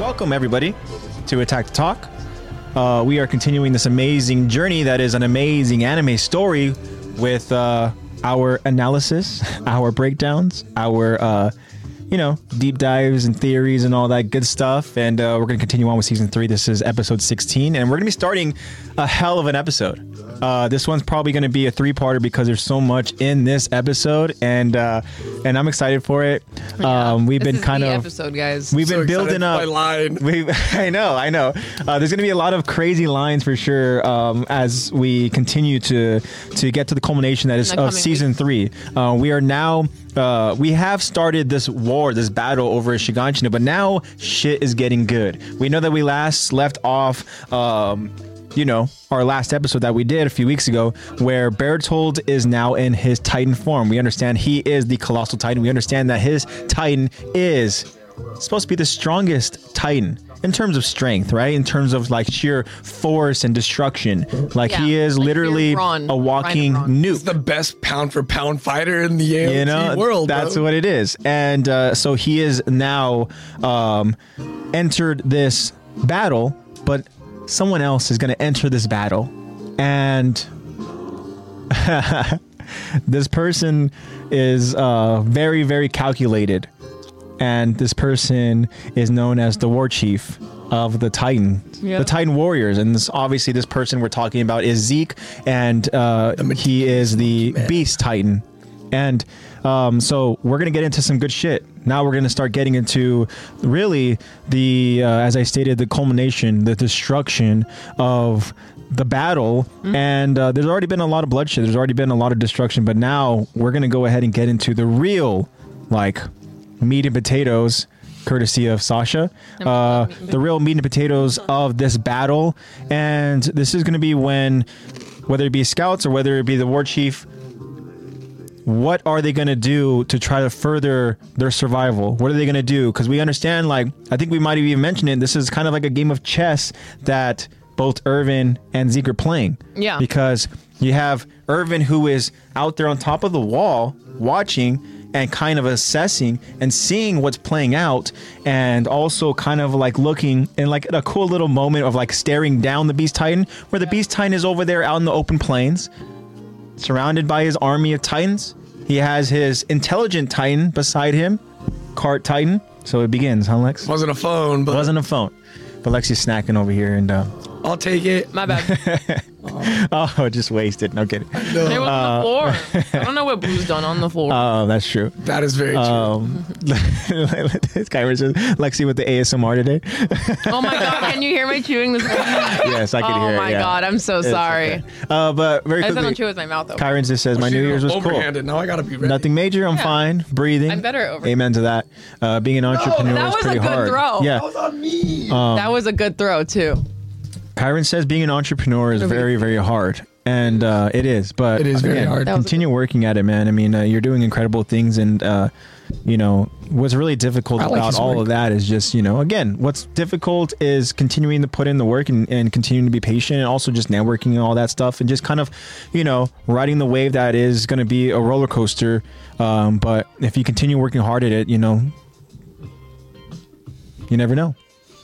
Welcome, everybody, to Attack the Talk. Uh, we are continuing this amazing journey that is an amazing anime story with uh, our analysis, our breakdowns, our, uh, you know, deep dives and theories and all that good stuff. And uh, we're going to continue on with season three. This is episode 16, and we're going to be starting a hell of an episode. Uh, this one's probably going to be a three parter because there's so much in this episode, and uh, and I'm excited for it. Um, we've This been is kind the of episode, guys. We've been so excited building up. by line. We, I know, I know. Uh, there's going to be a lot of crazy lines for sure um, as we continue to to get to the culmination that is In the of coming season weeks. three. Uh, we are now. Uh, we have started this war, this battle over Shiganshina, but now shit is getting good. We know that we last left off. Um, you know, our last episode that we did a few weeks ago, where Bertold is now in his Titan form. We understand he is the colossal Titan. We understand that his Titan is supposed to be the strongest Titan in terms of strength, right? In terms of like sheer force and destruction. Like he Yeah, is like literally sheer brawn, a walking rhino brawn. nuke He's the best pound for pound fighter in the AOT you know world. that's bro. what it is and uh, so he is now um, entered this battle but someone else is going to enter this battle and this person is uh, very very calculated and this person is known as the war chief of the Titan, Yeah. the Titan warriors, and this, obviously this person we're talking about is Zeke, and uh, he is the Beast Titan, and um, so we're gonna get into some good shit. Now we're gonna start getting into really the, uh, as I stated, the culmination, the destruction of the battle, and uh, there's already been a lot of bloodshed. There's already been a lot of destruction, but now we're gonna go ahead and get into the real, like meat and potatoes courtesy of Sasha. Uh, the real meat and potatoes of this battle. And this is going to be when, whether it be scouts or whether it be the war chief, what are they going to do to try to further their survival? What are they going to do? Because we understand, like, I think we might have even mentioned it. This is kind of like a game of chess that both Irvin and Zeke are playing. Yeah. Because you have Irvin who is out there on top of the wall watching and kind of assessing and seeing what's playing out and also kind of like looking and like a cool little moment of like staring down the Beast Titan where the Beast Titan is over there out in the open plains surrounded by his army of titans. He has his intelligent titan beside him, cart titan. So it begins, huh, Lex? Wasn't a phone, but Wasn't a phone, but Lex is snacking over here and uh, I'll take it. My bad. oh, just wasted. No kidding. It was uh, on the floor. I don't know what Blue's done on the floor. Oh, that's true. That is very Um, this guy was just Lexi with the ASMR today. oh my god, can you hear me chewing this? oh yes, I can hear it. my yeah. god, I'm so It's sorry. okay. Uh, but very I just don't quickly, chew with my mouth open. Kyron just says my true. New Year's was cool. overhanded. Now I gotta be ready. Nothing major. I'm Yeah. fine. Breathing. I'm better at over- Amen to that. Uh, being an entrepreneur that is was a pretty good hard. throw. Yeah. That was on me. Uh, um, that was a good throw too. Kyron says being an entrepreneur is It'll be- very, very hard. And uh, it is, but It is very again, hard. That was a Continue working at it, man. I mean, uh, you're doing incredible things, and uh, you know what's really difficult I like about his all work. of that is just you know again, what's difficult is continuing to put in the work and, and continuing to be patient, and also just networking and all that stuff, and just kind of you know riding the wave that is going to be a roller coaster. Um, but if you continue working hard at it, you know, you never know.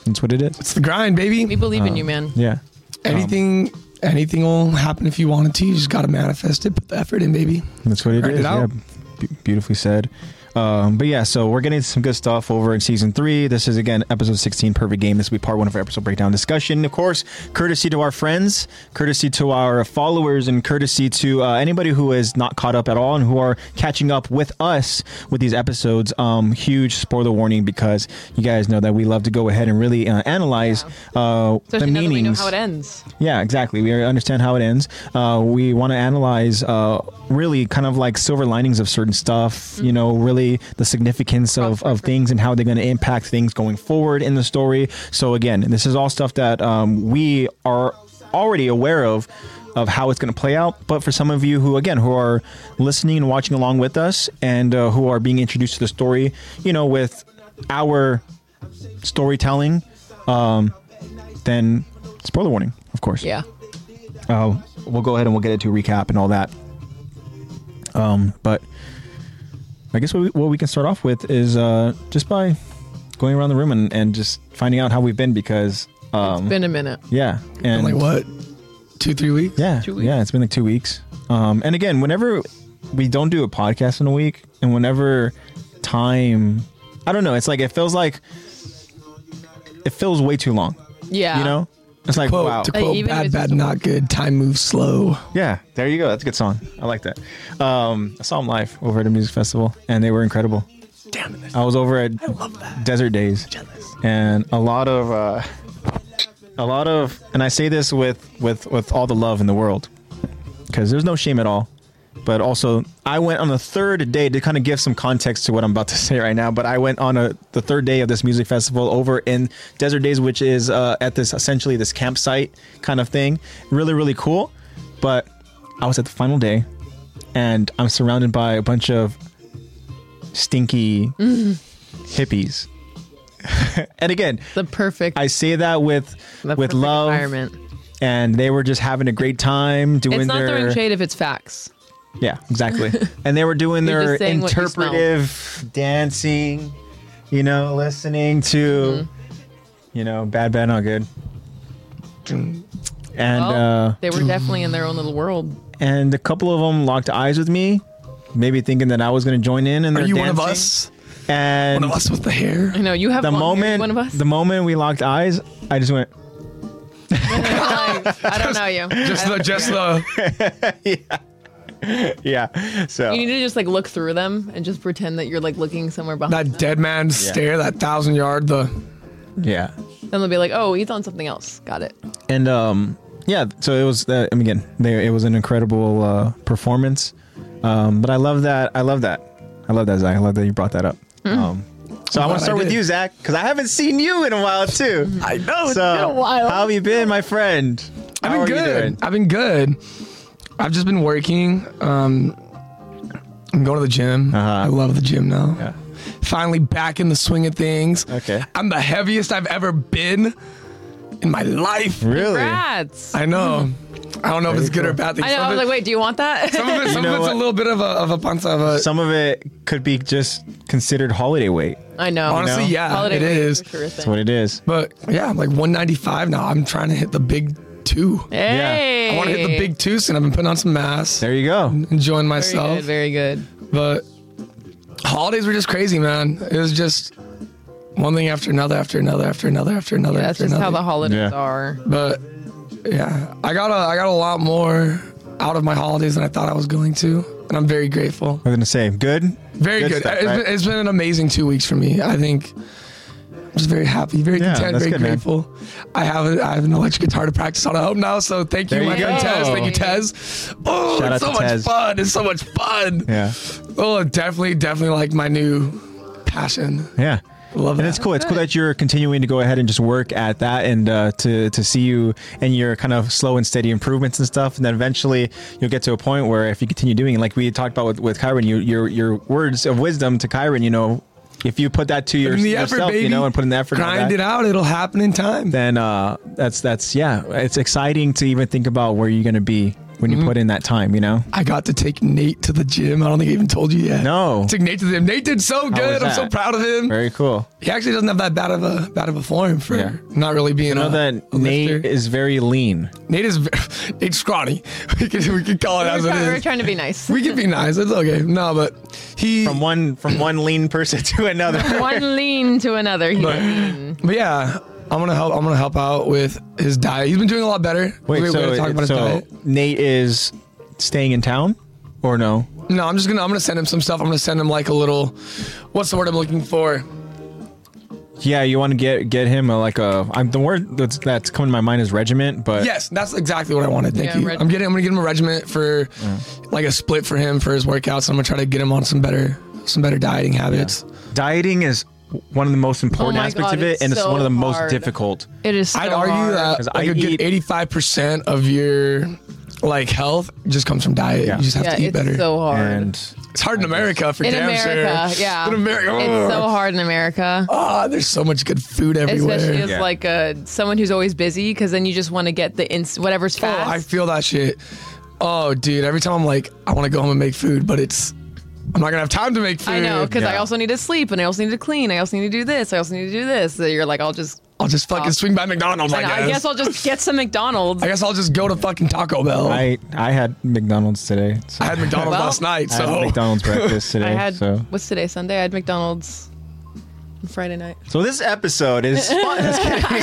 That's what it is. it's the grind, baby. Um, We believe uh, in you, man. Yeah. Anything, anything will happen if you want it to. You just gotta manifest it. Put the effort in, baby. That's what it Crack is. it out. Yeah. Be- beautifully said. Um, but yeah, so we're getting some good stuff over in season three. This is again episode 16, perfect game. This will be part one of our episode breakdown discussion. Of course, courtesy to our friends, courtesy to our followers, and courtesy to uh, anybody who is not caught up at all and who are catching up with us with these episodes. Um, huge spoiler warning because you guys know that we love to go ahead and really uh, analyze uh, the Especially now that we know meanings. how it ends. Yeah, exactly. We understand how it ends. Uh, we want to analyze uh, really kind of like silver linings of certain stuff, you know, really the significance of, of things and how they're going to impact things going forward in the story. So, again, this is all stuff that um, we are already aware of of how it's going to play out but for some of you who again who are listening and watching along with us and uh, who are being introduced to the story you know with our storytelling um, then spoiler warning of course Yeah. uh, we'll go ahead and we'll get into recap and all that. Um, but I guess what we, what we can start off with is uh, just by going around the room and, and just finding out how we've been because um Been a minute. yeah and I'm like, what? Two, three weeks? yeah Two yeah it's been like two weeks um and again whenever we don't do a podcast in a week and whenever time i don't know it's like it feels like it feels way too long Yeah. you know it's like Quote, wow To Like, quote, even bad, if it's bad, just a not good. Time moves slow. Yeah, there you go. That's a good song. I like that. Um, I saw them live over at a music festival, and they were incredible. Damn it. I was over at love that. Desert Days, and a lot of, uh, a lot of, and I say this with with with all the love in the world, because there's no shame at all. But also, I went on the third day to kind of give some context to what I'm about to say right now. But I went on a, the third day of this music festival over in Desert Days, which is uh, at this essentially this campsite kind of thing. Really, really cool. But I was at the final day, and I'm surrounded by a bunch of stinky Mm-hmm. hippies. and again, The perfect. I say that with the with perfect love, Environment. and they were just having a great time doing It's not their throwing shade if it's facts. yeah, exactly. and they were doing You're their just saying what you smell. interpretive dancing, you know, listening to, Mm-hmm. you know, bad, bad, not good. And Well, uh, they were definitely in their own little world. and a couple of them locked eyes with me, maybe thinking that I was going to join in. And Are you one of us? And One of us with the hair? I know you have the long hair, moment one of us. the moment we locked eyes, I just went. Like, I don't know you. Just I the, don't- just the. Yeah. So You need to just like look through them and just pretend that you're like looking somewhere behind. That dead man stare, that thousand yard, the yeah. them. Then they'll be like, "Oh, he's on something else. Got it." And um yeah, so it was uh, I mean, again, they, it was an incredible uh, performance. Um but I love that. I love that. I love that Zach. I love that you brought that up. Mm-hmm. Um so I glad want I to start with did. you, Zach, because I haven't seen you in a while too. Mm-hmm. I know. so how have you been, my friend? I've How been are you good. doing? I've been good. I've just been working. Um, I'm going to the gym. Uh-huh. I love the gym now. Yeah. Finally back in the swing of things. Okay. I'm the heaviest I've ever been in my life. Really? Rats. I, I know. I don't know if it's good or cool. bad. thing. know. I was like, "Wait, do you want that?" some of, it, some know of it's what? a little bit of a, of a panza, but Some of it could be just considered holiday weight. I know. honestly, know? yeah, Holiday it week is. for sure is That's what thing. it is. But yeah, I'm like 195 now. I'm trying to hit the big two. Hey. I want to hit the big two soon. I've been putting on some mass, There you go. enjoying Very myself. good. Very good. But holidays were just crazy, man. It was just one thing after another, after another, after another, after another. That's after just another. how the holidays Yeah. are. But yeah, I got a I got a lot more out of my holidays than I thought I was going to, and I'm very grateful. I was gonna say good. Very good. Uh, stuff, It's right? been, it's been an amazing two weeks for me. I think I'm just very happy, very Yeah, content, that's very good, man. grateful. I have a, I have an electric guitar to practice on at home now, so thank you, There my you friend go. Tez. Thank you, Tez. Oh, Shout it's out so to much Tez. fun. It's so much fun. yeah. Oh, definitely, definitely like my new passion. Yeah. Love and that. it's cool. It's cool that you're continuing to go ahead and just work at that, and uh, to to see you and your kind of slow and steady improvements and stuff. And then eventually you'll get to a point where if you continue doing it, like we talked about with with Kyron, you, your your words of wisdom to Kyron, you know, if you put that to your, Put in the effort, yourself, baby. you know, and put in the effort, and all Grind that, it out. It'll happen in time. then uh, that's that's yeah, it's exciting to even think about where you're gonna be when you put in that time, you know. I got to take Nate to the gym. I don't think I even told you yet. No. I took Nate to the gym. Nate did was so good. I'm so that? proud of him. Very cool. He actually doesn't have that bad of a bad of a form for Yeah. not really being. You know a, that a Nate lifter. is very lean. Nate is ve- Nate's scrawny. We can we can call it We're, as it try- we're is. trying to be nice. We can be nice. It's okay. No, but he. From one from one lean person to another. One lean to another. He's mean. But yeah, I'm gonna help. I'm gonna help out with his diet. He's been doing a lot better. Wait, we, so, we talk about so his diet. Nate is staying in town or no? No, I'm just gonna. I'm gonna send him some stuff. I'm gonna send him like a little. What's the word I'm looking for? Yeah, you want to get get him a, like a I'm the word that's that's coming to my mind is regiment, but Yes, that's exactly what I wanted. Thank Yeah, you. reg- I'm getting. I'm gonna get him a regiment for, like a split for him for his workouts. I'm gonna try to get him on some better, some better dieting habits. dieting is one of the most important Oh my aspects God, of it it's and it's so one of the most hard. difficult. It is. So I'd argue hard. that 'Cause like I a good eat- 85 percent of your like health just comes from diet. Yeah. You just have Yeah, to eat it's better. so hard. And it's hard in America for in damn America, sure. yeah. In America, It's so hard in America. Ah, there's so much good food everywhere. Especially as Yeah. like a someone who's always busy, because then you just want to get the inst- whatever's Oh, I fast. feel that shit. Oh, dude. Every time I'm like, I want to go home and make food, but it's I'm not gonna have time to make food. I know, because I Yeah. also need to sleep and I also need to clean. I also need to do this. I also need to do this. So you're like, I'll just, I'll just fucking swing by McDonald's. I I, guess. guess. I'll just get some McDonald's. I guess I'll just go to fucking Taco Bell. I, I I had McDonald's today. So had McDonald's Well- last night, I had so McDonald's breakfast today. I had, so. what's today, Sunday? I had McDonald's on Friday night so this episode is fun.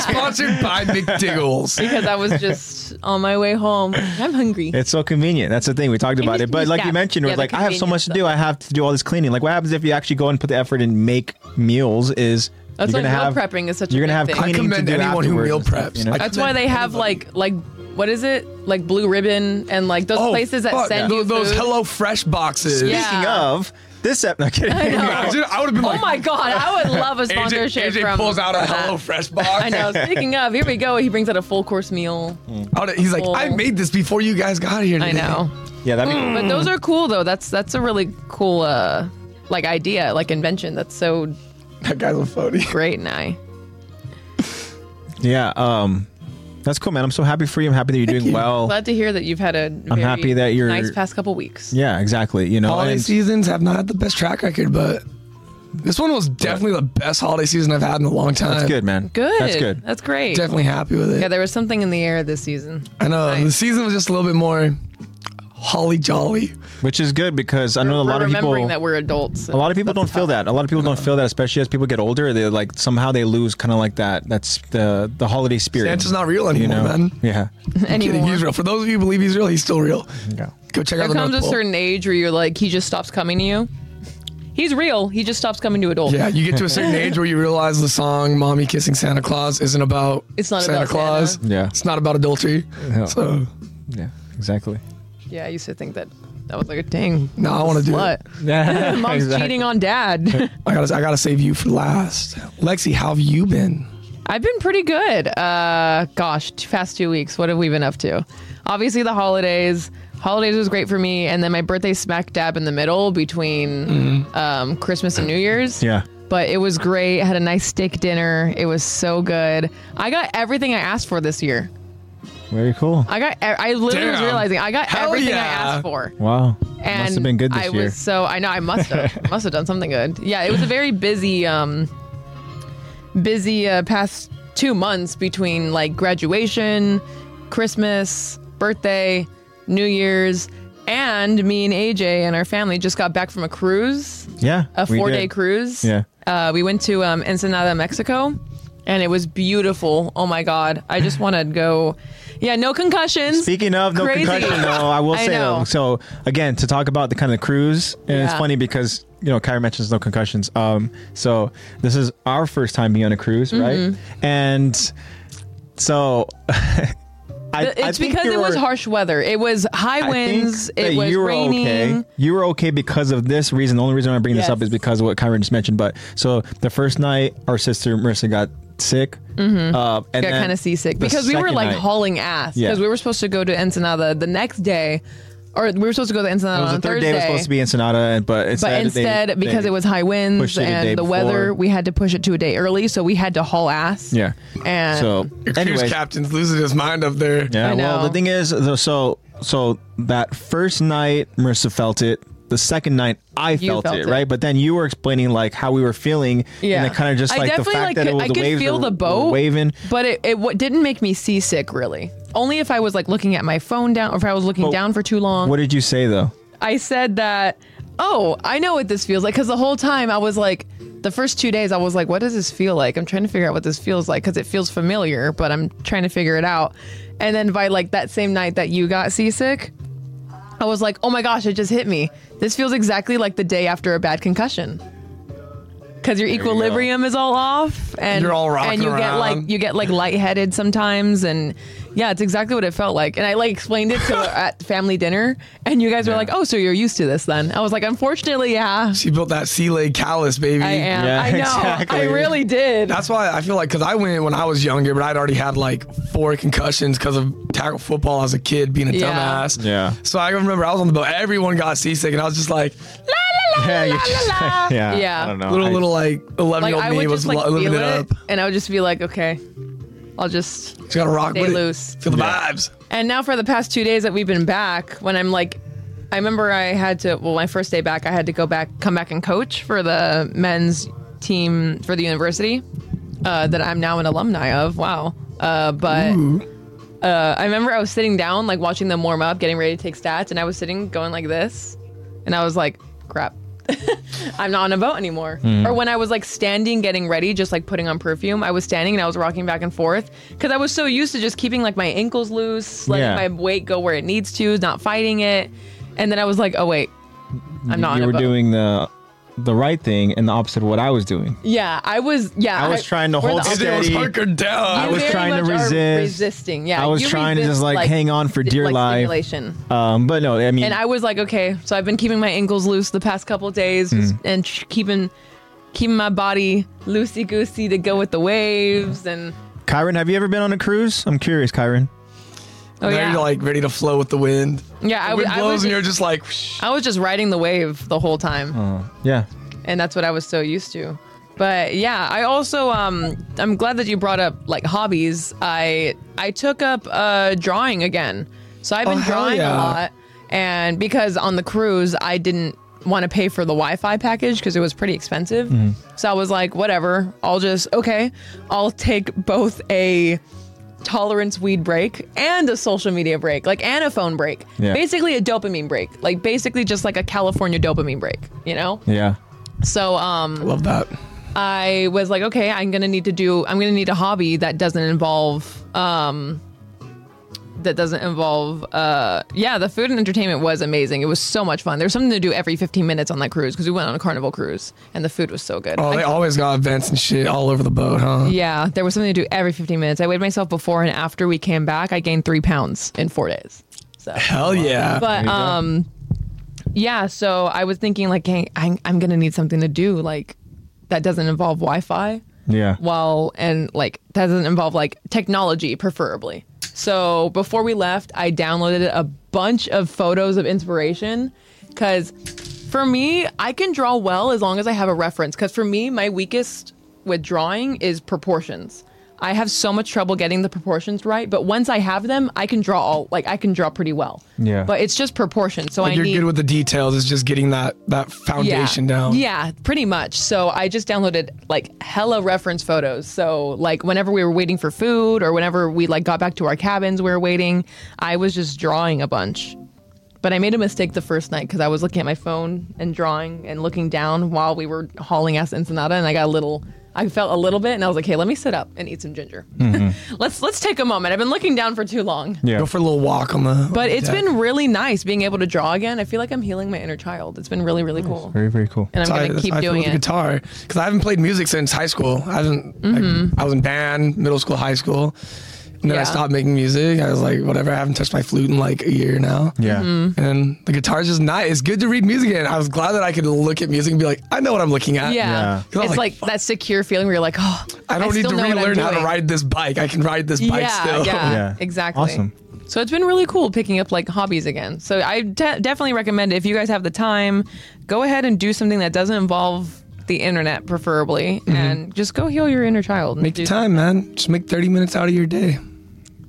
sponsored by McDiggles. because I was just on my way home. I'm hungry. it's so convenient. That's the thing we talked about just it. But like yeah, you mentioned, it yeah, was the like I have so much convenience to do. I have to do all this cleaning. Like what happens if you actually go and put the effort and make meals? Is That's you're why gonna meal have prepping is such a you're gonna have big thing. I cleaning commend to do anyone who afterwards meal and stuff, preps. you know? I That's why they have like, like, what is it? Like Blue Ribbon and like those places that Oh, fuck. send Tho- you those food. Hello Fresh boxes. Yeah. Speaking of this episode, no, kidding. I, would have been Oh like, my god, I would love a AJ, sponsorship AJ from. pulls out a from that. Hello Fresh box. I know. Speaking of, here we go. He brings out a full course meal. I would've- He's like, Full. I made this before you guys got here. Mm. Today. I know. Yeah, that'd be But those are cool though. That's that's a really cool uh like idea, like invention. That's so That guy's a phony. great and I. Yeah, um, that's cool, man. I'm so happy for you. I'm happy that you're doing well. Glad to hear that you've had a very happy that you're- nice past couple weeks. yeah, exactly. You know, Holiday and- seasons have not had the best track record, but this one was definitely the best holiday season I've had in a long time. that's good, man. Good. That's good. That's great. Definitely happy with it. Yeah, there was something in the air this season. I know Nice. the season was just a little bit more holly jolly. Which is good because I know a lot We're of remembering people. that we're adults. a lot of people don't feel that. A lot of people don't feel that, especially as people get older. They like somehow they lose kind of like that. That's the the holiday spirit. Santa's not real anymore, you know. man. Yeah. anymore. Kidding, he's real. For those of you who believe he's real, he's still real. Yeah. Go check out There the comes a North Pole. certain age where you're like, he just stops coming to you. He's real. He just stops coming to adults. Yeah, you get to a certain age where you realize the song "Mommy Kissing Santa Claus" isn't about It's not Santa about Claus. Santa. Yeah. it's not about adultery. No. So Yeah. Exactly. Yeah, I used to think that that was like a dang. no, I want to do it. What? Yeah. Mom's cheating on dad. I gotta, I gotta save you for last. Lexi, how have you been? I've been pretty good. Uh, gosh, t- past two weeks. What have we been up to? Obviously, the holidays. Holidays was great for me, and then my birthday smack dab in the middle between Mm-hmm. um, Christmas and New Year's. Yeah. But it was great. had a nice steak dinner. It was so good. I got everything I asked for this year. Very cool. I got. e- I literally was Damn. realizing I got Hell everything I yeah. asked for. Wow. And Must have been good this I year. Was so I know I must have must have done something good. Yeah, it was a very busy, um, busy uh, past two months between like graduation, Christmas, birthday, New Year's, and me and AJ and our family just got back from a cruise, yeah. a we four day did. cruise. Yeah. uh, we went to um, Ensenada, Mexico. And it was beautiful. Oh my God. I just want to go. Yeah, no concussions. Speaking of no Crazy. concussion, though, I will I say though, know. so again to talk about the kind of cruise, and it's Yeah. funny because you know Kyra mentions no concussions. Um, so this is our first time being on a cruise, right? Mm-hmm. And so I, I it's think because it you're- was harsh weather. It was I high think winds. that It was you were raining. okay. You were okay because of this reason. The only reason I'm bringing this Yes. up is because of what Kyra just mentioned. But so the first night, our sister Marissa got sick. Mm-hmm. Uh, and Got then kind of seasick the because we were second like night- hauling ass Yeah. because we were supposed to go to Ensenada the next day, or we were supposed to go to Ensenada It was on the third Thursday. day was supposed to be Ensenada, and but instead, but they- instead, because they- it was high pushed winds it a day and the weather, before. we had to push it to a day early, so we had to haul ass. Yeah. And So, Your cruise anyways, captain's losing his mind up there. yeah. I Well, know. the thing is, though, so so that first night, Marissa felt it. The second night, I felt, felt it, it. right? But then you were explaining like how we were feeling, Yeah. and it kind of just I like the definitely, fact like, that it could- was I the could waves feel were- the boat. were waving. But it, it w- didn't make me seasick really. Only if I was like looking at my phone down, or if I was looking But down for too long. What did you say though? I said that, oh, I know what this feels like. Cause the whole time I was like, the first two days I was like, what does this feel like? I'm trying to figure out what this feels like because it feels familiar, but I'm trying to figure it out. And then by like that same night that you got seasick, I was like, oh my gosh, it just hit me. This feels exactly like the day after a bad concussion. Cause your go. equilibrium is all off, and You're all rocking and you get like around. you get like lightheaded sometimes, and yeah, it's exactly what it felt like. And I like explained it to her at family dinner, and you guys were like, "Oh, so you're used to this then?" I was like, "Unfortunately, yeah, She built that sea leg callus, baby. I am. Yeah, I know. exactly. I really did. That's why I feel like because I went when I was younger, but I'd already had like four concussions because of tackle football as a kid, being a Yeah. dumbass. Yeah. So I remember I was on the boat. Everyone got seasick, and I was just like, Yeah, you just, la. yeah, Yeah. I don't know. little Oh, I- little like eleven like year I old me would was just like lo- living feel it it, up. and I would just be like, "Okay, I'll just." Just gotta rock Stay with loose. it. Feel the Yeah. vibes. And now for the past two days that we've been back, when I'm like I remember I had to well my first day back I had to go back come back and coach for the men's team for the university uh, that I'm now an alumni of. Wow. Uh, but uh, I remember I was sitting down like watching them warm up, getting ready to take stats, and I was sitting going like this, and I was like, crap. I'm not on a boat anymore. Or when I was like standing, getting ready, just like putting on perfume, I was standing and I was rocking back and forth because I was so used to just keeping like my ankles loose, letting Yeah. my weight go where it needs to, not fighting it. And then I was like, oh wait, I'm not on you a were boat. doing the the right thing and the opposite of what I was doing. yeah, I was. Yeah, I was trying to we're hold the steady. It was Steady. hunkered down. You I was very trying to much are resist. Resisting, yeah. I was you trying to just resist, like, hang on for sti- dear like life. Stimulation. Um, but no, I mean, And I was like, okay, so I've been keeping my ankles loose the past couple days Hmm. just- and sh- keeping keeping my body loosey goosey to go with the waves and Kyron, have you ever been on a cruise? I'm curious, Kyron. oh Now yeah, you're like ready to flow with the wind. yeah. I, The w- wind I blows was just, and you're just like, whoosh. I was just riding the wave the whole time, Yeah. and that's what I was so used to. But yeah, I also um I'm glad that you brought up like hobbies. I I took up uh drawing again. So I've been Oh, hell drawing a yeah. lot and because on the cruise I didn't want to pay for the Wi-Fi package because it was pretty expensive. Mm-hmm. So I was like, whatever, I'll just okay, I'll take both a tolerance weed break and a social media break, like and a phone break. Yeah. Basically a dopamine break. Like basically just like a California dopamine break, you know? Yeah. So um love that. I was like, okay, I'm gonna need to do. I'm gonna need a hobby that doesn't involve. Um, that doesn't involve. Uh, yeah, the food and entertainment was amazing. It was so much fun. There was something to do every 15 minutes on that cruise because we went on a carnival cruise and the food was so good. Oh, I- they always got events and shit all over the boat, huh? yeah, there was something to do every 15 minutes. I weighed myself before and after we came back. I gained three pounds in four days. Hell yeah. But you go. um, yeah. So I was thinking like, hey, I'm, I'm gonna need something to do like that doesn't involve Wi-Fi. Yeah. while and like that doesn't involve like technology preferably so before we left i downloaded a bunch of photos of inspiration because for me i can draw well as long as i have a reference because for me my weakest with drawing is proportions i have so much trouble getting the proportions right but once i have them i can draw all like i can draw pretty well Yeah. but it's just proportions so i You're need good with the details. It's just getting that that foundation yeah. down. Yeah, pretty much. So I just downloaded like hella reference photos. So like whenever we were waiting for food or whenever we like got back to our cabins, we were waiting. I was just drawing a bunch. But I made a mistake the first night because I was looking at my phone and drawing and looking down while we were hauling ass to Ensenada, and I got a little. I felt a little bit, and I was like, "Hey, let me sit up and eat some ginger. let's let's take a moment. I've been looking down for too long." Yeah. Go for a little walk on the. But it's it's been really nice being able to draw again. I feel like I'm healing my inner child. It's been really really cool, Very, very cool. and I'm That's how I- gonna that's keep how I feel doing with the it. guitar because I haven't played music since high school. I haven't. Like, I was in band, middle school, high school, and then Mm-hmm. Yeah. I stopped making music. I was like, whatever. I haven't touched my flute in like a year now. Mm-hmm. Yeah. And the guitar's just nice. It's good to read music again. I was glad that I could look at music and be like, I know what I'm looking at. Yeah. Yeah. It's Oh, like that secure feeling where you're like, oh, I don't need still to know what I'm relearn how to doing." ride this bike. I can ride this bike yeah, still. Yeah, Yeah. exactly. Awesome. So it's been really cool picking up like hobbies again. So I de- definitely recommend if you guys have the time, go ahead and do something that doesn't involve the internet, preferably, and just go heal your inner child. and Mm-hmm. Make do- the time, man. Just make 30 minutes out of your day.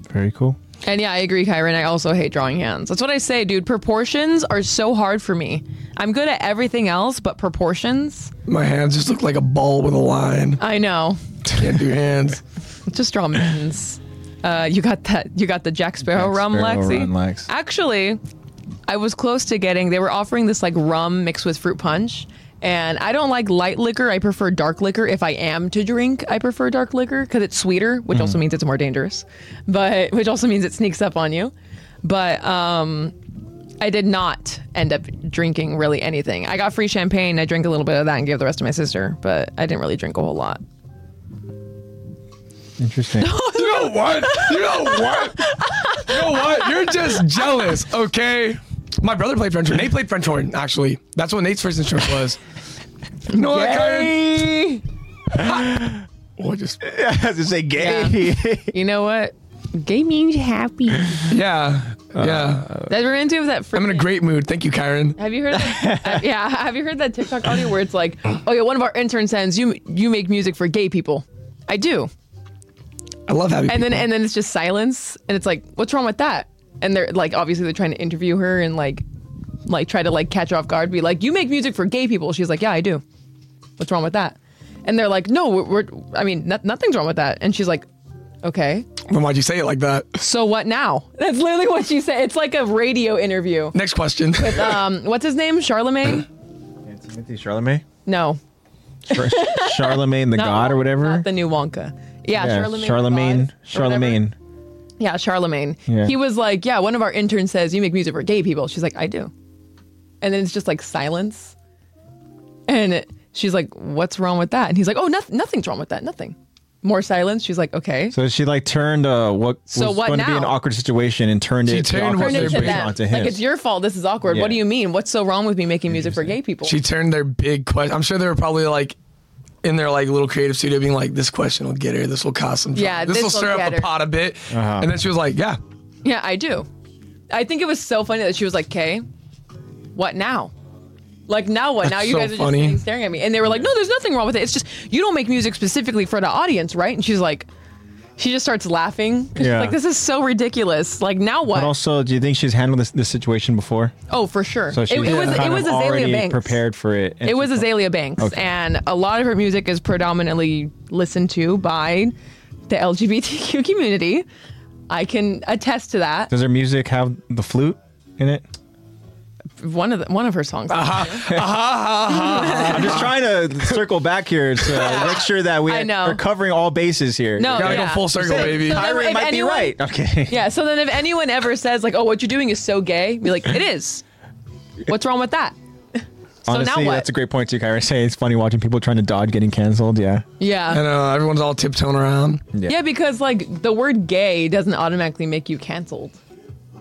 Very cool. And yeah, I agree, Kyron. I also hate drawing hands. That's what I say, dude. Proportions are so hard for me. I'm good at everything else, but proportions. My hands just look like a ball with a line. I know. Can't do hands. Just draw mittens. Uh, you got that. You got the Jack Sparrow Jack rum, Sparrow Lexi. rum, Lex. Actually, I was close to getting. They were offering this like rum mixed with fruit punch, and I don't like light liquor. I prefer dark liquor. If I am to drink, I prefer dark liquor because it's sweeter, which Mm. also means it's more dangerous, but which also means it sneaks up on you. But um, I did not end up drinking really anything. I got free champagne. I drank a little bit of that and gave the rest to my sister, but I didn't really drink a whole lot. Interesting. You know what? You know what? You know what? You're just jealous, okay? My brother played French horn. Nate played French horn, actually. That's what Nate's first instrument was. You know what, Kyron? Gay. Oh, I just, I was gonna say gay. You know what? Gay means happy. yeah, yeah. That we're into with that. Freaking, I'm in a great mood. Thank you, Kyron. Have you heard? That, uh, yeah. Have you heard that TikTok audio where it's like, "Oh yeah, one of our interns sends you. You make music for gay people." I do, I love having and then people. and then it's just silence, and it's like, "What's wrong with that?" And they're like, obviously they're trying to interview her and like like try to like catch her off guard, be like, "You make music for gay people." She's like, "Yeah, I do." What's wrong with that? And they're like, "No, we're, we're I mean, no, nothing's wrong with that." And she's like, "Okay, Then why'd you say it like that? so what now?" That's literally what she said. It's like a radio interview. Next question. Um, what's his name? Charlemagne? Timothy Charlemagne, No, Char- Charlemagne the not God or Wonka, whatever. Not the new Wonka. Yeah, yeah, Charlemagne. the Charlemagne, God or whatever. Charlemagne. Yeah, Charlemagne. Yeah. He was like, Yeah, one of our interns says you make music for gay people. She's like, I do. And then it's just like silence. And it- she's like, What's wrong with that? And he's like, Oh, noth- nothing's wrong with that. Nothing. More silence. She's like, Okay. So she like turned uh, what So was what going to be now? an awkward situation and turned She it to turned awkward what Turned it to based situation them. onto him. Like, it's your fault. This is awkward. Yeah. What do you mean? What's so wrong with me making music for gay people? she turned their big question. I'm sure they were probably like in their like little creative studio being like, this question will get her. This will cause some Yeah, This will this'll stir get up the her." pot a bit. Uh-huh. And then she was like, yeah. yeah, I do. I think it was so funny that she was like, Okay, what now? Like now what? now That's you so guys are funny. just sitting staring at me. And they were like, No, there's nothing wrong with it. It's just you don't make music specifically for the audience, right? And she's like she just starts laughing. 'Cause she's Yeah. like, this is so ridiculous. Like now what? But also, do you think she's handled this, this situation before? oh, for sure. So it, she it was it kind was of Azalea already Banks. prepared for it. and It she was thought- Azalea Banks. Okay. And a lot of her music is predominantly listened to by the LGBTQ community. I can attest to that. Does her music have the flute in it? One of the, one of her songs. I'm just trying to circle back here to make sure that we Uh-huh. I know. are covering all bases here. No, Gotta Yeah. go full circle, baby. So- Kyrie If might anyone- be right. Okay. Yeah. So then, if anyone ever says like, "Oh, what you're doing is so gay," be like, "It is. What's wrong with that?" So Honestly, now what? that's a great point too, Kyrie. Say it's funny watching people trying to dodge getting canceled. Yeah. yeah. And uh, everyone's all tiptoeing around. yeah. because like the word "gay" doesn't automatically make you canceled.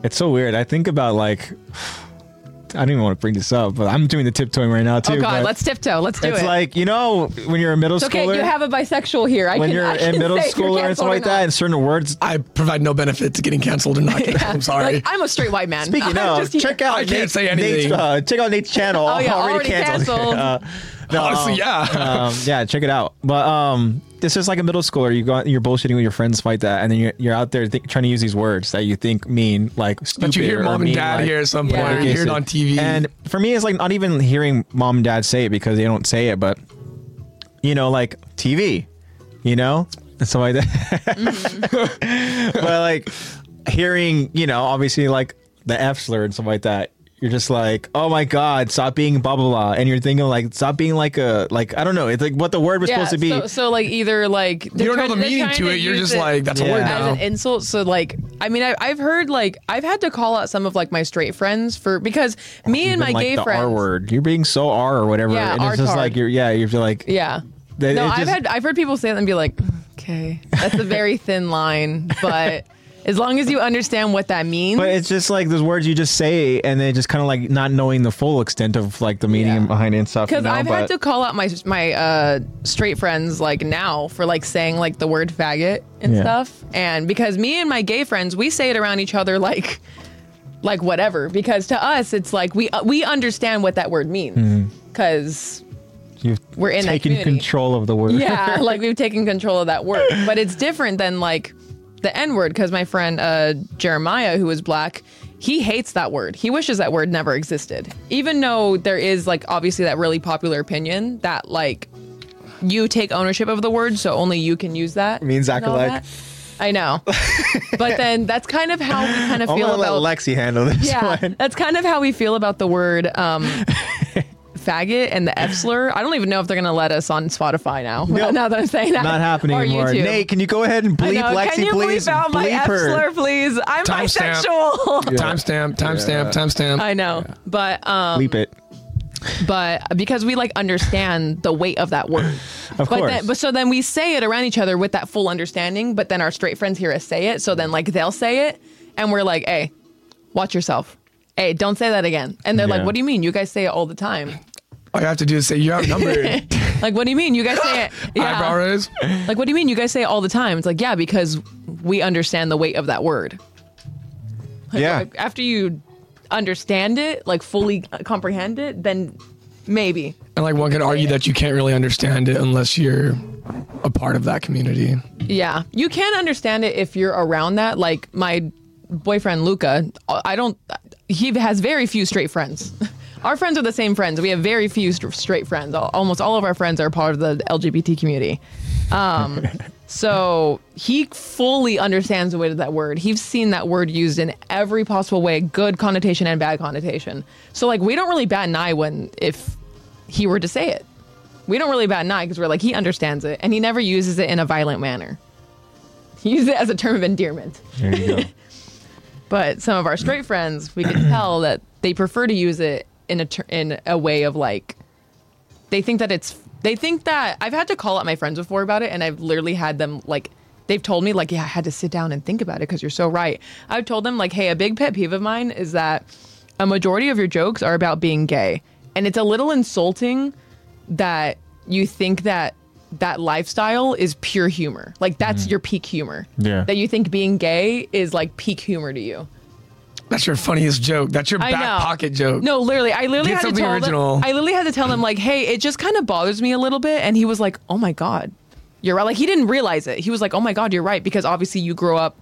It's so weird. I think about like, I don't even want to bring this up, but I'm doing the tiptoeing right now too. oh God, but let's tiptoe. Let's do It's it. like you know when you're a middle it's okay. schooler, You have a bisexual here. I when can, you're I can in middle say if you're schooler and canceled stuff or like that, not. and certain words. I provide no benefit to getting canceled or not. Canceled. I'm sorry. Like, I'm a straight white man. Speaking I'm of, just here. check out I can't Nate's- say anything. Nate's, uh, check out Nate's channel. Oh, yeah, already, already canceled. uh, no, Honestly, um, yeah. um, yeah, check it out. But um, this is like a middle schooler. You go, out- you're bullshitting with your friends like that, and then you're, you're out there th- trying to use these words that you think mean like stupid. but you hear or mom and mean, dad like- here at some point. Yeah. Or you hear it on TV. And for me, it's like not even hearing mom and dad say it because they don't say it, but you know, like TV, you know, and stuff like that. Mm-hmm. but like hearing, you know, obviously like the F slur and stuff like that. You're just like, oh my god, stop being blah blah blah, and you're thinking like, stop being like a like I don't know, it's like what the word was supposed to be. So, so like either like you don't know the meaning to it. You're just like, that's a Yeah. word as an now. insult. So like, I mean, I, I've heard like I've had to call out some of like my straight friends for because me and my Even, Oh, like gay the friends. R word, you're being so R or whatever, Yeah, and it's just R-tard. like you're yeah, you're like Yeah. They- no, it I've just- had I've heard people say that and be like, okay, that's a very thin line, but as long as you understand what that means, But it's just like those words you just say, and then just kind of like not knowing the full extent of like the meaning Yeah. behind it and stuff. you Because know, I've had but- to call out my my uh, straight friends like now for like saying like the word faggot and Yeah. stuff, and because me and my gay friends we say it around each other like like whatever because to us it's like we uh, we understand what that word Mm-hmm. means because You've we're in that taken community. control of the word. yeah like we've taken control of that word but it's different than like the n word because my friend uh, jeremiah who is black he hates that word he wishes that word never existed even though there is like obviously that really popular opinion that like you take ownership of the word so only you can use that Me and Zach all are like- that. i know but then that's kind of how we kind of I'm feel gonna let about Lexi handle this yeah, one. that's kind of how we feel about the word um, faggot and the F slur. I don't even know if they're gonna let us on Spotify now. Nope. Now that I'm saying that, Not happening or anymore. YouTube. Nate, can you go ahead and I bleep know. Lexi, Can you please? bleep out my bleep F slur, please? I'm Timestamp. bisexual. Timestamp, timestamp, timestamp. I know, but um, Bleep it. but because we like understand the weight of that word. Of But, course. then, but so then we say it around each other with that full understanding. But then our straight friends hear us say it, so then like they'll say it, and we're like, "Hey, watch yourself. Hey, don't say that again." And they're Yeah. like, "What do you mean? You guys say it all the time. All you have to do is say you're outnumbered. Like, what do you mean? You guys say it? Yeah. Eyebrow raise. Like, what do you mean? You guys say it all the time? It's like, yeah, because we understand the weight of that word. Like, Yeah. like, after you understand it, like fully uh, comprehend it, then maybe. And like one could argue that you can't really understand it unless you're a part of that community. Yeah, you can understand it if you're around that. Like my boyfriend Luca, I don't. he has very few straight friends. Our friends are the same friends. We have very few st- straight friends. Al- Almost all of our friends are part of the LGBT community. Um, so he fully understands the weight of that word. He's seen that word used in every possible way, good connotation and bad connotation. So like we don't really bat an eye when if he were to say it. We don't really bat an eye because we're like he understands it and he never uses it in a violent manner. He uses it as a term of endearment. There you go. But some of our straight friends, we can tell that they prefer to use it in a ter- in a way of like they think that it's they think that I've had to call out my friends before about it, and I've literally had them like they've told me like yeah I had to sit down and think about it because you're so right. I've told them like hey a big pet peeve of mine is that a majority of your jokes are about being gay, and it's a little insulting that you think that that lifestyle is pure humor like that's your peak humor Yeah. that you think being gay is like peak humor to you That's your funniest joke. That's your I back know. pocket joke. No, literally, I literally Get had to something tell original. them. I literally had to tell them like, "Hey, it just kind of bothers me a little bit." And he was like, "Oh my god, you're right." Like he didn't realize it. He was like, "Oh my god, you're right," because obviously you grow up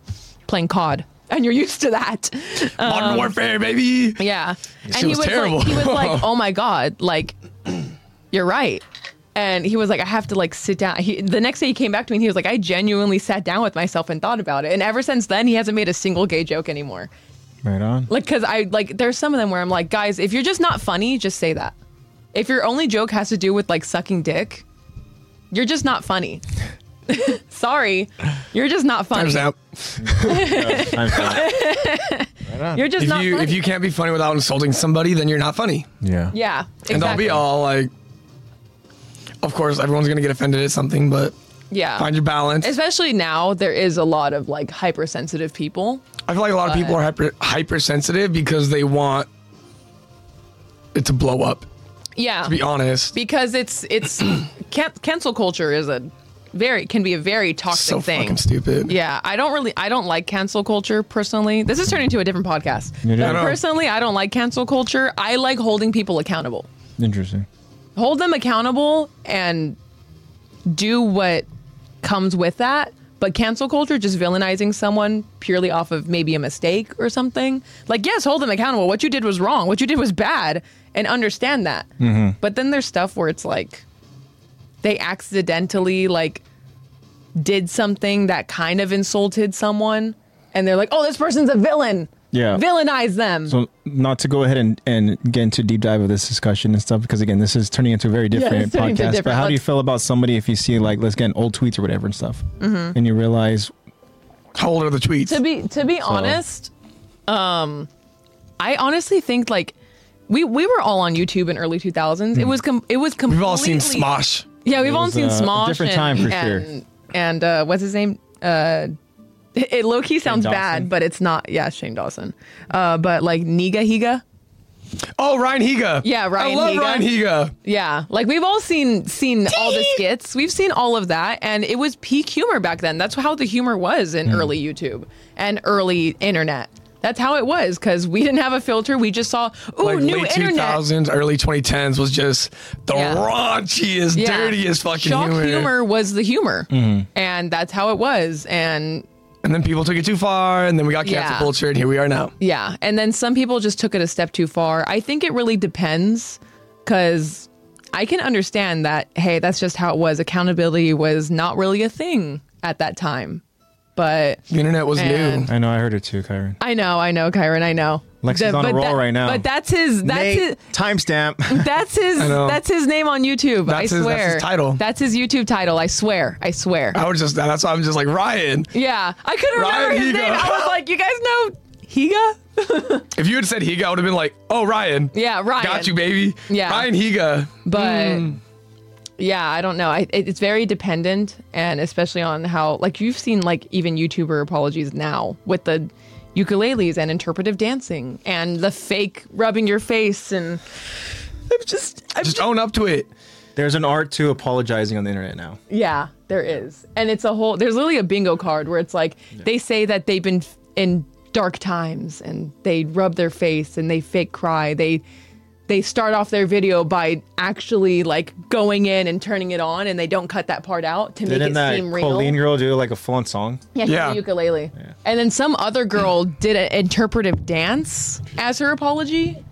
playing COD and you're used to that. Um, Modern warfare, baby. Yeah. And shit he was was, terrible. like he was like, "Oh my god, like you're right." And he was like, "I have to like sit down." He, the next day he came back to me and he was like, "I genuinely sat down with myself and thought about it." And ever since then, he hasn't made a single gay joke anymore. Right on. Like, cause I like, there's some of them where I'm like, guys, if you're just not funny, just say that. If your only joke has to do with like sucking dick, you're just not funny. Sorry, you're just not funny. Time's out. I'm fine. You're just If not you funny. if you can't be funny without insulting somebody, then you're not funny. yeah. yeah, exactly. And they'll be all like, of course, everyone's gonna get offended at something, but yeah. find your balance. Especially now, there is a lot of like hypersensitive people. I feel like a lot of people are hyper hypersensitive because they want it to blow up. Yeah, To be honest, because it's it's can- cancel culture is a very can be a very toxic so thing. fucking stupid. Yeah, I don't really, I don't like cancel culture personally. This is turning into a different podcast. It is. But I know. personally, I don't like cancel culture. I like holding people accountable. Interesting. Hold them accountable and do what comes with that. But cancel culture, just villainizing someone purely off of maybe a mistake or something. Like, yes, hold them accountable. What you did was wrong. What you did was bad, and understand that. But then there's stuff where it's like they accidentally like did something that kind of insulted someone, and they're like, "Oh, this person's a villain." Yeah. villainize them. So not to go ahead and, and get into deep dive of this discussion and stuff because again this is turning into a very different it's turning podcast. into but different- how do you let's- feel about somebody if you see like let's get an old tweets or whatever and stuff, Mm-hmm. and you realize How old are the tweets? to be to be honest um i honestly think like we we were all on youtube in early 2000s it was com- it was completely We've all seen Smosh. yeah we've all was, seen uh, a smosh different and, time for sure. and, and uh what's his name uh it it low-key sounds Dawson. bad but it's not yeah shane dawson uh but like niga higa Oh, Ryan Higa. Yeah, Ryan I love Higa. Ryan Higa. yeah like we've all seen seen all the skits we've seen all of that and it was peak humor back then that's how the humor was Hmm. in early youtube and early internet that's how it was because we didn't have a filter we just saw ooh Like new late internet 2000s, early 2010s was just the Yeah. raunchiest, Yeah. dirtiest fucking Shock humor. Mm-hmm. was the humor and that's how it was and And then people took it too far, and then we got cancel Yeah. culture, and here we are now. yeah and then some people just took it a step too far i think it really depends because i can understand that hey that's just how it was accountability was not really a thing at that time but The internet was And- new. I know I heard it too, Kyron. I know, I know, Kyron, I know. Lexi's The- on a but roll that- right now. But that's his. That's his. Nate, timestamp. That's his. know. That's his name on YouTube. That's I his- that's swear. his title. That's his YouTube title. I swear. I swear. I was just that's why I'm just like Ryan. Yeah, I couldn't remember Ryan his Higa. name. I was like, you guys know Higa? If you had said Higa, I would have been like, oh Ryan. Yeah, Ryan. Got you, baby. Yeah. Ryan Higa. But yeah, I don't know. I, it, it's very dependent, and especially on how like you've seen like even YouTuber apologies now with the ukuleles and interpretive dancing and the fake rubbing your face and I'm just I'm Just own up to it. There's an art to apologizing on the internet now. Yeah, there is. And it's a whole there's literally a bingo card where it's like they say that they've been f- in dark times and they rub their face and they fake cry. They they start off their video by actually like going in and turning it on, and they don't cut that part out to make Didn't it that seem real. Colleen girl do like a full on song? Yeah, she Yeah. played ukulele. And then some other girl did an interpretive dance as her apology.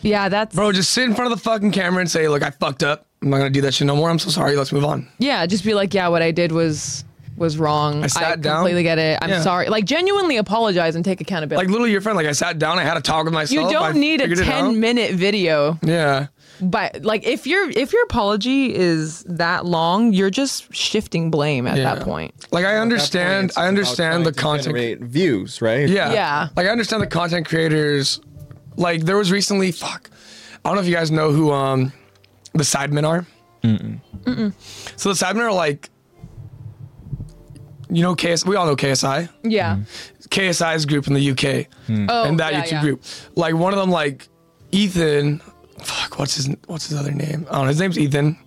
Yeah, that's Bro, just sit in front of the fucking camera and say, look, I fucked up. I'm not gonna do that shit no more. I'm so sorry. Let's move on. yeah. Just be like, yeah, what I did was was wrong. I sat down. completely get it. I'm Yeah. sorry. Like genuinely apologize and take accountability. Like literally your friend, like I sat down, I had a talk with myself. you don't I need a figured it out. 10 minute video, Yeah. but like if your if your apology is that long, you're just shifting blame at Yeah. that point. Like I understand I understand the content views, right? Yeah. Yeah. Like I understand the content creators. Like there was recently, fuck. I don't know if you guys know who um the Sidemen are. Mm-mm. Mm-mm. So the Sidemen are like, you know, KS. We all know KSI. Yeah. KSI's group in the UK Oh, Mm-hmm. and that yeah, YouTube yeah. group. Like one of them, like Ethan. Fuck, what's his what's his other name? I don't know. His name's Ethan,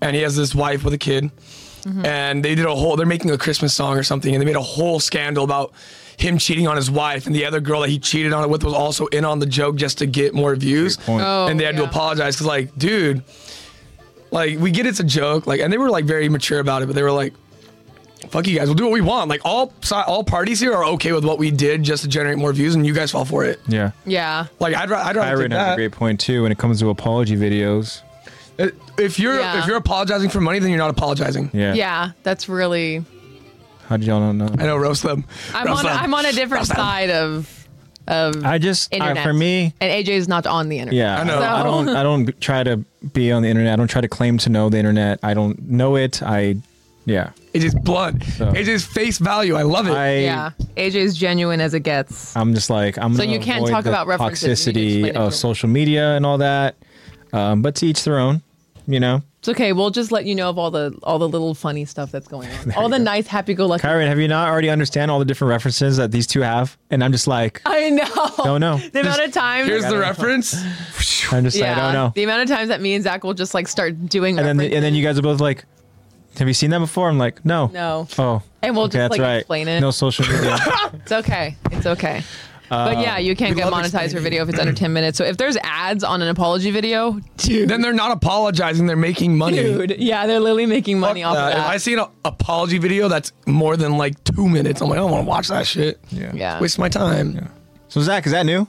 and he has this wife with a kid. Mm-hmm. And they did a whole. They're making a Christmas song or something, and they made a whole scandal about him cheating on his wife, and the other girl that he cheated on it with was also in on the joke just to get more views. point. Oh, and they had to yeah. apologize because, like, dude, like we get it's a joke, like, and they were like very mature about it, but they were like, fuck you guys. We'll do what we want. Like all si- all parties here are okay with what we did just to generate more views, and you guys fall for it. Yeah. Yeah. Like I'd, ra- I'd rather do Kyron has a that. great point too when it comes to apology videos. Uh, If you're Yeah. if you're apologizing for money, then you're not apologizing. Yeah. Yeah. That's really How did y'all not know? I know roast them. I'm Roast on them. I'm on a different Roast them. side of of I just I, internet. for me, and AJ is not on the internet. yeah, I know. I don't. I don't b- try to be on the internet. I don't try to claim to know the internet. I don't know it. I, yeah. It is blunt. So- It is face value. I love it. I Yeah, AJ is genuine as it gets. I'm just like I'm. So gonna you can't avoid talk the about references, you need to toxicity explain it to of him. social media and all that. Um, but to each their own, you know. It's okay. We'll just let you know of all the all the little funny stuff that's going on. all the nice, happy-go-lucky. Kyron, have you not already understand all the different references that these two have? And I'm just like, I know. don't know. The amount of times. Here's the reference. I'm just like, I don't know. The amount of times that me and Zach will just like start doing. and then references. and then you guys are both like, have you seen that before? I'm like, no. No. Oh. And we'll okay, just, that's like, right. explain it. No social media. It's okay. It's okay. but yeah, you can't Uh, we get love monetized for explaining. video if it's under 10 minutes. So if there's ads on an apology video, dude, Then they're not apologizing. They're making money. dude, yeah, they're literally making money Fuck off of that. Uh, If I that. see an a- apology video that's more than like two minutes, I'm like, I don't want to watch that shit. yeah. Waste my time. so Zach, is that new?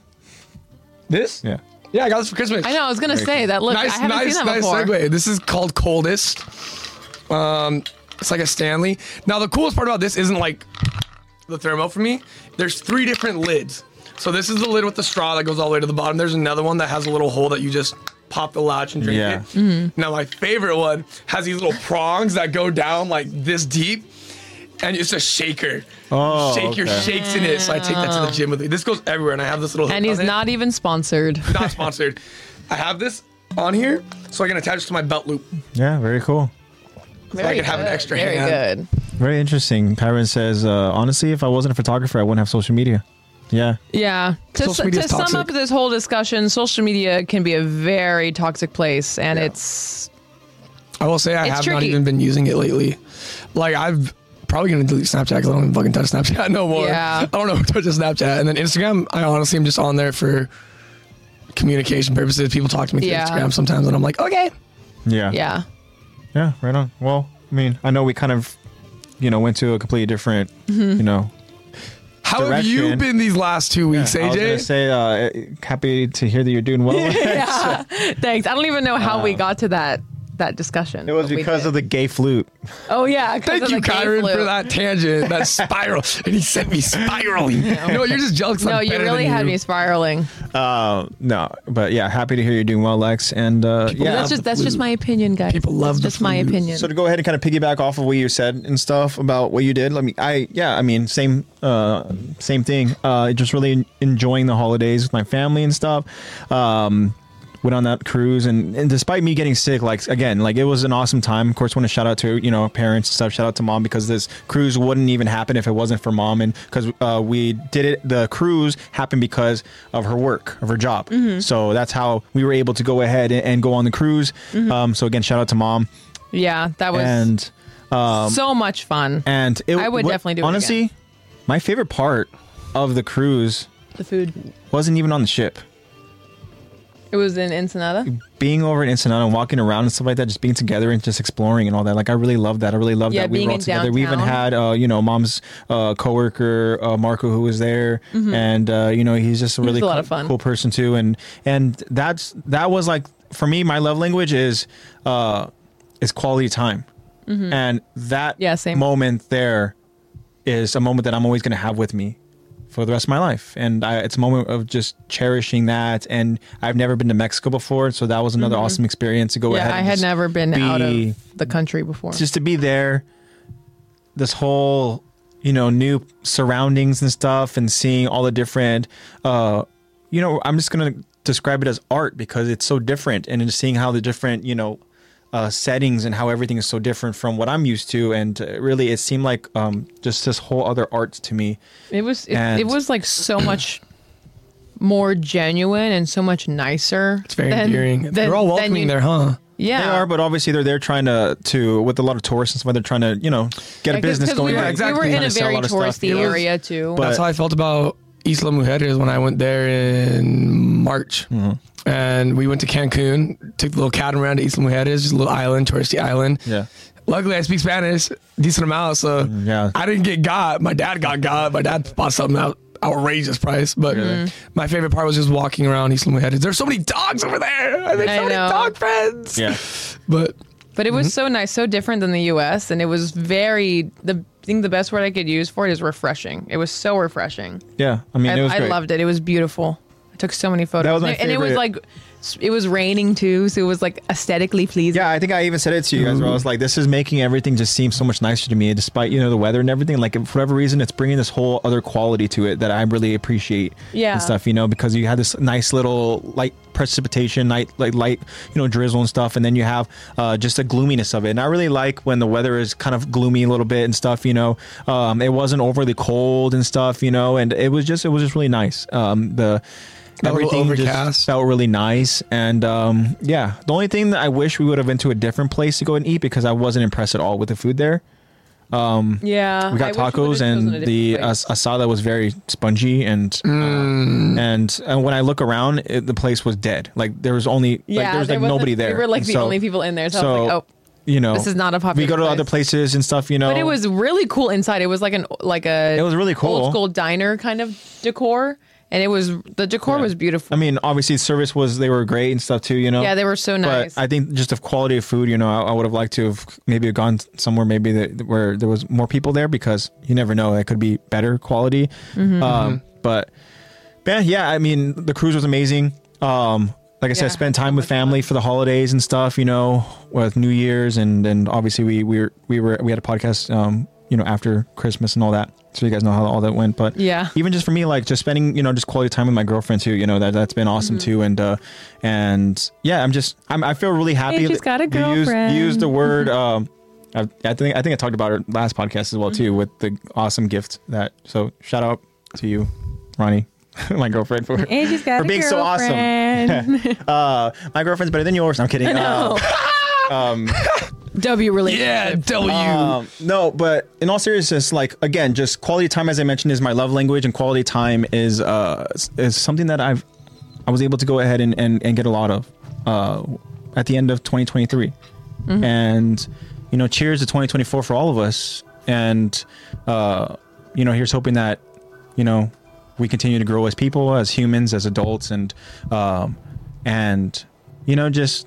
This? Yeah. Yeah, I got this for Christmas. I know. I was gonna say that. Look, I haven't seen that before. segue. This is called Coldest. Um, it's like a Stanley. Now the coolest part about this isn't like the thermo for me. There's three different lids. So this is the lid with the straw that goes all the way to the bottom. There's another one that has a little hole that you just pop the latch and drink Yeah. it. Mm-hmm. Now my favorite one has these little prongs that go down like this deep. And it's a shaker. Oh, Shake your okay. shakes in it. So I take that to the gym with me. This goes everywhere, and I have this little. hook And he's on it not even sponsored. not sponsored. I have this on here so I can attach it to my belt loop. Yeah, very cool. Very could have an extra Very hand. good. Very interesting. Kyron says, uh, honestly, if I wasn't a photographer, I wouldn't have social media. Yeah. Yeah. To, Social media to is sum toxic. up this whole discussion, social media can be a very toxic place, and it's I will say I It's have not tricky. even been using it lately. Like I've probably gonna delete Snapchat because I don't even fucking touch Snapchat no more. Yeah. I don't know who touches Snapchat. And then Instagram, I honestly am just on there for communication purposes. People talk to me through Yeah. Instagram sometimes and I'm like, okay. Yeah. yeah. Yeah, right on. Well, I mean, I know we kind of, you know, went to a completely different, Mm-hmm. you know. How have you Direction. been these last two weeks, I was gonna AJ? say, uh, happy to hear that you're doing well. Yeah. Thanks. I don't even know how Um, we got to that that discussion. It was but we because did. of the gay flute. Oh yeah. 'cause Thank of you, the gay Kyron, flu. for that tangent, that spiral. And he sent me spiraling. You know, what? you're just jealous. 'cause No, I'm you better than really had you. me spiraling. Uh, no, but yeah, happy to hear you're doing well, Lex. And uh, yeah, that's just that's just my opinion, guys. People love That's the just my flu. opinion. So to go ahead and kind of piggyback off of what you said and stuff about what you did, let me. I yeah, I mean same uh, same thing. Uh, just really en- enjoying the holidays with my family and stuff. Um, went on that cruise and, and despite me getting sick, like again, like it was an awesome time. Of course, want to shout out to you know parents and stuff. Shout out to mom because this cruise wouldn't even happen if it wasn't for mom and because uh, we did it. The cruise happened because of her work, of her job. So that's how we were able to go ahead and, and go on the cruise. Um, so again, shout out to mom yeah, that was and um, so much fun. and it, I would what- definitely do it honestly again. my favorite part of the cruise the food. wasn't even on the ship It was in Ensenada. being over in Ensenada and walking around and stuff like that, just being together and just exploring and all that. Like I really love that. I really love Yeah, that we being were all in together. We even downtown. had uh, you know mom's uh, coworker uh, Marco who was there, and uh, you know he's just a really Mm-hmm. a lot cool, of fun. cool person too. And and that's that was like for me my love language is uh, is quality time, and that Mm-hmm. Yeah, same. moment there is a moment that I'm always going to have with me for the rest of my life. And I, it's a moment of just cherishing that. And I've never been to Mexico before. So that was another awesome experience to go Mm-hmm. Yeah, ahead. I and had just never been out be- of the country before. just to be there, this whole, you know, new surroundings and stuff and seeing all the different, uh, you know, I'm just going to describe it as art because it's so different and just seeing how the different, you know, uh, settings and how everything is so different from what I'm used to. And uh, really, it seemed like um, just this whole other art to me. It was it, And- it was like so much more genuine and so much nicer. It's very endearing. They're all welcoming there, huh? Yeah, They are, but obviously they're there trying to to with a lot of tourists and stuff. They're trying to you know get a Yeah, 'cause- business 'cause going. We were, there. exactly. we were in Trying a to sell a very lot of stuff. touristy It was- area too. but- That's how I felt about Isla Mujeres when I went there in March. Mm-hmm. And we went to Cancun, took the little catamaran to Isla Mujeres, just a little island, touristy island. Yeah. Luckily, I speak Spanish, decent amount, so yeah. I didn't get got. My dad got got. My dad bought something out outrageous price, but Mm. my favorite part was just walking around Isla Mujeres. There's so many dogs over there. I made I so many know. dog friends. Yeah. But But it was mm-hmm. so nice, so different than the U.S. And it was very the I think the best word I could use for it is refreshing. It was so refreshing. Yeah, I mean, I, it was I great. loved it. It was beautiful. I took so many photos. That was my and, it- and it was favorite. like it was raining too, so it was like aesthetically pleasing. Yeah, I think I even said it to you guys. Where I was like, "This is making everything just seem so much nicer to me, despite you know the weather and everything. Like, for whatever reason, it's bringing this whole other quality to it that I really appreciate. Yeah. and stuff, you know, because you had this nice little light precipitation, night like light, you know, drizzle and stuff, and then you have uh, just the gloominess of it. And I really like when the weather is kind of gloomy a little bit and stuff. You know, um, it wasn't overly cold and stuff. You know, and it was just it was just really nice. Um, the That little everything overcast. just felt really nice. And um, yeah, the only thing that I wish we would have been to a different place to go and eat because I wasn't impressed at all with the food there. yeah. We got tacos and the uh, as- asada was very spongy and uh, and and when I look around, it, the place was dead. Like there was only like, there was like nobody there. We were like And the so- only people in there. So, I was so, like, oh. you know, this is not a We go popular to other place. places and stuff. You know, But it was really cool inside. It was like an like a Oh. It was really cool. old school diner kind of decor, and it was the decor was beautiful. I mean, obviously, service was they were great and stuff too. You know, yeah, they were so nice. But I think just of quality of food, you know, I, I would have liked to have maybe gone somewhere maybe that, where there was more people there because you never know. It could be better quality. Mm-hmm. Um, but yeah, yeah, I mean, the cruise was amazing. Um, like I Yeah, said, spend so time with much fun. family for the holidays and stuff, you know, with New Year's and and obviously we we were, we were we had a podcast um, you know, after Christmas and all that. So you guys know how all that went, but Yeah. even just for me like just spending, you know, just quality time with my girlfriend too, you know, that that's been Mm-hmm. awesome too and uh and yeah, I'm just I'm, I feel really happy she's got a that you used- girlfriend. you used the word um I, I think I think I talked about it last podcast as well too Mm-hmm. with the awesome gift that so shout out to you, Ronnie, my girlfriend for Angie's got for being so awesome. uh, my girlfriend's better than yours. No, I'm kidding. Uh, Oh. w related. yeah, W. Oh. um, no, but in all seriousness, like again, just quality time, as I mentioned, is my love language, and quality time is uh, is something that I've I was able to go ahead and and, and get a lot of uh, at the end of 2023, and you know, cheers to 2024 for all of us, and uh, you know, here's hoping that you know we continue to grow as people, as humans, as adults, and um, and you know, just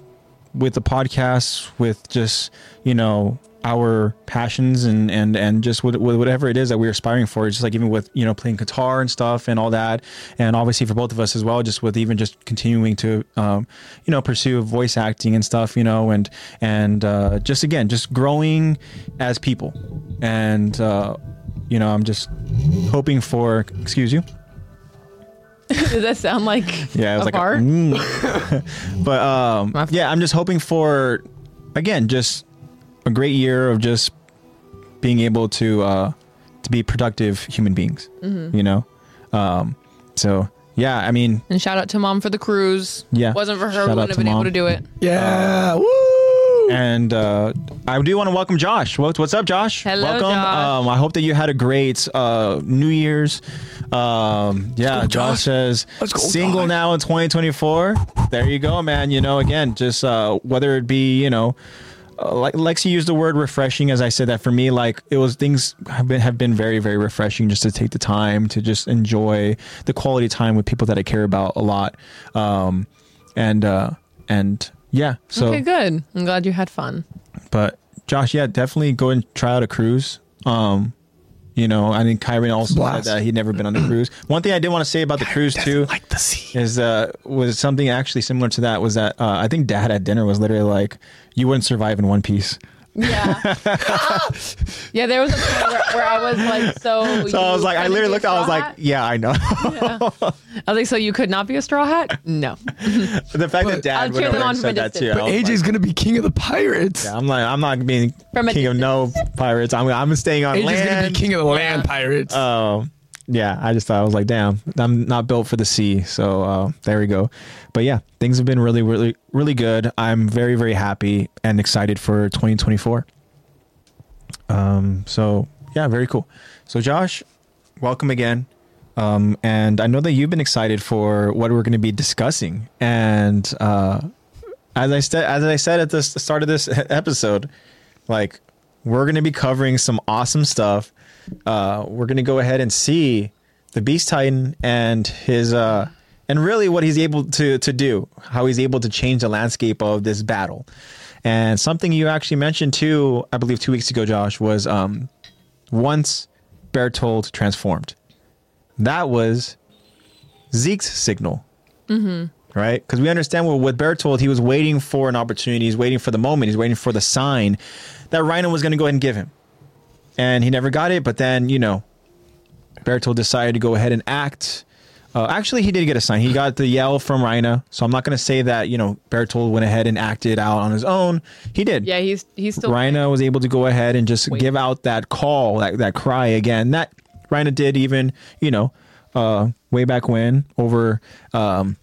with the podcast, with just you know our passions and and and just with, with whatever it is that we're aspiring for. Just like even with you know playing guitar and stuff and all that, and obviously for both of us as well, just with even just continuing to um, you know pursue voice acting and stuff, you know, and and uh, just again just growing as people, and uh, you know I'm just hoping for excuse you. Does that sound like Yeah, it was a like, a fart? "Mm." but um, My fault. yeah, I'm just hoping for, again, just a great year of just being able to uh, to be productive human beings. Mm-hmm. You know, um, so yeah, I mean, and shout out to mom for the cruise. Yeah. wasn't for her, Shout we out wouldn't to have been Mom. able to do it. yeah. Woo! And uh, I do want to welcome Josh. What's, what's up, Josh? Hello, welcome. Josh. Um, I hope that you had a great uh, New Year's. Um, yeah, go, Josh. Josh. says Let's go, single Josh." now in 2024. There you go, man. You know, again, just uh, whether it be you know. uh, Like Lexi used the word refreshing as I said that for me like it was things have been have been very very refreshing just to take the time to just enjoy the quality time with people that I care about a lot um and uh and yeah so Okay, good. I'm glad you had fun. but Josh, yeah, definitely go and try out a cruise. Um, you know, I think Kyron also Blast. said that he'd never been on a cruise. One thing I did want to say about the cruise too Like the sea. is uh was something actually similar to that was that uh, I think Dad at dinner was literally like, "You wouldn't survive in one piece." Yeah. Oh. yeah, there was a point where, where I was like, so. So I was like, I literally looked. I was like, "Yeah, I know." I was like, so you could not be a straw hat? No. the fact that But- I'll Dad would cheer them have on said from a that too. distance. I But was AJ's like, gonna be king of the pirates. I'm like, I'm not being From a king of no pirates. I'm I'm staying on AJ's gonna land. be king of the land pirates. Oh, yeah. I just thought I was like, damn, I'm not built for the sea. So uh, there we go. But yeah, things have been really, really, really good. I'm very, very happy and excited for 2024. Um, so yeah, very cool. So Josh, welcome again. Um, and I know that you've been excited for what we're going to be discussing. And uh, as I said, as I said at this, the start of this e-, episode, like we're going to be covering some awesome stuff. Uh, we're going to go ahead and see the Beast Titan and his uh, and really what he's able to to do, how he's able to change the landscape of this battle. And something you actually mentioned too, I believe two weeks ago, Josh, was um, once Bertold transformed. That was Zeke's signal right? Because we understand what with Bertold, he was waiting for an opportunity. He's waiting for the moment. He's waiting for the sign that Rhino was going to go ahead and give him, and he never got it. But then you know, Bertold decided to go ahead and act. Uh, actually, he did get a sign. He got the yell from Rhino, so I'm not going to say that you know Bertold went ahead and acted out on his own. He did. Yeah, he's he's still. Rhino was able to go ahead and just Wait. give out that call, that, that cry again. That Rhino did even, you know, uh, way back when over um,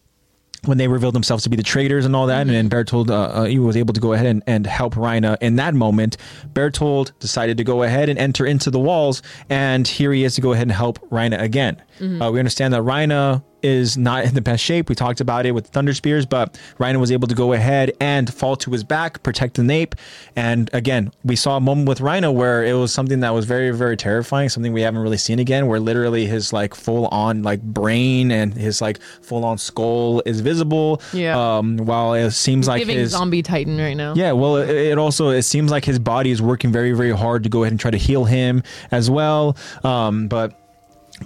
when they revealed themselves to be the traitors and all that. Mm-hmm. And then Bertold, uh, uh, he was able to go ahead and, and help Rhino in that moment. Bertold decided to go ahead and enter into the walls. And here he is to go ahead and help Rhino again. Mm-hmm. Uh, we understand that Rhino is not in the best shape. We talked about it with Thunder Spears, but Rhino was able to go ahead and fall to his back, protect the nape. And again, we saw a moment with Rhino where it was something that was very, very terrifying, something we haven't really seen again, where literally his like full on like brain and his like full on skull is visible. Yeah. Um, while it seems like giving his zombie titan right now. yeah, well, it, it also it seems like his body is working very, very hard to go ahead and try to heal him as well. Um, but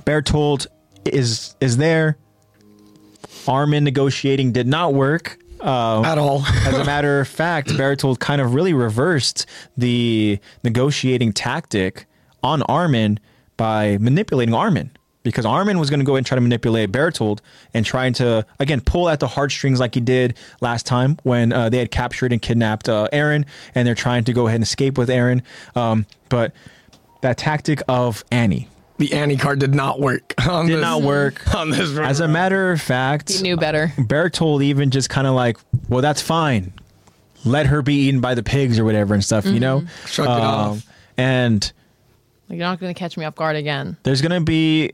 Bertold is is there. Armin negotiating did not work. Um, At all. as a matter of fact, Bertold kind of really reversed the negotiating tactic on Armin by manipulating Armin. Because Armin was going to go and try to manipulate Bertold and trying to, again, pull at the heartstrings like he did last time when uh, they had captured and kidnapped uh, Aaron and they're trying to go ahead and escape with Aaron. Um, but that tactic of Annie the Annie card did not work. On did this, not work. on this. run. As a matter of fact, He knew better. Bertold even just kind of like, well, that's fine. Let her be eaten by the pigs or whatever and stuff, you know? Um, Shrugged Mm-hmm. it off. And Like, you're not going to catch me off guard again. there's gonna be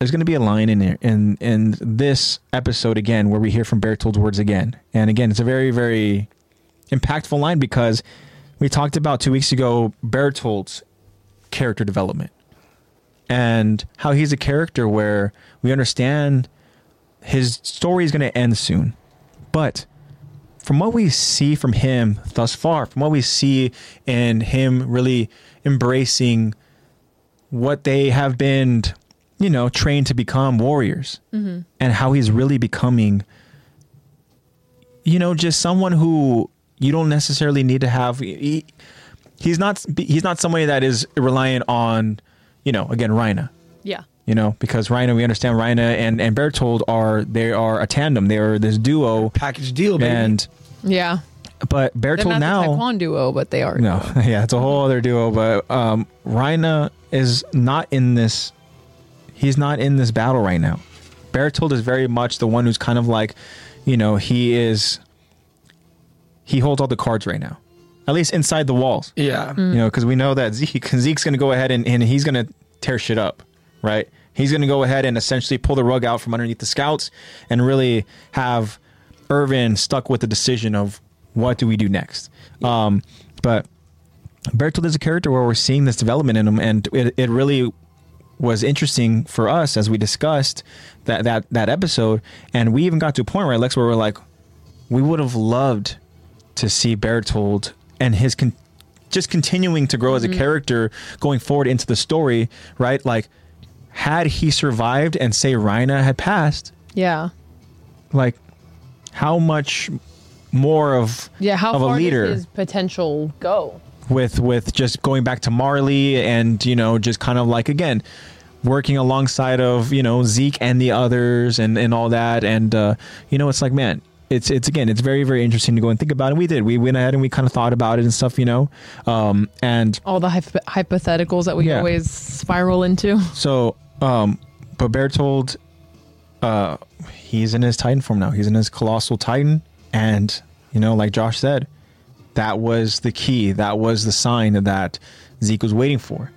there's gonna be a line in here in in this episode again where we hear from Bertold's words again. And again, it's a very, very impactful line because we talked about two weeks ago Bertold's character development and how he's a character where we understand his story is going to end soon. But from what we see from him thus far, from what we see in him really embracing what they have been, you know, trained to become warriors Mm-hmm. and how he's really becoming, you know, just someone who you don't necessarily need to have. He, he's not he's not somebody that is reliant on, you know, again, Rhina Yeah. you know, because Rhino, we understand Rhino and and Bertold are they are a tandem, they are this duo, package deal, baby. and Yeah. but They're Bertold not the now, Taekwondo duo, but they are. no, yeah, it's a whole other duo, but um, Rhino is not in this, he's not in this battle right now. Bertold is very much the one who's kind of like, you know, he is he holds all the cards right now, at least inside the walls. Yeah. You know, because we know that Zeke Zeke's going to go ahead and, and he's going to tear shit up, right? He's going to go ahead and essentially pull the rug out from underneath the scouts and really have Irvin stuck with the decision of what do we do next. Um, but Bertold is a character where we're seeing this development in him, and it, it really was interesting for us as we discussed that that that episode, and we even got to a point right, Lex, where we're like, we would have loved to see Bertold and his con- just continuing to grow as a Mm-hmm. character going forward into the story, right? Like, had he survived and say Rhina had passed, Yeah. like, how much more of Yeah. How of far a leader does his potential go? with with just going back to Marley and you know just kind of like again working alongside of you know Zeke and the others and and all that and uh, you know it's like man it's it's again it's very very interesting to go and think about it we did we went ahead and we kind of thought about it and stuff you know um, and All the hypo- hypotheticals that we Yeah. always spiral into. so um, but Bertold uh, he's in his Titan form now he's in his colossal Titan and you know like Josh said that was the key that was the sign that Zeke was waiting for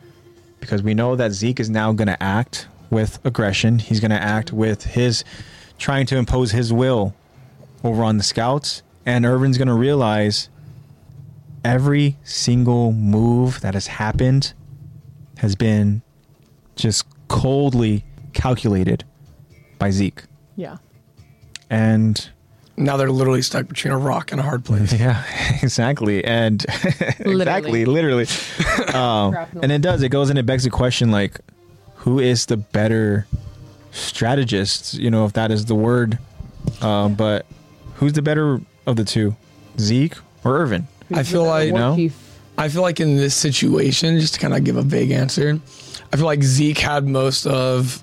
because we know that Zeke is now going to act with aggression. He's going to act with his trying to impose his will over on the scouts, and Irvin's going to realize every single move that has happened has been just coldly calculated by Zeke. Yeah. And Now they're literally stuck between a rock and a hard place. yeah, exactly. And exactly, literally. Oh. And it does. It goes and it begs the question like, who is the better strategist? You know, if that is the word. Um, but who's the better of the two, Zeke or Irvin? I feel like know? I feel like in this situation, just to kind of give a vague answer, I feel like Zeke had most of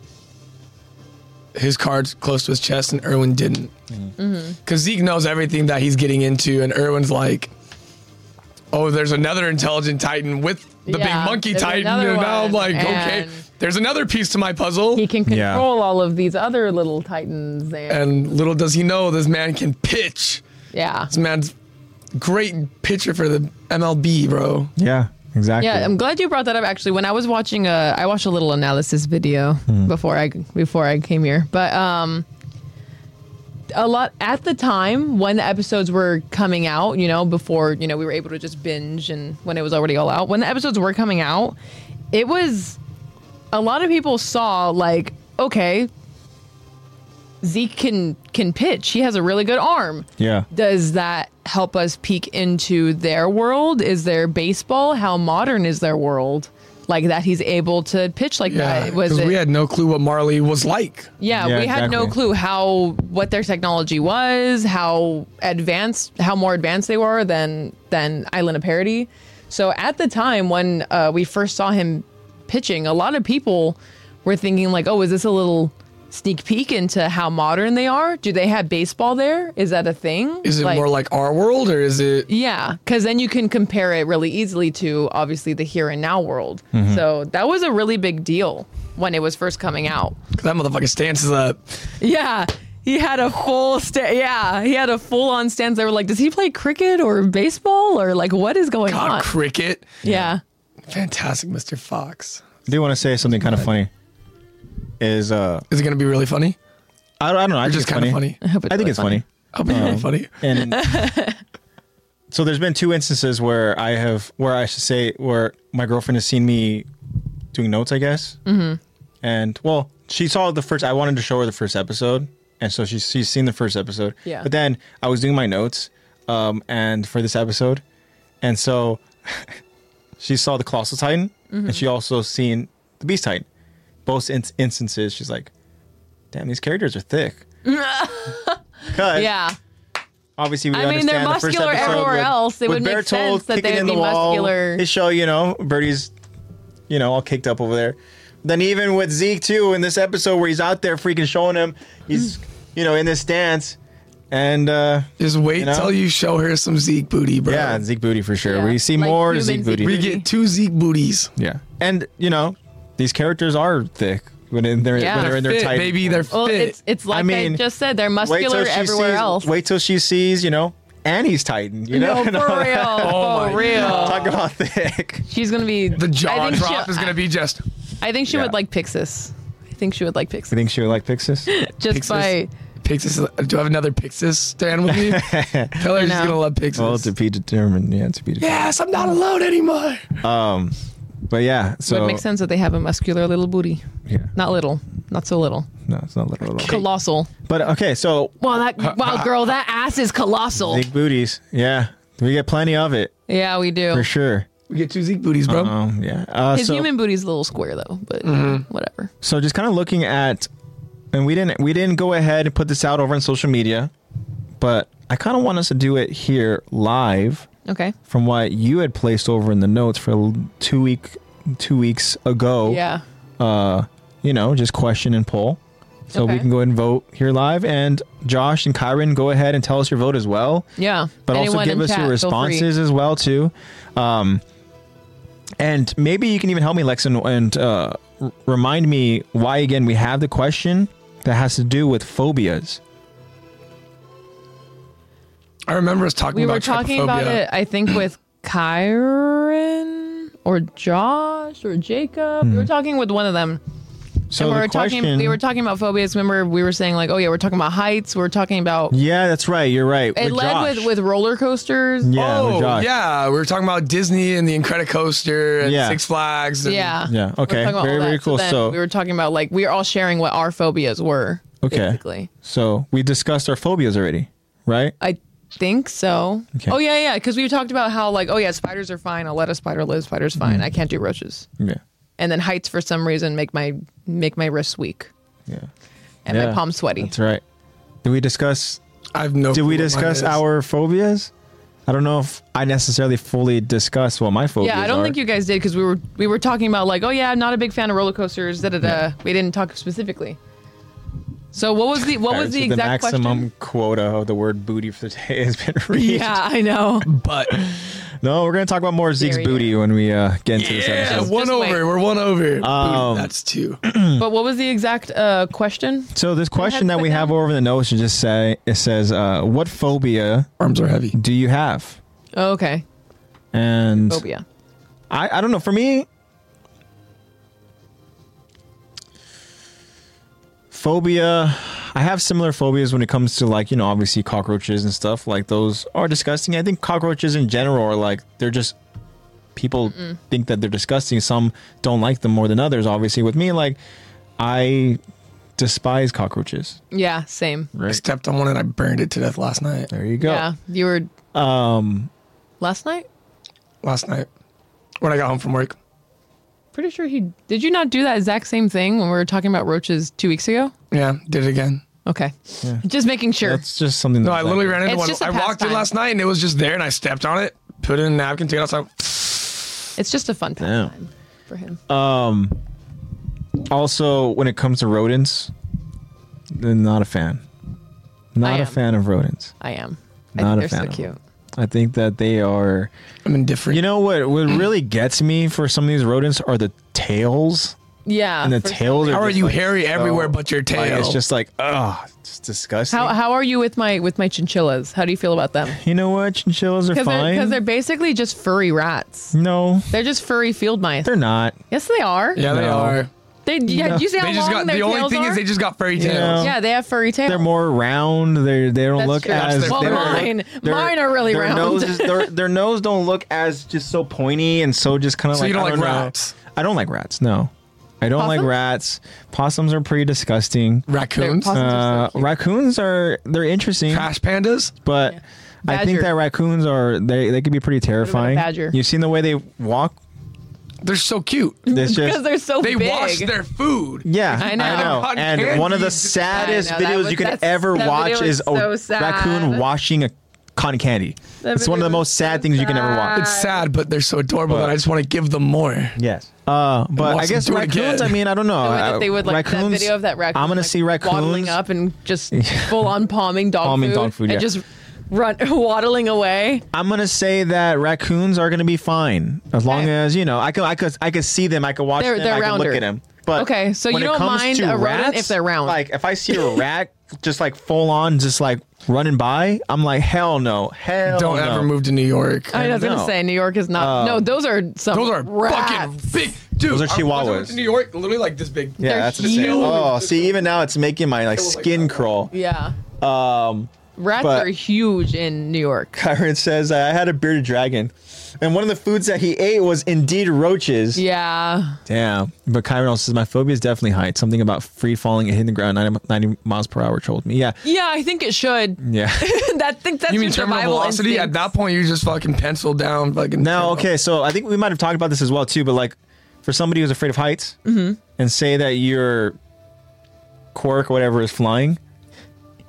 his cards close to his chest and Irwin didn't. Mm-hmm. Because Zeke knows everything that he's getting into, and Irwin's like, oh, there's another intelligent Titan with the Yeah, big monkey there's Titan. another And now one, I'm like, okay, and- there's another piece to my puzzle. He can Yeah. control all of these other little titans. And, and little does he know, this man can pitch. yeah. This man's great pitcher for the MLB, bro. Yeah, exactly. Yeah, um, I'm glad you brought that up. Actually, when I was watching a, I watched a little analysis video before I before I came here, but um, a lot at the time when the episodes were coming out, you know, before you know we were able to just binge and when it was already all out, when the episodes were coming out, it was a lot of people saw like, okay, Zeke can can pitch. He has a really good arm yeah. does that help us peek into their world? Is there baseball? How modern is their world? Like that he's able to pitch like Yeah, that. Was because it? we had no clue what Marley was like. yeah, Yeah, we had no exactly. clue how what their technology was, how advanced, how more advanced they were than than Island of Parody. So at the time when uh, we first saw him pitching, a lot of people were thinking like, "Oh, is this a little sneak peek into how modern they are? Do they have baseball there? Is that a thing? Is it more like our world or is it? Yeah, because then you can compare it really easily to obviously the here and now world. So that was a really big deal when it was first coming out. That motherfucker stances up. Yeah, he had a full sta- Yeah, he had a full on stance. They were like, does he play cricket or baseball or like what is going God, on? cricket. yeah. Fantastic, Mr. Fox. I do want to say something kind of funny. Is uh, Is it going to be really funny? I, I don't know. I think just it's kinda funny. I I, hope it's think really it's funny. Uh-huh. I'll be really funny. and so there's been two instances where I have where I should say where my girlfriend has seen me doing notes, I guess. Mm-hmm. And well, she saw the first. I wanted to show her the first episode, and so she's she's seen the first episode. Yeah. But then I was doing my notes, um, and for this episode, and so she saw the colossal titan, Mm-hmm. and she also seen the beast titan. Both in- instances, she's like, "Damn, these characters are thick." 'Cause Yeah. obviously we I mean, they're understand the first muscular episode everywhere with- else. It with would make Bertolt sense that kicking they in would the be wall. muscular. They show you know Birdie's, you know, all kicked up over there. Then even with Zeke too in this episode where he's out there freaking showing him, he's you know in this stance, and uh Just wait You know? till you show her some Zeke booty, bro. yeah, Zeke booty for sure. Yeah. We see Like more human Zeke Zeke booty. We Booty. get two Zeke booties. Yeah, and you know these characters are thick when in their Yeah. when they're in their Fit, tight. baby, they're Well, fit. it's it's like I, mean, just said, they're Wait till muscular she everywhere sees. else. Wait till she sees. You know and he's Titan. You know, No, for real. Oh for my real. talk about thick. She's gonna be The jaw I think drop she, is gonna be just. I think she Yeah. would like Pixis. I think she would like Pixis. You think she would like Pixis? Just Pixis. by Pixis, is- do I have another Pixis stand with me? Tell her she's No. gonna love Pixis. well, to be determined. Yeah, to be determined. yes, I'm not alone anymore. Um, but yeah, so would make sense that they have a muscular little booty. Yeah, Not little, not so little. no, it's not literal. Colossal. But okay, so Wow, that wow, girl, that ass is colossal. big booties. Yeah, we get plenty of it Yeah, we do. for sure. We get two Zeke booties, bro. Um, yeah. Uh, His so, human booty's a little square though, but whatever. so just kind of looking at, and we didn't we didn't go ahead and put this out over on social media, but I kind of want us to do it here live Okay. from what you had placed over in the notes for l- two week two weeks ago. Yeah. uh, you know, just question and poll. So we Okay. can go ahead and vote here live. And Josh and Kyron, go ahead and tell us your vote as well. Yeah. But Anyone also give in us chat, your feel free. responses as well too. Um, and maybe you can even help me, Lex, and, and uh, r- remind me why again we have the question that has to do with phobias. I remember us talking We about were talking about trypophobia. it, I think, with Kyron or Josh or Jacob. We were talking with one of them. Hmm. So and we the were question, talking we were talking about phobias. Remember we were saying like, oh yeah, we're talking about heights, we were talking about yeah, that's right. You're right. it with led Josh. with, with roller coasters. yeah, with Oh Josh. yeah, we were talking about Disney and the Incredicoaster and Yeah. Six Flags. And Yeah. Yeah, We were okay. talking about Very, all very that. cool. So, then So- we were talking about like we were all sharing what our phobias were. Okay. Basically. So we discussed our phobias already, right? I think so. Okay. Oh yeah, yeah. Because we talked about how like, oh yeah, spiders are fine. I'll let a spider live. Spiders Mm-hmm. fine. I can't do roaches. Yeah. And then heights for some reason make my make my wrists weak Yeah. and Yeah. my palms sweaty. That's right. Did we discuss I have no. Did clue we what mine discuss is. our phobias? I don't know if I necessarily fully discussed what my phobias Yeah, I don't are. think you guys did because we were we were talking about like, oh yeah, I'm not a big fan of roller coasters. Da da da. We didn't talk specifically. So what was the what was the So the exact maximum question? quota of the word booty for today has been reached. Yeah, I know. But No, we're gonna talk about more Zeke's There you booty when we uh, get into this yeah, episode. Just- one just wait. over. We're one over. Um, Ooh, that's two. but what was the exact uh, question? So this question that we quick have down. over the notes should just say it says, uh, "What phobia Arms are heavy. do you have?" Oh, okay, Oh, And phobia. I, I don't know. For me, phobia. I have similar phobias when it comes to like you know obviously cockroaches and stuff like those are disgusting. I think cockroaches in general are like they're just people think that they're disgusting. Some don't like them more than others. Obviously, with me like I despise cockroaches. Yeah, same. I Right stepped on one and I burned it to death last night. there you go. Yeah, you were Um, last night. Last night when I got home from work. Pretty sure he did. You not do that exact same thing when we were talking about roaches two weeks ago. Yeah, did it again. Okay, just making sure. that's just something. No, I literally ran into It's one. just a I walked in pastime. last night and it was just there, and I stepped on it, put it in a napkin, took it outside. it's just a fun pastime for him. Uh, Also, when it comes to rodents, I'm not a fan. Not I a am. fan of rodents. I am. not a I think fan they're of so cute. I think that they are. I'm indifferent. You know what? What really gets me for some of these rodents are the tails, Yeah. and the for sure. tails. Are How are just, you like, hairy so- everywhere but your tail? like, it's just like, ugh, it's disgusting. How, how are you with my with my chinchillas? How do you feel about them? you know what? Chinchillas are Because they're, fine. 'cause they're basically just furry rats. no, They're just furry field mice. they're not. yes, they are. yeah, they No. are. They, yeah, No. you see how They just long got. their The only tails thing are? is they just got furry You tails. know? yeah, they have furry tails. Oh. They're more round. They they don't That's look true. That's as. their- Well, they don't mine- look- their- mine are really their round. Noses, their, their nose don't look as just so pointy and so just kind of So like. you don't I like don't know. rats? I don't like rats. No, I don't like Possums? rats. Possums are pretty disgusting. Raccoons, They're possum- Possums Uh, are so cute. raccoons are they're interesting, Mm-hmm. trash pandas. but I think Badger. that raccoons are they they can be pretty terrifying. badger. You've seen the way they walk. They're so cute. It's because just they're so They big. wash their food. yeah, I know. Cotton And candy. one of the I know, saddest that videos was- you could that's- ever that watch video is is a so sad. raccoon washing a cotton candy. That it's one of video the is most so sad things you can ever watch. sad. It's sad, but they're so adorable that I just want to give them more. Yes. Uh, but watch I them guess do it raccoons. again. I mean, I don't know. The way that I- they would like Oh, uh, raccoons, that video of that raccoon. I'm gonna like, see raccoons waddling up and just full on palming dog Palming food dog food, yeah. and just run waddling away. I'm gonna say that raccoons are gonna be fine as long Okay. as you know. I could, I could, I could see them. I could watch They're- them. they're I could look rounder. at them. But Okay, so when you it don't comes mind to a rodent rats, if they're round. Like if I see a rat just like full on, just like running by, I'm like, hell no, hell Don't no. ever move to New York. I, mean, I was No. Um, gonna say New York is not. no, those are some. Those are rats. fucking big, dude. Those are I- when I went chihuahuas. to New York, literally like this big. Yeah, They're that's insane. huge. Oh, see, even now it's making my like was like skin that. crawl. Yeah. Um, Rats but- are huge in New York. Kyron says I had a bearded dragon, and one of the foods that he ate was indeed roaches. Yeah. Damn. But Kyron also says my phobia is definitely heights. Something about free falling and hitting the ground 90, 90 miles per hour told me. Yeah, Yeah, I think it should. yeah. that think that's You mean your terminal survival velocity? At instinct. that point, you just fucking pencil down. Fucking Now, terminal- okay, so I think we might have talked about this as well too, but like for somebody who's afraid of heights Mm-hmm. and say that your quirk or whatever is flying,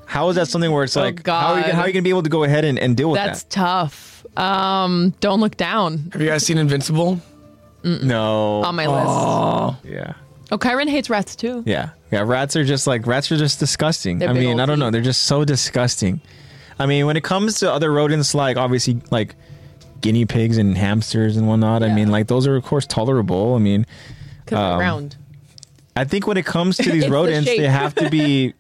how is that something where it's Oh, like how are you God. how are you gonna be able to go ahead and, and deal with That's tough. Um, don't look down Have you guys seen Invincible? that? No. on my yeah. list. Oh, Kyron hates rats too. Yeah. Yeah. Rats are just like rats are just disgusting. They're I big mean, old I don't know, teeth. they're just so disgusting. I mean, when it comes to other rodents like obviously like guinea pigs and hamsters and whatnot, I Yeah. mean like those are of course tolerable. I mean Cause Um, they're round, I think when it comes to these It's the rodents, they shape. have to be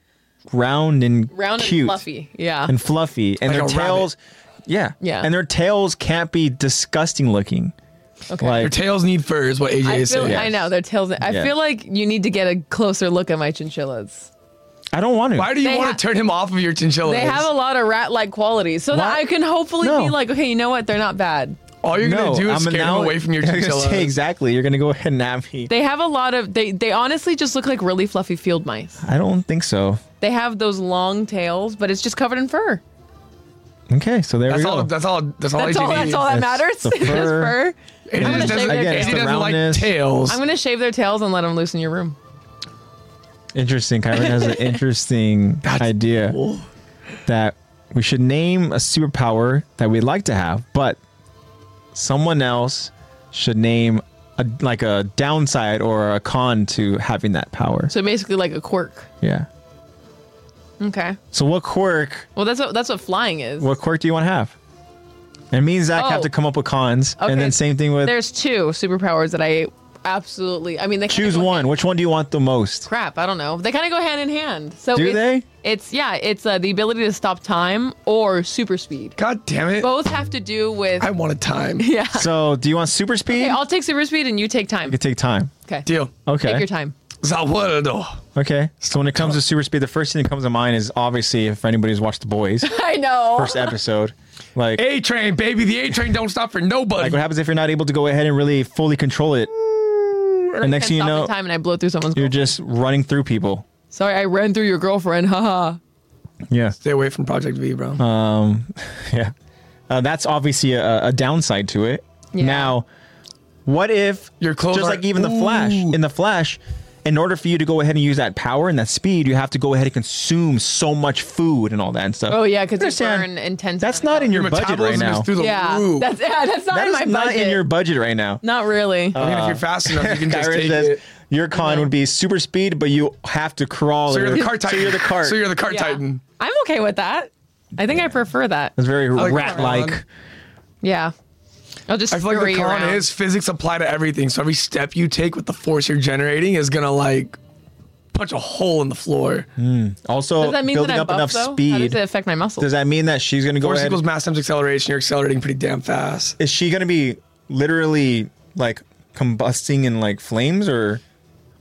round and round cute and fluffy. Yeah. and fluffy, and Like their a rabbit. tails. Yeah, Yeah. and their tails can't be disgusting looking. okay. Like Your tails need fur, is what AJ I is feel. saying. yeah. I know their tails. I Yeah. feel like you need to get a closer look at my chinchillas. I don't want to. Why do you They want ha- to turn him off of your chinchilla? They have a lot of rat-like qualities, so that Why- I can hopefully No. be like, okay, you know what? They're not bad. All you're no, gonna do I'm is scare him now- away from your I was gonna chinchilla. say, exactly. You're gonna go ahead and nab me. They have a lot of. They they honestly just look like really fluffy field mice. I don't think so. They have those long tails, but it's just covered in fur. Okay, so there That's we go. all. That's all. That's Oh, all. That's AJ all. That's needs. all that That's matters. the It's fur. fur. AJ I'm gonna doesn't- shave their AJ tails. doesn't like roundness. tails. I'm gonna shave their tails and let them loose in your room. interesting. Kyron has an interesting idea that we should name a superpower that we'd like to have, but someone else should name a, like a downside or a con to having that power. So basically, like a quirk. Yeah. Okay. So what quirk? Well, that's what that's what flying is. What quirk do you want to have? And me and Zach have Oh. to come up with cons, Okay. and then same thing with There's two superpowers that I absolutely. I mean, they kinda choose go- one. Which one do you want the most? Crap, I don't know. They kind of go hand in hand. So Do it's, they? It's yeah. It's uh, the ability to stop time or super speed. God damn it! Both have to do with. I want a time. yeah. So do you want super speed? Okay, You I'll take super speed and you take time. could take time. Okay. Deal. Okay. Take your time. Zawaldo. Okay. So when it comes to super speed, the first thing that comes to mind is obviously if anybody's watched The Boys I know. first episode, like A train, baby. The A train don't stop for nobody. Like what happens if you're not able to go ahead and really fully control it? And next Can't thing you stop in know, time and I blow through someone's. you're girlfriend. just running through people. Sorry, I ran through your girlfriend. Haha. Yeah, Stay away from Project V, bro. yeah. Uh, that's obviously a, a downside to it. Yeah. Now, what if Your clothes just aren't- like even the Flash? Ooh. In the Flash, in order for you to go ahead and use that power and that speed, you have to go ahead and consume so much food and all that and stuff. Oh yeah, because you Understand, burn intense. That's amount not of in your, your budget right metabolism now. is through the Yeah, roof. that's yeah, that's not that in is my not budget. in your Uh, budget right now. Not really. I mean, if you're fast enough, you can just Kyron take says it. your con would be super speed, but you have to crawl. So or- you're the cart titan. So you're the cart. So you're the cart Yeah. titan. I'm okay with that. I think I prefer that. It's very like rat-like. Ron. Yeah. I'll just I feel like scurry the con around. is physics apply to everything. So every step you take with the force you're generating is gonna like punch a hole in the floor. Also, Does that mean building that I'm up buff, enough though? How speed. does it affect my muscles? Does that mean that she's gonna go Force ahead? equals mass times acceleration. You're accelerating pretty damn fast. Is she gonna be literally like combusting in like flames or?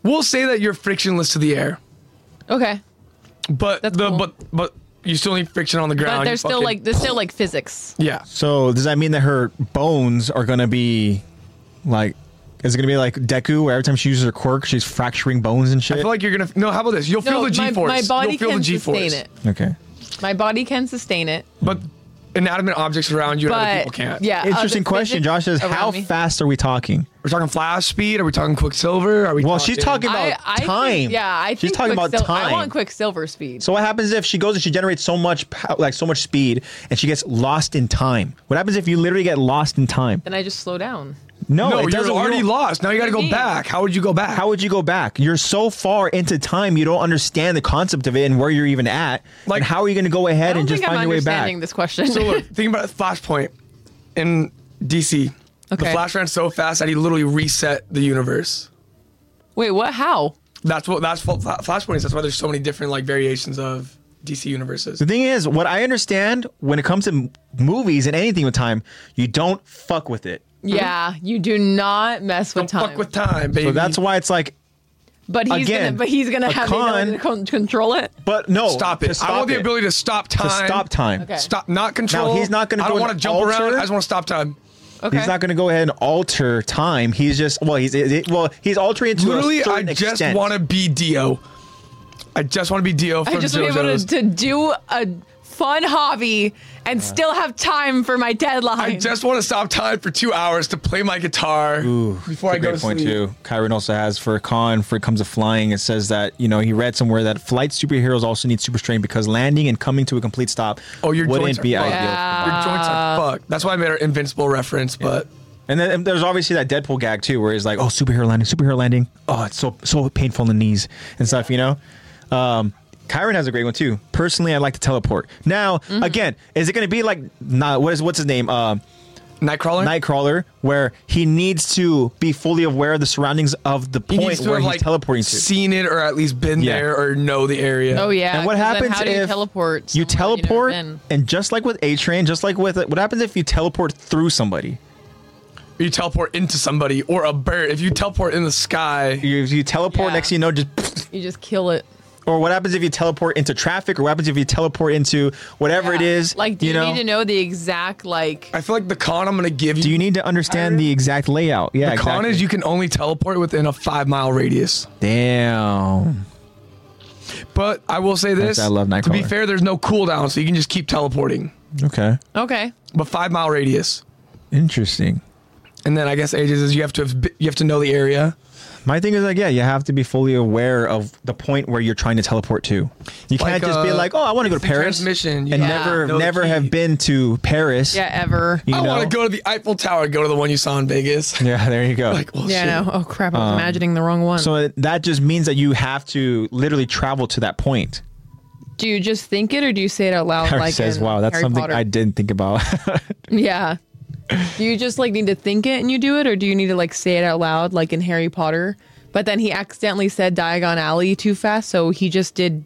We'll say that you're frictionless to the air, okay. but That's the cool. but but you still need friction on the ground. But You there's still fucking- like there's still like physics. yeah. So does that mean that her bones are gonna be like? Is it gonna be like Deku, where every time she uses her quirk, she's fracturing bones and I shit? feel like you're gonna no. How about this? You'll feel No, the G my, force. my body You'll feel can the G sustain force. it. okay. My body can sustain it. But inanimate objects around you, and other But people can't. yeah. other Interesting question. physics Josh says, around how me. fast are we talking? We're talking flash speed. Are we talking quicksilver? Are we? Well, she's talking about I, I time. Think, yeah, I she's think talking about Quicksil- time. I want quicksilver speed. So what happens if she goes and she generates so much pow- like so much speed and she gets lost in time? What happens if you literally get lost in time? then I just slow down. No, No, it you're doesn't- you already don't- lost. Now you got to What do go you mean? back. How would you go back? How would you go back? You're so far into time, you don't understand the concept of it and where you're even at. Like, Like- how are you going to go I ahead don't and think just find I'm your way back? understanding this question. So look, think about Flashpoint in DC. The Okay. Flash ran so fast that he literally reset the universe. Wait, what? How? That's what that's what Fla- Flashpoint is. That's why there's so many different like variations of DC universe is. The thing is, what I understand when it comes to m- movies and anything with time, you don't fuck with it. Yeah, you do not mess with Don't time. fuck with time, baby. So that's why it's like, but he's again, gonna, but he's gonna a have the ability to con- control it. but no, stop to it. I want the it, ability to stop time. to stop time. Okay. Stop. Not control. he's not gonna I do don't an want to jump around. alter. I just want to stop time. Okay. He's not going to go ahead and alter time. He's just well, he's it- it- well, he's altering it to Literally, a I certain just extent. want to be Dio. I just want to be Dio from I just want to be able JoJo's. to, to do a fun hobby and still have time for my deadline. I just want to stop time for two hours to play my guitar before That's a I go great to point sleep. too. Kyron also has for Khan for comes to flying. It says that you know he read somewhere that flight superheroes also need super strength because landing and coming to a complete stop Oh, your joints wouldn't are be fucked. ideal. for Yeah. body. Your joints are Uh, fucked. That's why I made our invincible reference, but And then and there's obviously that Deadpool gag too, where he's like, "Oh, superhero landing, superhero landing. Oh, it's so so painful in the knees and stuff." You know, um, Kyron has a great one too. Personally, I like to teleport. Now, Mm-hmm. again, is it going to be like not what is what's his name? Um, Nightcrawler. Nightcrawler, where he needs to be fully aware of the surroundings of the he point needs to where have he's like teleporting to. seen it or at least been Yeah. there or know the area. oh yeah. and what 'cause then happens how do you if teleport? you somewhere you've never teleport, been? and just like with A Train, just like with what happens if you teleport through somebody? You teleport into somebody or a bird. If you teleport in the sky, You, if you teleport Yeah. next, thing you know, just You just kill it. or what happens if you teleport into traffic, or what happens if you teleport into whatever it Yeah. is? Like, do you, know, need to know the exact like? I feel like the con I'm going to give you. do you need to understand the exact layout? Yeah, the con exactly. is you can only teleport within a five mile radius. Damn. But I will say this: I love To be Nightcrawler. fair, there's no cooldown, so you can just keep teleporting. Okay. Okay. But five mile radius, Interesting. and then I guess ages is you have to have, b- you have to know the area. My thing is like, yeah, you have to be fully aware of the point where you're trying to teleport to. You Like, can't just be uh, like, oh, I want to go to the Paris, transmission, you and gotta never, know the never key. have been to Paris. Yeah. Oh, Ever. you I know? want to go to the Eiffel Tower. Go to the one you saw in Vegas. Yeah, there you go. like, well, yeah. I shit. know. Oh crap! I was imagining the wrong one. Um, so it- that just means that you have to literally travel to that point. do you just think it or do you say it out loud? Harry like says, in "Wow, that's Harry something Potter? I didn't think about." Yeah. Do you just like need to think it and you do it, or do you need to like say it out loud, like in Harry Potter? But then he accidentally said Diagon Alley too fast, so he just did.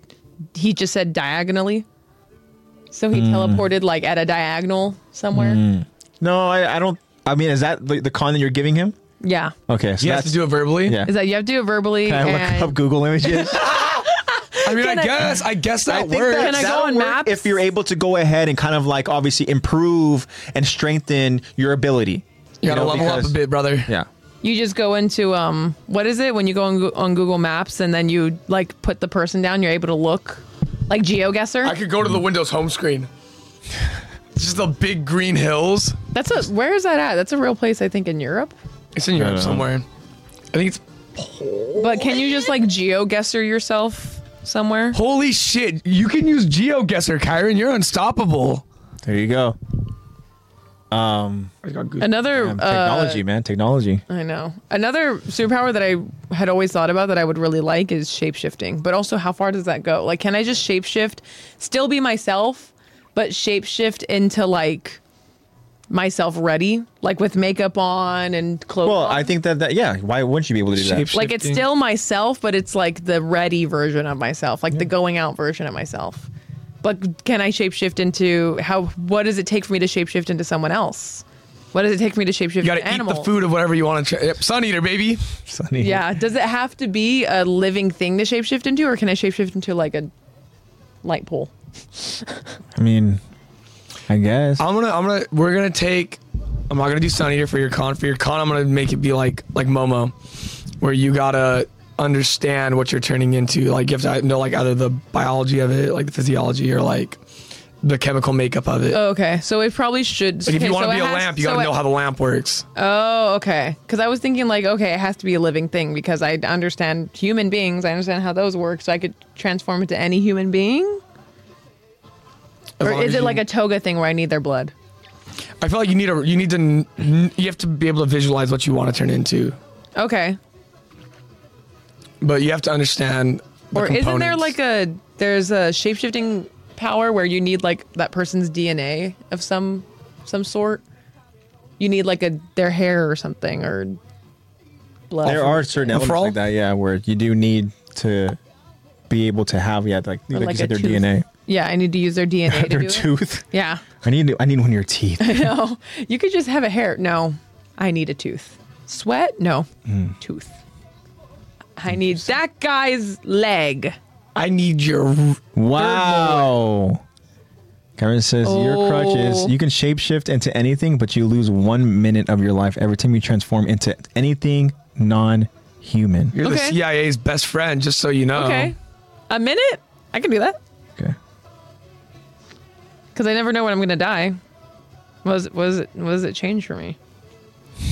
He just said diagonally, so Hmm. he teleported like at a diagonal somewhere. no, I, I don't. I mean, is that the, the con that you're giving him? Yeah, Okay, so You have that's to do it verbally. Yeah. is that you have to do it verbally? Can I and- look up Google Images. I mean, I, I- guess, I guess that think works. that- Can I go that'll on work maps? If you're able to go ahead and kind of like obviously improve and strengthen your ability. you gotta know, level up because- a bit, brother. Yeah. You just go into um, what is it when you go on, Goo- on Google Maps and then you like put the person down, you're able to look like GeoGuessr. I could go to the Windows home screen. It's just the big green hills. That's a where is that at? That's a real place, I think, in Europe. It's in Europe know. somewhere. I think it's But can you just like geoguesser yourself somewhere? holy shit. You can use GeoGuessr, Kyron. You're unstoppable. There you go. Another Um, uh, technology, man. Technology. I know. Another superpower that I had always thought about that I would really like is shapeshifting. But also, how far does that go? Like, can I just shapeshift, still be myself, but shapeshift into like myself ready, like with makeup on and clothes? Well, on? I think that that yeah. Why wouldn't you be able to do that? Shape- like it's shifting. still myself, but it's like the ready version of myself, like the going out version of myself. But can I shapeshift into how? What does it take for me to shapeshift into someone else? What does it take for me to shapeshift You gotta into eat animals? the food of whatever you want to. Tra- yep, Sun Eater, baby. Sunny. Yeah. Does it have to be a living thing to shapeshift into, or can I shapeshift into like a light pole? I mean, I guess. I'm gonna, I'm gonna, we're gonna take. I'm not gonna do Sun Eater for your con. For your con, I'm gonna make it be like, like Momo, where you gotta understand what you're turning into. Like you have to know like either the biology of it, like the physiology, or like the chemical makeup of it. Okay, so it probably should. Like if Oh, okay, you want so it to be a has- lamp, you so gotta it- know how the lamp works. Oh, okay. Because I was thinking like, okay, it has to be a living thing because I understand human beings. I understand how those work, so I could transform into any human being. As Or long is as it you- like a toga thing where I need their blood? I feel like you need a you need to n- n- you have to be able to visualize what you want to turn into, Okay. but you have to understand. The Or isn't there components. like a there's a shapeshifting power where you need like that person's DNA of some some sort? You need like a their hair or something or blood. There are certain elements frog? like that, yeah, where you do need to be able to have, yeah, like, like, like you said, a their tooth. DNA. Yeah, I need to use their DNA to Your do it. tooth. Yeah. I need I need one of your teeth. No, you could just have a hair. No, I need a tooth. Sweat? No, Hmm. tooth. I need that guy's leg. I need your. Wow. Karen says your crutch is Oh. you can shapeshift into anything, but you lose one minute of your life every time you transform into anything non-human. You're Okay. the CIA's best friend, just so you know. Okay, a minute? I can do that Okay. because I never know when I'm gonna die. Was was it was it change for me?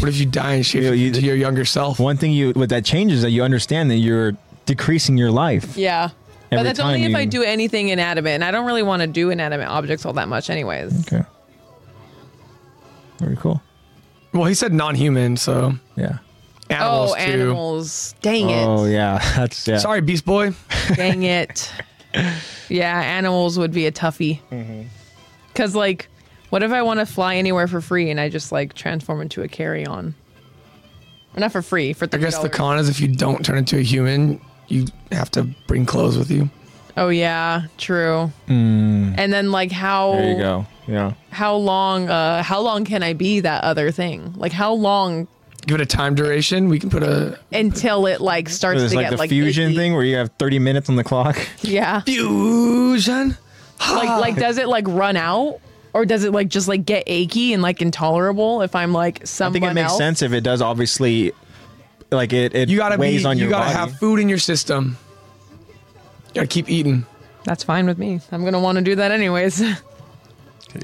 What if you die and shape You- you- to your younger self? One thing you what that changes that you understand that you're decreasing your life. Yeah. but Every that's only time if I you- do anything inanimate, and I don't really want to do inanimate objects all that much, anyways. Okay. Very cool. Well, he said non-human, so Yeah. animals oh, too. animals! Dang it! Oh yeah, that's yeah. Sorry, Beast Boy. Dang it. Yeah, animals would be a toughie. Mm-hmm. Because, like, what if I want to fly anywhere for free and I just, like, transform into a carry on? Or not for free, for $30. I guess the con is if you don't turn into a human, you have to bring clothes with you. Oh, yeah, true. And then, like, how. Hmm. There you go. Yeah. How long? Uh, how long can I be that other thing? Like how long Give it a time duration. We can put a until it like starts There's to like get the like fusion icky? thing where you have 30 minutes on the clock. Yeah, fusion. like like does it like run out or does it like just like get achy and like intolerable if I'm like I someone think it makes else? sense if it does. Obviously, like it. it You gotta weighs be. on you your gotta body. have food in your system. You gotta keep eating. That's fine with me. I'm gonna want to do that anyways. there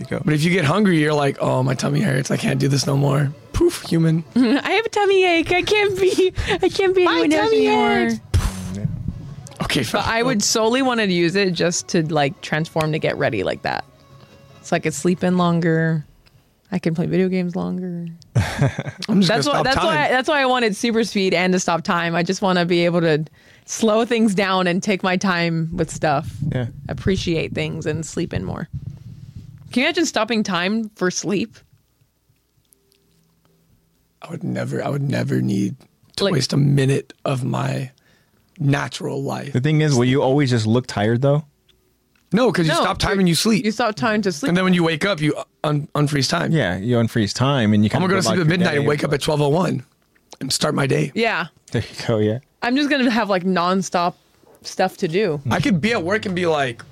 you go. But if you get hungry, you're like, oh, my tummy hurts. I can't do this no more. Poof, human. I have a tummy ache. I can't be. I can't be anyone else tummy anymore. hurts. Okay, fine. I would solely want to use it just to like transform to get ready like that, so I could sleep in longer. I can play video games longer. I'm just That's gonna why. stop That's time. why. That's why I wanted super speed and to stop time. I just want to be able to slow things down and take my time with stuff. Yeah. Appreciate things and sleep in more. Can you imagine stopping time for sleep? I would never. I would never need to Like- waste a minute of my natural life. The thing is, will you always just look tired though? No, because you No, stop time you're- and you sleep, You stop time to sleep. and then when you wake up, you un- unfreeze time. Yeah, you unfreeze time and you I'm kind gonna go to sleep at midnight and wake up at 12:01 and start my day. yeah. There you go. Yeah. I'm just gonna have like nonstop stuff to do. I could be at work and be like,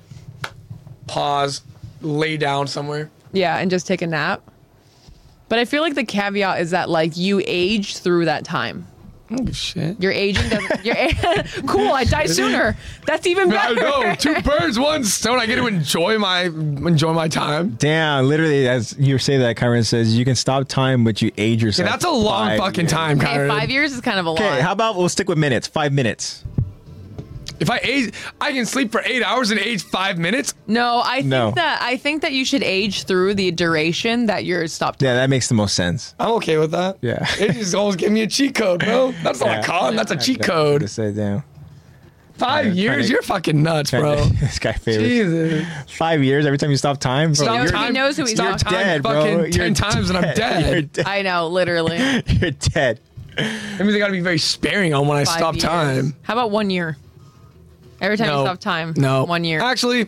pause, lay down somewhere. Yeah, and just take a nap. But I feel like the caveat is that like you age through that time. Oh shit. Your aging doesn't. Your a- cool. I die sooner. That's even I better. know. Two birds, one stone. I get to enjoy my enjoy my time. Damn. Literally, as you say that, Kyron says you can stop time, but you age Yeah, yourself. that's a long five fucking years. time, Okay, Kyron. five years is kind of a lot. Okay. How about we'll stick with minutes? Five minutes. If I age, I can sleep for eight hours and age five minutes. no, I think No. that I think that you should age through the duration that you're stopped. Yeah, that makes the most sense. I'm okay with that. Yeah. They just always give me a cheat code, bro. That's not Yeah. a con. That's a cheat To code. say damn. Five Yeah, years, kinda- you're fucking nuts, bro. this guy favors Jesus. five years every time you stop time. Bro, Stop you're time. knows who he's stop talking time dead, bro. fucking You're 10 times and I'm You're dead. dead. I know, literally. Five You're dead. I mean, they gotta be very sparing on when I stop years. time. How about one year? Every time No. you stop time. No. One year. Actually,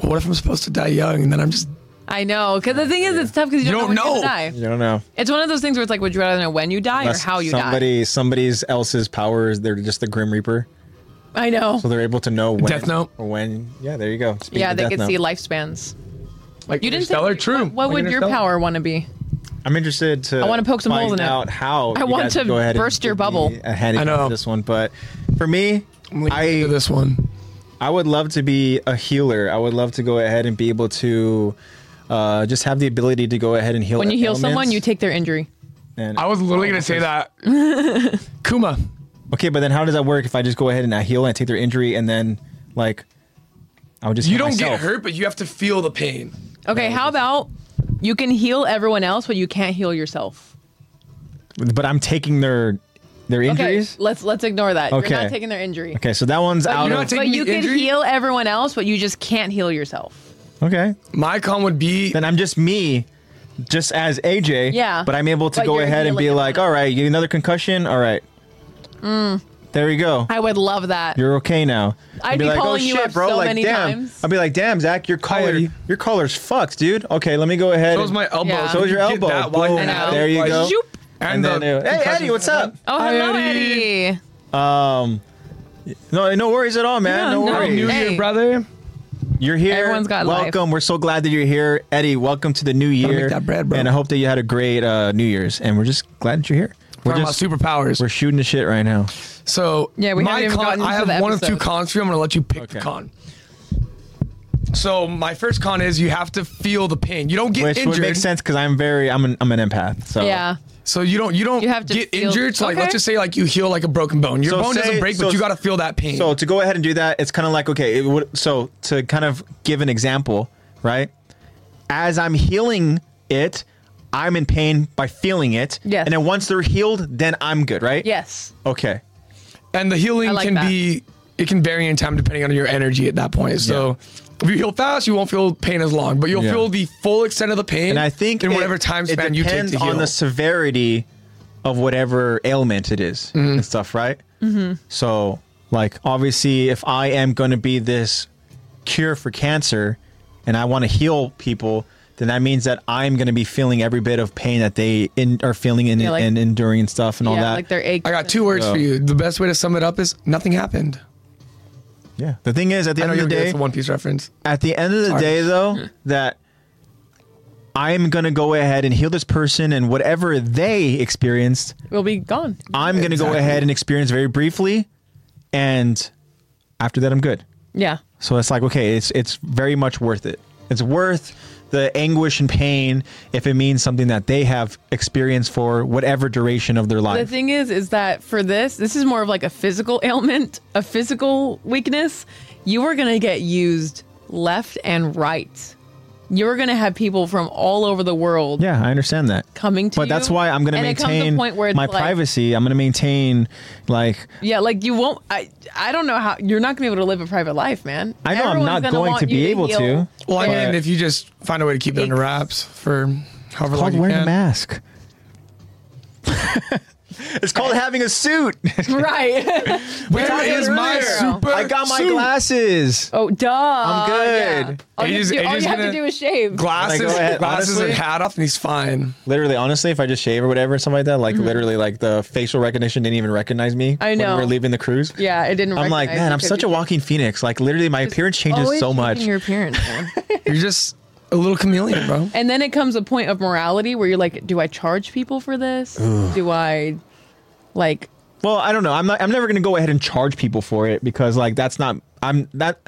what if I'm supposed to die young and then I'm just. I know, because the thing is, it's tough because you, You don't know when don't know. you're gonna die. You don't know. It's one of those things where it's like, would you rather know when you die or Unless how you die? somebody, Somebody's else's power is they're just the Grim Reaper, I know. so they're able to know when. Death Note. Or when. Yeah, there you go. Speaking yeah, of they Death could Note. see lifespans. Like, You didn't. Interstellar, think, true. What, what Like would your Interstellar. power want to be? I'm interested to. I wanna poke some holes in it. out how. I you want guys to go ahead and burst your give bubble. me A handicap I know. for this one, but for me, I'm leaning I into this one. I would love to be a healer. I would love to go ahead and be able to. Uh, just have the ability to go ahead and heal. When you heal ailments someone, you take their injury. and- I was literally gonna say that. Kuma. Okay, but then how does that work if I just go ahead and I heal and I take their injury and then like I would just You heal don't get myself? hurt, but you have to feel the pain. Okay, how about you can heal everyone else, but you can't heal yourself? but I'm taking their their injuries. Okay, let's let's ignore that. You're Okay. not taking their injury. Okay, so that one's out. you're Of, not taking But the you can injury? heal everyone else, but you just can't heal yourself. okay, My con would be then I'm just me, just as AJ. Yeah. but I'm able to But go you're ahead and be healing like, everyone. all right, you get another concussion. All right, There you go. Mm. I would love that. You're okay now. I'd be "Oh, calling you up so many damn. times. I'd be like, damn, Zach, your color, Hey. your color's fucked, dude. Okay, let me go ahead. Shows and- my elbow. Yeah. so Shows your you get elbow. that while you Boom. have it, There you like- go. Shoop. And, And, then, the, it- hey, Eddie, what's up? Oh, Hi, hello, Eddie. Eddie. Um, no, no worries at all, man. Yeah, no, no. worries. New Hey. Year, brother. You're here. Everyone's got life. welcome. We're so glad that you're here, Eddie. Welcome to the new make year, that bread, bro. and I hope that you had a great uh, New Year's. And we're just glad that you're here. We're Talking just about superpowers. we're shooting the shit right now. So Yeah, we haven't my even con, gotten I to have the one of two episode. cons for you. I'm gonna let you pick the Okay. con. So my first con is you have to feel the pain. You don't get Which injured. would make sense because I'm very I'm an I'm an empath. So Yeah. So you don't you don't You have to get feel- injured. So like okay. let's just say like you heal like a broken bone. Your So bone say- doesn't break, so- but you gotta feel that pain. So to go ahead and do that, it's kind of like okay, it would, so to kind of give an example, right? As I'm healing it, I'm in pain by feeling it. Yes. And then once they're healed, then I'm good, right? Yes. Okay. and the healing I like can that. be it can vary in time depending on your energy at that point. So if you heal fast, you won't feel pain as long, but you'll Yeah. feel the full extent of the pain. And I think in it- whatever time it span you take depends to heal. on the severity of whatever ailment it is and stuff, right? Mm-hmm. So, like, obviously, if I am going to be this cure for cancer and I want to heal people, then that means that I'm going to be feeling every bit of pain that they in, are feeling and, Yeah, like- and enduring and stuff and all yeah, that. like they're aches. I got two words Yeah. for you. The best way to sum it up is nothing happened. yeah. The thing is, at the I end know of the you're day, a One Piece reference. at the end of the Sorry. day though that i'm gonna go ahead and heal this person and whatever they experienced We'll be gone. i'm gonna go Exactly. ahead and experience very briefly and after that i'm good Yeah. so it's like okay it's it's very much worth it it's worth the anguish and pain if it means something that they have experienced for whatever duration of their The life thing is, is that for this, this is more of like a physical ailment, a physical weakness. You are going to get used left and right. You're going to have people from all over the world yeah i understand that coming to but you. that's why i'm gonna and it comes to a maintain point where it's my like- privacy i'm gonna maintain like Yeah, like you won't. I I don't know how you're not gonna be able to live a private life, man. I know I'm not gonna going want to be you able to. heal. Well, I But- mean, if you just find a way to keep it under wraps for however long called you wearing can. a mask. it's called having a suit. right? Where talked is my earlier. super? I got my suit? glasses. oh, duh. I'm good. All It you, is- have, to, it all is you have to gonna- do is shave. Glasses, Like, go ahead, glasses, honestly? and hat off, and he's fine. Literally, honestly, if I just shave or whatever, something like that, like literally, like the facial recognition didn't even recognize me. Mm-hmm. I know. When we were leaving the cruise. yeah, it didn't. I'm like, recognize man, you I'm 'cause such a you- walking phoenix. Like, literally, my appearance changes Always so changing much. Your appearance, man. You're just a little chameleon, bro. and then it comes a point of morality where you're like, do I charge people for this? Do I, like, Well, I don't know. I'm not. I'm never gonna go ahead and charge people for it because, like, that's not. I'm that.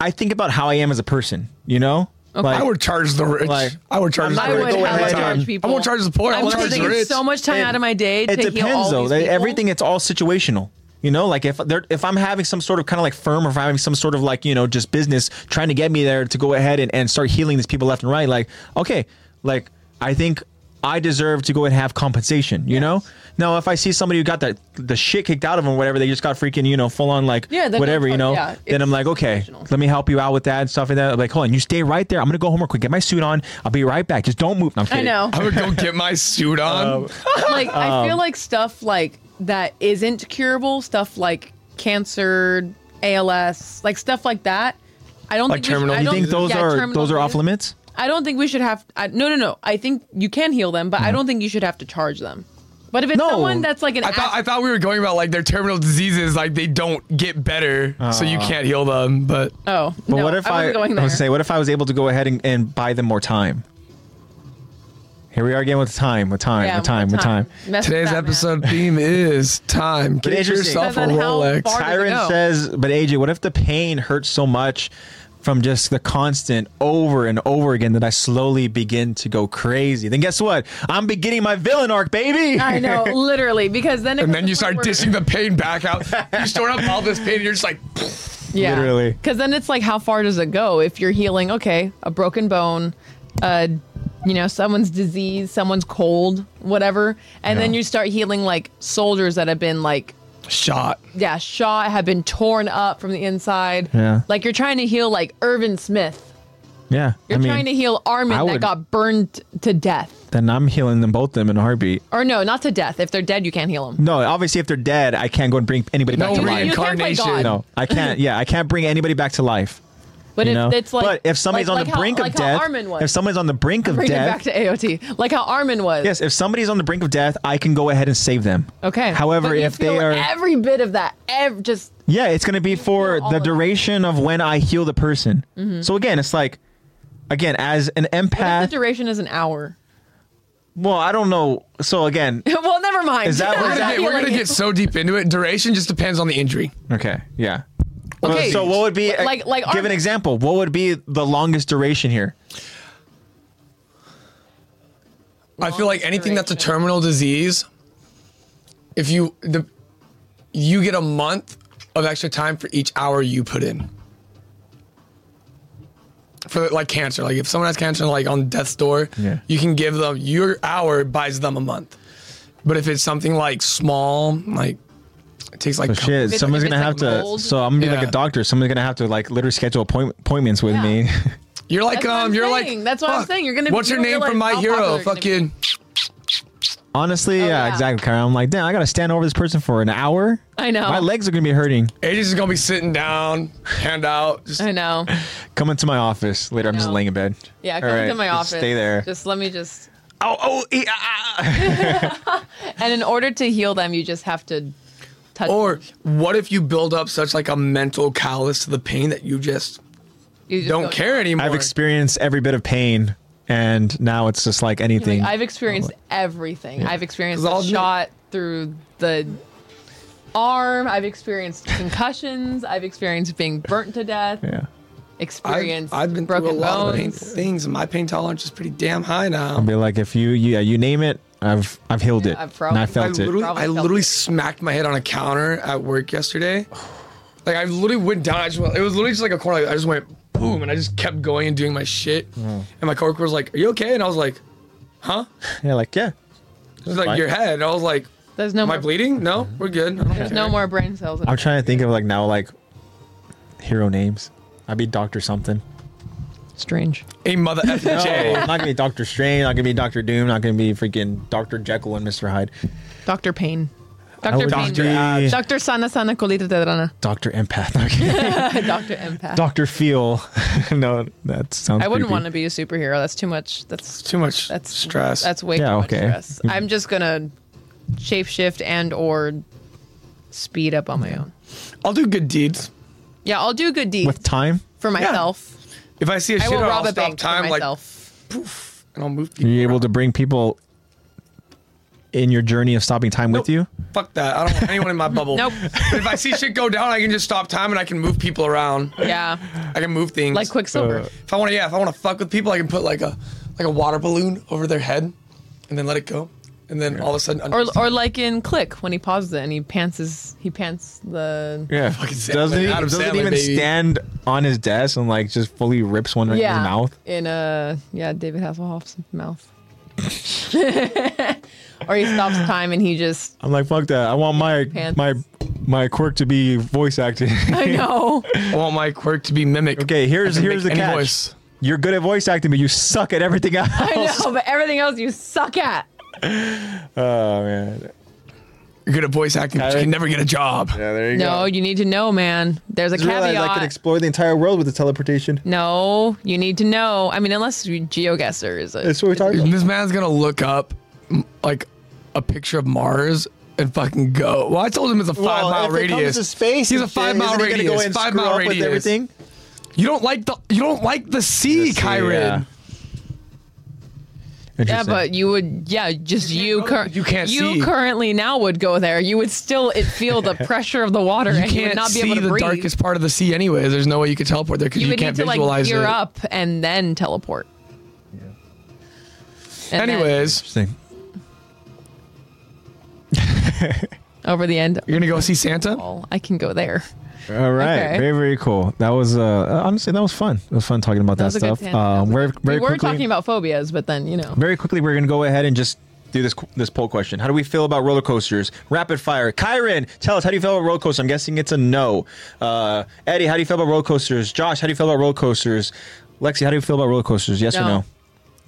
I think about how I am as a person. You know. Okay. I would charge the rich. Like, I would charge I'm not the I gonna rich. would, go I would ahead charge and- people. I won't charge the poor, I I'm won't charge the taking rich. so much time out of my day to it heal all depends though these That- people. everything it's all situational you know like if they're if i'm having some sort of kind of like firm or if i'm having some sort of like you know just business trying to get me there to go ahead and, and start healing these people left and right like okay like i think i deserve to go and have compensation you know now if i see somebody who got the the shit kicked out of them whatever they just got freaking you know full on like Yeah, they're whatever gonna you know charge- yeah, then i'm it's like okay situational. let me help you out with that and stuff like that I'm like hold on you stay right there i'm gonna go home real quick get my suit on i'll be right back just don't move No, i'm I kidding. know. I would go get my suit on. like I Um, feel like stuff like that isn't curable, stuff like cancer, ALS, like stuff like that. I don't Like think we should- terminal- I you you don't- think those yeah, are terminal those are off disease. limits I don't think we should have. I, no, no, no. I think you can heal them, but I don't think you should have to charge them. But if it's Mm. No. someone that's like an I thought I act- thought we were going about like their terminal diseases, like they don't get better, so you can't heal them. But oh, But no, what if I, I, wasn't going I there. was say, what if I was able to go ahead and, and buy them more time? Here we are again with time, with time, Yeah, with time, with time. Mess with today's that, man. episode theme is time. Get interesting. yourself a Depends on how Rolex. far- Where does it Tyron go? says, but AJ, what if the pain hurts so much from just the constant over and over again that I slowly begin to go crazy? Then guess what? I'm beginning my villain arc, baby. I know, literally, because then it comes And then to you the start point where- dishing the pain back out. You store up all this pain, and you're just like, Yeah. Literally. Because then it's like, how far does it go? If you're healing, okay, a broken bone, uh, you know, someone's disease, someone's cold, whatever. And then Yeah. you start healing like soldiers that have been like, shot. yeah, shot, have been torn up from the inside. Yeah. Like you're trying to heal like Irvin Smith. Yeah, You're I mean, trying to heal Armin I that would- got burned to death. then I'm healing them both them in a heartbeat. Or no, not to death. If they're dead, you can't heal them. No, obviously if they're dead, I can't go and bring anybody No back to You- life. you can't play God. Reincarnation. No, I can't. Yeah, I can't bring anybody back to life. But you if know? it's like, but if somebody's like- on like the how- brink like of how death, Armin was. if somebody's on the brink of Bring it back death, to AOT, like how Armin was. yes, if somebody's on the brink of death, I can go ahead and save them. Okay. However, But you if they feel are, every bit of that, ev- just yeah, it's going to be for feel all the of it. duration of when I heal the person. So again, it's like, again, as an what if empath. the duration is an hour. well, I don't know. So again, well, never mind. Is that what We're gonna, get, we're gonna get so deep into it. Duration just depends on the injury. okay, yeah. Okay. So what would be Like- like give Armin- an example? What would be the longest duration here? I feel like anything that's a duration. terminal disease, if you the you get a month of extra time for each hour you put in. For like cancer, like if someone has cancer, like on death's door, Yeah. you can give them your hour buys them a month. But if it's something like small, like it takes like So a couple- Oh, shit, it's- someone's if gonna have it's, like, to. mold- So I'm gonna be like Yeah. a doctor. Someone's gonna have to like literally schedule appoint- appointments with Yeah. me. you're like That's what um, I'm you're saying. like That's what I'm fuck, saying. You're gonna- What's you your don't realize name from My how Hero? popular you're gonna be. Fucking Honestly, yeah, Oh, yeah. exactly. Kyle. I'm like, damn, I gotta stand over this person for an hour. I know. My legs are gonna be hurting. Ages is gonna be sitting down, hand out, just I know. Come into my office later. I'm just know. laying in bed. Yeah, All come right, to my just office. Stay there. Just let me just. oh, oh, e- ah, ah. And in order to heal them, you just have to touch. Or what if you build up such like a mental callus to the pain that you just you just don't go- care anymore? I've experienced every bit of pain, and now it's just like anything. Oh. Like, I've experienced everything. I've experienced 'Cause I'll a admit- shot through the arm. I've experienced concussions. I've experienced being burnt to death. yeah. Experienced I've been broken through a lot of painful bones. things, and my pain tolerance is pretty damn high now. Be like, if you, yeah, you name it, I've, I've healed it, I've and I probably- I felt it. literally, Probably I felt literally it. smacked my head on a counter at work yesterday. Like I literally went down. I just went, it was literally just like a corner. like, I just went boom, and I just kept going and doing my shit. Hmm. And my coworker was like, "Are you okay?" And I was like, "Huh?" Yeah, like yeah. She's like, fine. "Your head." And I was like, There's no "Am I more. bleeding? No, we're good." I don't There's care." no more brain cells. I'm trying to think of like now like hero names. I'd be Doctor something. Strange. A mother effing No, J. I'm not gonna be Doctor Strange. Not gonna be Doctor Doom. Not gonna be freaking Doctor Jekyll and Mister Hyde. Dr. Payne. I Dr. would Payne. be Dr. Dr. Sana Sana Colita Tedrana. Doctor Empath. Okay. Dr. Empath. Doctor Feel. no, that sounds. I wouldn't creepy. want to be a superhero. That's too much. That's Too much that's stress. That's way Yeah, too okay. Mm-hmm. much stress. I'm just gonna shapeshift and or speed up on my own. I'll do good deeds. Yeah, I'll do good deeds with time. for myself. If I see a I shit, will rob I'll a stop bank time for like myself. poof, and I'll move. Are People you able around. to bring people in your journey of stopping time with you? Fuck that! I don't want anyone in my bubble. Nope. if I see shit go down, I can just stop time and I can move people around. yeah, I can move things. like Quicksilver. Uh, If I want to, yeah. If I want to fuck with people, I can put like a like a water balloon over their head, and then let it go, and then all of a sudden. or or like in Click when he pauses it and he pants his he pants the Yeah. Fucking Sandler, Doesn't he, Adam doesn't Sandler, even baby. stand on his desk and like just fully rips one right in his mouth? in uh yeah David Hasselhoff's mouth. or he stops time and he just I'm like, fuck that. I want my Pants. my my quirk to be voice acting. I know. I want my quirk to be mimic. okay, here's I can here's the make any catch. voice. You're good at voice acting, but you suck at everything else. I know, but everything else you suck at. Oh man. You're good at voice acting, but you Tyler- can never get a job. Yeah, there you No, you need to know, man. There's a I realized I caveat. could explore the entire world with the teleportation. no, you need to know. I mean, unless you geoguesser is a That's what we're talking about. This man's gonna look up m- like a picture of Mars and fucking go. Well, I told him it's a five mile radius. He's a five mile radius. five mile radius. everything. You don't like the you don't like the sea, Kyron. yeah, but you would yeah, just you go- cur- you can't you see. currently now would go there. You would still it feel the pressure of the water You and you can't would not be see able to the breathe. darkest part of the sea, anyways. There's no way you could teleport there because you you, would can't need to like visualize gear it. up and then teleport. Yeah. Anyways, Interesting. over the end, you're gonna go see Santa. well, I can go there. All right, Okay. very very cool. That was uh honestly that was fun. It was fun talking about that, was a good stuff. tangent. That um, was a very good- very we were quickly, talking about phobias, but then you know. very quickly we're gonna go ahead and just do this this poll question. How do we feel about roller coasters? Rapid fire. Kyron, tell us how do you feel about roller coasters? I'm guessing it's a no. Uh, Eddie, how do you feel about roller coasters? Josh, how do you feel about roller coasters? Lexi, how do you feel about roller coasters? Yes or No. no?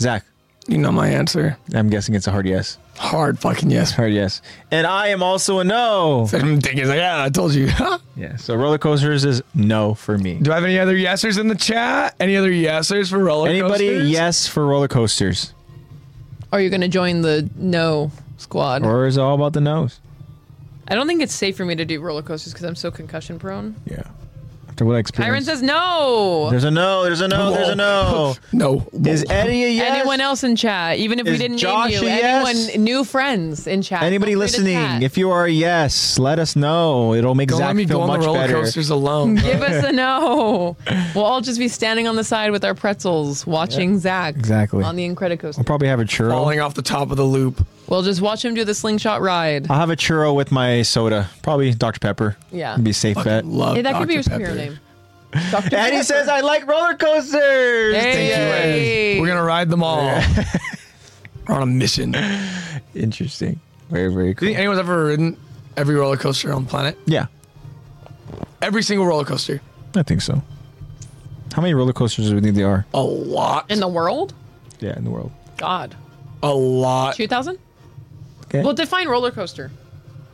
Zach, You know my answer. I'm guessing it's a hard yes. Hard fucking yes. Hard yes. And I am also a no. I'm thinking like, yeah, I told you. Yeah. So roller coasters is no for me. Do I have any other yesers in the chat? Any other yesers for roller Anybody coasters? yes for roller coasters? Are you going to join the no squad? Or is it all about the nose? I don't think it's safe for me to do roller coasters because I'm so concussion prone. Yeah. After what I Kyron experienced. says no. there's a no, there's a no, there's a no. No. Is Eddie a yes? Anyone else in chat, even if we Is didn't Josh name you, a yes? anyone new friends in chat. Anybody feel free to listening, chat. if you are a yes, let us know. It'll make Don't Zach let me feel go on much the roller better. coasters alone. give us a no, we'll all just be standing on the side with our pretzels, watching Zach Exactly. on the Incredicoaster. I'll probably have a churro. Falling off the top of the loop. We'll just watch him do the slingshot ride. I'll have a churro with my soda. Probably Dr. Pepper. Yeah. Be a safe bet. Fucking love Hey, that could be your Dr. superhero Pepper. name. Dr. Eddie Pepper. says, I like roller coasters. Hey. Thank you, Eddie. We're gonna ride them all. We're on a mission. Do Interesting. Very, very you cool. think anyone's ever ridden every roller coaster on planet? Yeah, Every single roller coaster. I think so. How many roller coasters do we think there are? A lot. in the world? Yeah, in the world. God. a lot. 2000? Okay. Well, define roller coaster.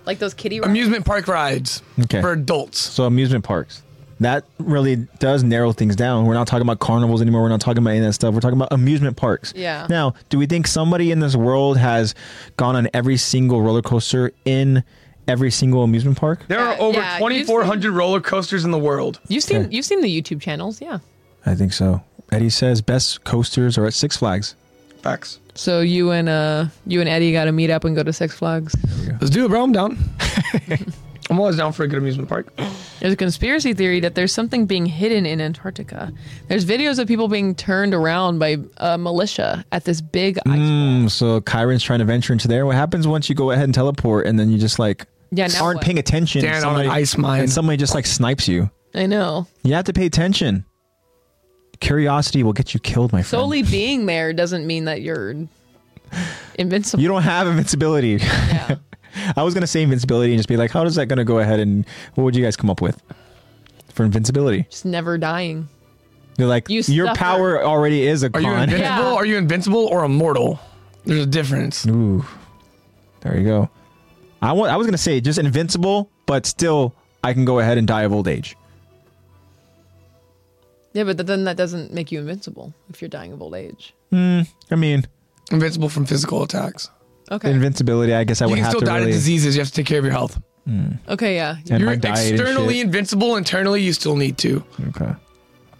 Like those kiddie rides. Amusement park rides Okay. for adults. So amusement parks. That really does narrow things down. We're not talking about carnivals anymore. We're not talking about any of that stuff. We're talking about amusement parks. Yeah. Now, do we think somebody in this world has gone on every single roller coaster in every single amusement park? There Yeah, are over Uh, yeah, you've 2,400 roller coasters in the world. You've seen Okay. you've seen the YouTube channels, yeah. I think so. Eddie says best coasters are at Six Flags. Facts. So you and uh you and Eddie got to meet up and go to Six Flags. Let's do it, bro. I'm down. I'm always down for a good amusement park. There's a conspiracy theory that there's something being hidden in Antarctica. There's videos of people being turned around by uh, militia at this big ice. Mm, so Kyron's trying to venture into there. What happens once you go ahead and teleport and then you just like Yeah, now aren't what? paying attention? and Stand on an ice mine. And somebody just like snipes you. I know. You have to pay attention. Curiosity will get you killed, my friend. Solely being there doesn't mean that you're invincible. You don't have invincibility. yeah. I was gonna say invincibility and just be like, how does that gonna go ahead and what would you guys come up with for invincibility? Just never dying. You're like You your suffer. power already is a Are you con. invincible? Yeah. Are you invincible or immortal? There's a difference. Ooh, there you go. I want. I was gonna say just invincible, but still I can go ahead and die of old age. Yeah, but then that doesn't make you invincible if you're dying of old age. Hmm, I mean, Invincible from physical attacks. Okay. invincibility. I guess I You would can have still to die really. to diseases. You have to take care of your health. okay, yeah. and You're my diet and externally shit. invincible. Internally, you still need to Okay.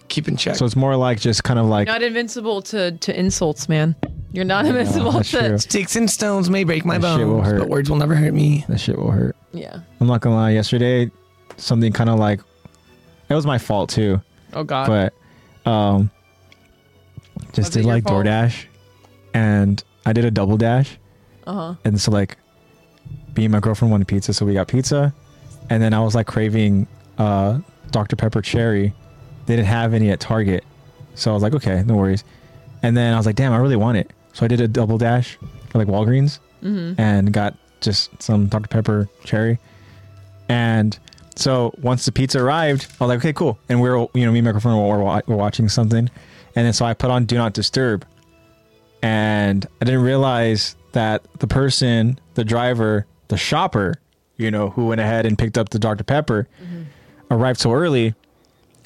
keep in check. So it's more like just kind of like You're not invincible to, to insults, man. You're not invincible that's to true. Sticks and stones may break my That shit will bones, hurt. but words will never hurt me. that shit will hurt. Yeah. I'm not gonna lie. Yesterday, something kind of like it was my fault too, Oh Uh, god. but um, Was just it did your like fault? DoorDash, and I did a double dash, uh-huh. and so like, me and my girlfriend wanted pizza, so we got pizza, and then I was like craving uh Dr Pepper cherry, they didn't have any at Target, so I was like, okay, no worries, and then I was like, damn, I really want it, so I did a double dash for like Walgreens, Mm-hmm. and got just some Dr. Pepper cherry. And so once the pizza arrived, I was like, okay, cool. And we were, you know, me and my girlfriend were, wa- were watching something. And then so I put on Do Not Disturb. And I didn't realize that the person, the driver, the shopper, you know, who went ahead and picked up the Dr. Pepper arrived so early.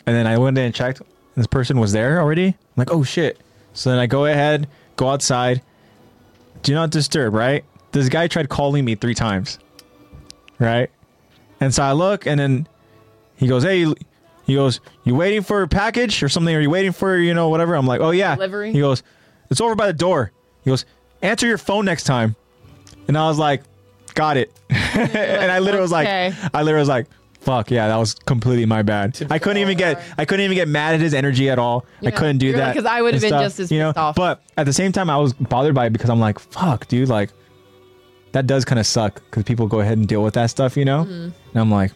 And then I went in and checked. and This person was there already. I'm like, oh shit. So then I go ahead, go outside, do not disturb, right? This guy tried calling me three times, right? And so I look, and then he goes, "Hey," he goes, "You waiting for a package or something? Are you waiting for you know whatever?" I'm like, "Oh yeah." Delivery? He goes, "It's over by the door." He goes, "Answer your phone next time," and I was like, "Got it." and I literally was like, Okay. I literally was like. Fuck yeah, that was completely my bad. I couldn't even get I couldn't even get mad at his energy at all. I Yeah. couldn't do You're that like, 'cause I would've and been stuff, just as you know? pissed off. But at the same time, I was bothered by it because I'm like, fuck, dude, like that does kind of suck because people go ahead and deal with that stuff, you know. Mm-hmm. And I'm like,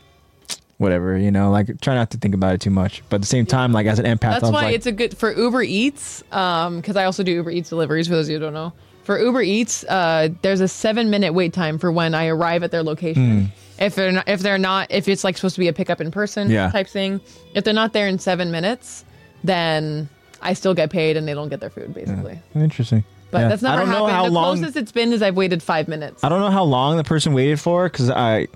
whatever, you know, like try not to think about it too much. But at the same time, like as an empath, I That's was why like, it's a good for Uber Eats. Um, because I also do Uber Eats deliveries. For those of you who don't know, for Uber Eats, uh, there's a seven minute wait time for when I arrive at their location. If they're not, if they're not, if it's like supposed to be a pickup in person Hmm. Yeah. type thing, if they're not there in seven minutes, then I still get paid and they don't get their food basically. interesting. but Yeah. that's I never don't know happened. how the long- closest it's been is I've waited five minutes. I don't know how long the person waited for because I,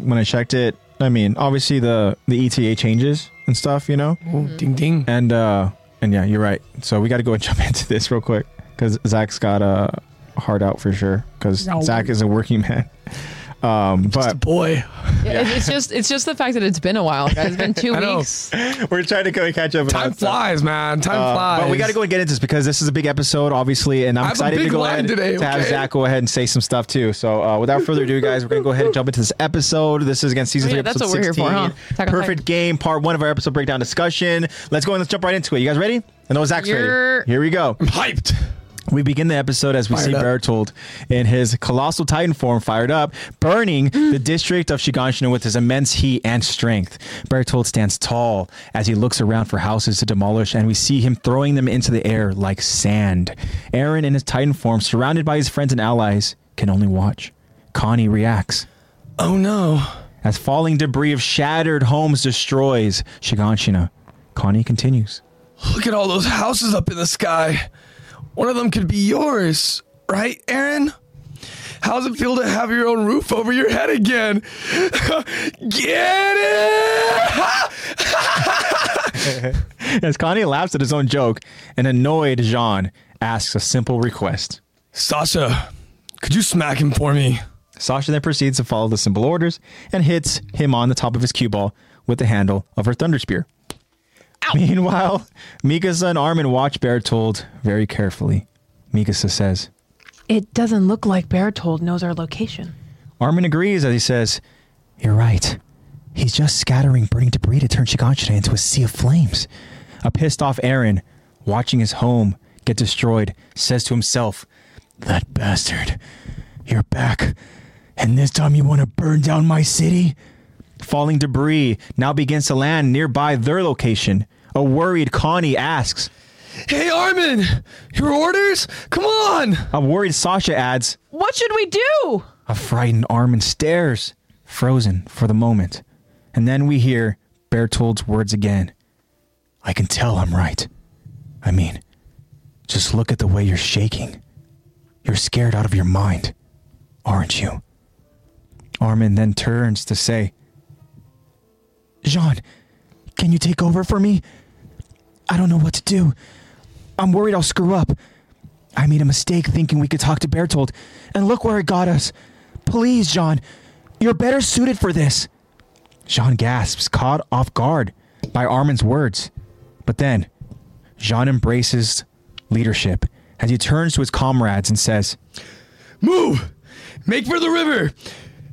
when I checked it, I mean, obviously the the ETA changes and stuff, you know, Oh, Mm-hmm. ding ding. and uh and yeah, you're right. So we got to go and jump into this real quick because Zach's got a hard out for sure because No. Zach is a working man. Um, Just a but boy. Yeah, it's- It's just it's just the fact that it's been a while, guys. It's been two I know. weeks. we're trying to go and catch up. with Time that stuff. flies, man. Time Uh, flies. but we got to go and get into this because this is a big episode, obviously, and I'm have a excited to big go line ahead today, to have okay? Zach go ahead and say some stuff too. So uh, without further ado, guys, we're gonna go ahead and jump into this episode. This is again season Oh, three, yeah, that's episode what we're here sixteen. for, huh? Attack on Perfect Titan. game, part one of our episode breakdown discussion. Let's go and let's jump right into it. You guys ready? I know Zach's You're- ready. Here we go. hyped. We begin the episode as we Fired see up. Bertold in his colossal titan form fired up, burning the district of Shiganshina with his immense heat and strength. Bertold stands tall as he looks around for houses to demolish, and we see him throwing them into the air like sand. Aaron, in his titan form, surrounded by his friends and allies, can only watch. Connie reacts. Oh no. As falling debris of shattered homes destroys Shiganshina, Connie continues. Look at all those houses up in the sky. One of them could be yours, right, Aaron? How's it feel to have your own roof over your head again? Get it? As Connie laughs at his own joke, an annoyed Jean asks a simple request. Sasha, could you smack him for me? Sasha then proceeds to follow the simple orders and hits him on the top of his cue ball with the handle of her thunder spear. Meanwhile, Mikasa and Armin watch Bertold very carefully. Mikasa says, It doesn't look like Bertold knows our location. Armin agrees as he says, You're right. He's just scattering burning debris to turn Shiganshina into a sea of flames. A pissed off Aaron, watching his home get destroyed, says to himself, That bastard, you're back. And this time you want to burn down my city? Falling debris now begins to land nearby their location. A worried Connie asks, Hey, Armin, your orders? Come on. A worried Sasha adds, What should we do? A frightened Armin stares, frozen for the moment. And then we hear Bertold's words again. I can tell I'm right. I mean, just look at the way you're shaking. You're scared out of your mind, aren't you? Armin then turns to say, Jean, can you take over for me? I don't know what to do. I'm worried I'll screw up. I made a mistake thinking we could talk to Bertold, and look where it got us. Please, John, you're better suited for this. Jean gasps, caught off guard by Armin's words. But then, Jean embraces leadership as he turns to his comrades and says, Move. Make for the river.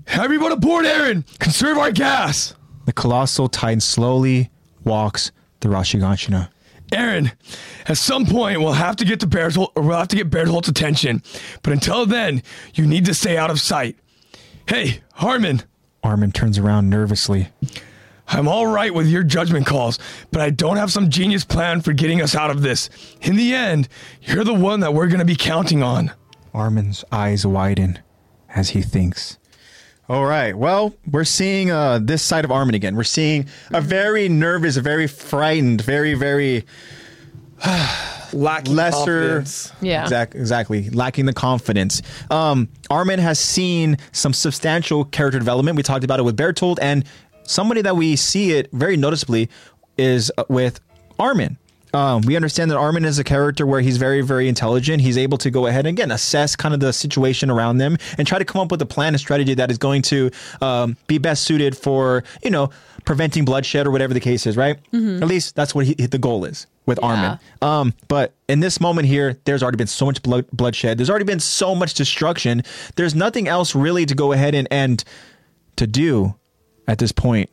Everyone aboard, Aaron. Conserve our gas. The colossal titan slowly walks through Rashiganshina. Aaron, at some point we'll have to get to Berthold, or we'll have to get Berthold's attention. But until then, you need to stay out of sight. Hey, Harmon, Armin turns around nervously. I'm all right with your judgment calls, but I don't have some genius plan for getting us out of this. In the end, you're the one that we're going to be counting on. Armin's eyes widen as he thinks. All right. Well, we're seeing uh, this side of Armin again. We're seeing a very nervous, very frightened, very, very Lack lesser. Yeah. Exact, exactly. Lacking the confidence. Um, Armin has seen some substantial character development. We talked about it with Bertold, and somebody that we see it very noticeably is uh, with Armin. Um, we understand that Armin is a character where he's very, very intelligent. He's able to go ahead and again assess kind of the situation around them and try to come up with a plan and strategy that is going to um, be best suited for you know preventing bloodshed or whatever the case is. Right? At least that's what he, the goal is with Armin. Um, but in this moment here, there's already been so much blood, bloodshed. There's already been so much destruction. There's nothing else really to go ahead and, and to do at this point.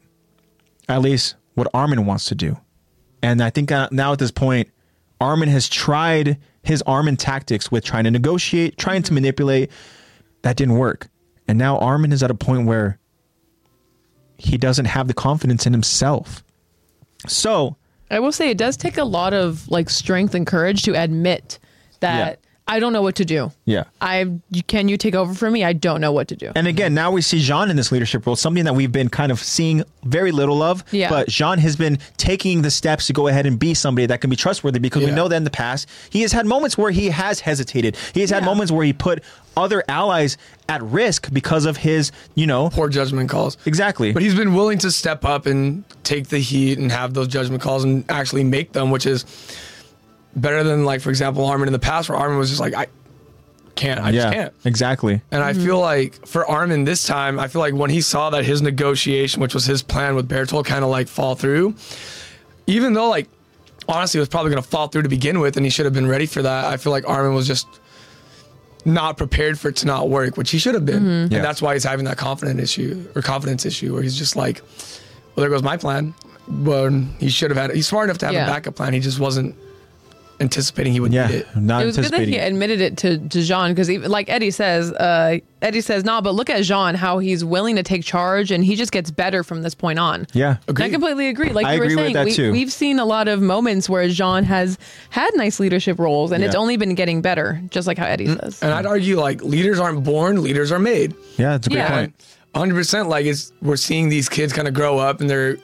At least what Armin wants to do. And I think uh, now at this point, Armin has tried his Armin tactics with trying to negotiate, trying to manipulate. That didn't work. And now Armin is at a point where he doesn't have the confidence in himself. So I will say it does take a lot of like strength and courage to admit that I don't know what to do. Yeah. I can you take over for me? I don't know what to do. And again, now we see Jean in this leadership role, something that we've been kind of seeing very little of. Yeah. But Jean has been taking the steps to go ahead and be somebody that can be trustworthy because we Yeah. know that in the past, he has had moments where he has hesitated. He has had Yeah. moments where he put other allies at risk because of his, you know, poor judgment calls. exactly. But he's been willing to step up and take the heat and have those judgment calls and actually make them, which is better than like, for example, Armin in the past where Armin was just like, I can't, I yeah, just can't. exactly. And I feel like for Armin this time, I feel like when he saw that his negotiation, which was his plan with Bertol, kind of like fall through, even though like honestly it was probably going to fall through to begin with, and he should have been ready for that. I feel like Armin was just not prepared for it to not work, which he should have been, and Yeah. that's why he's having that confident issue or confidence issue where he's just like, well, there goes my plan. But he should have had. He's smart enough to have Yeah. a backup plan. He just wasn't anticipating he would Yeah. need it. Not it was good that anticipating. he admitted it to, to Jean because even like Eddie says, uh, Eddie says, nah, but look at Jean, how he's willing to take charge and he just gets better from this point on. yeah. And I Agreed. completely agree. Like I you were agree with saying, that we, too. we've seen a lot of moments where Jean has had nice leadership roles and it's Yeah. Mm, only been getting better, just like how Eddie says. And I'd argue like leaders aren't born, leaders are made. Yeah, it's a great Yeah. point. 100% like it's we're seeing these kids kind of grow up and they're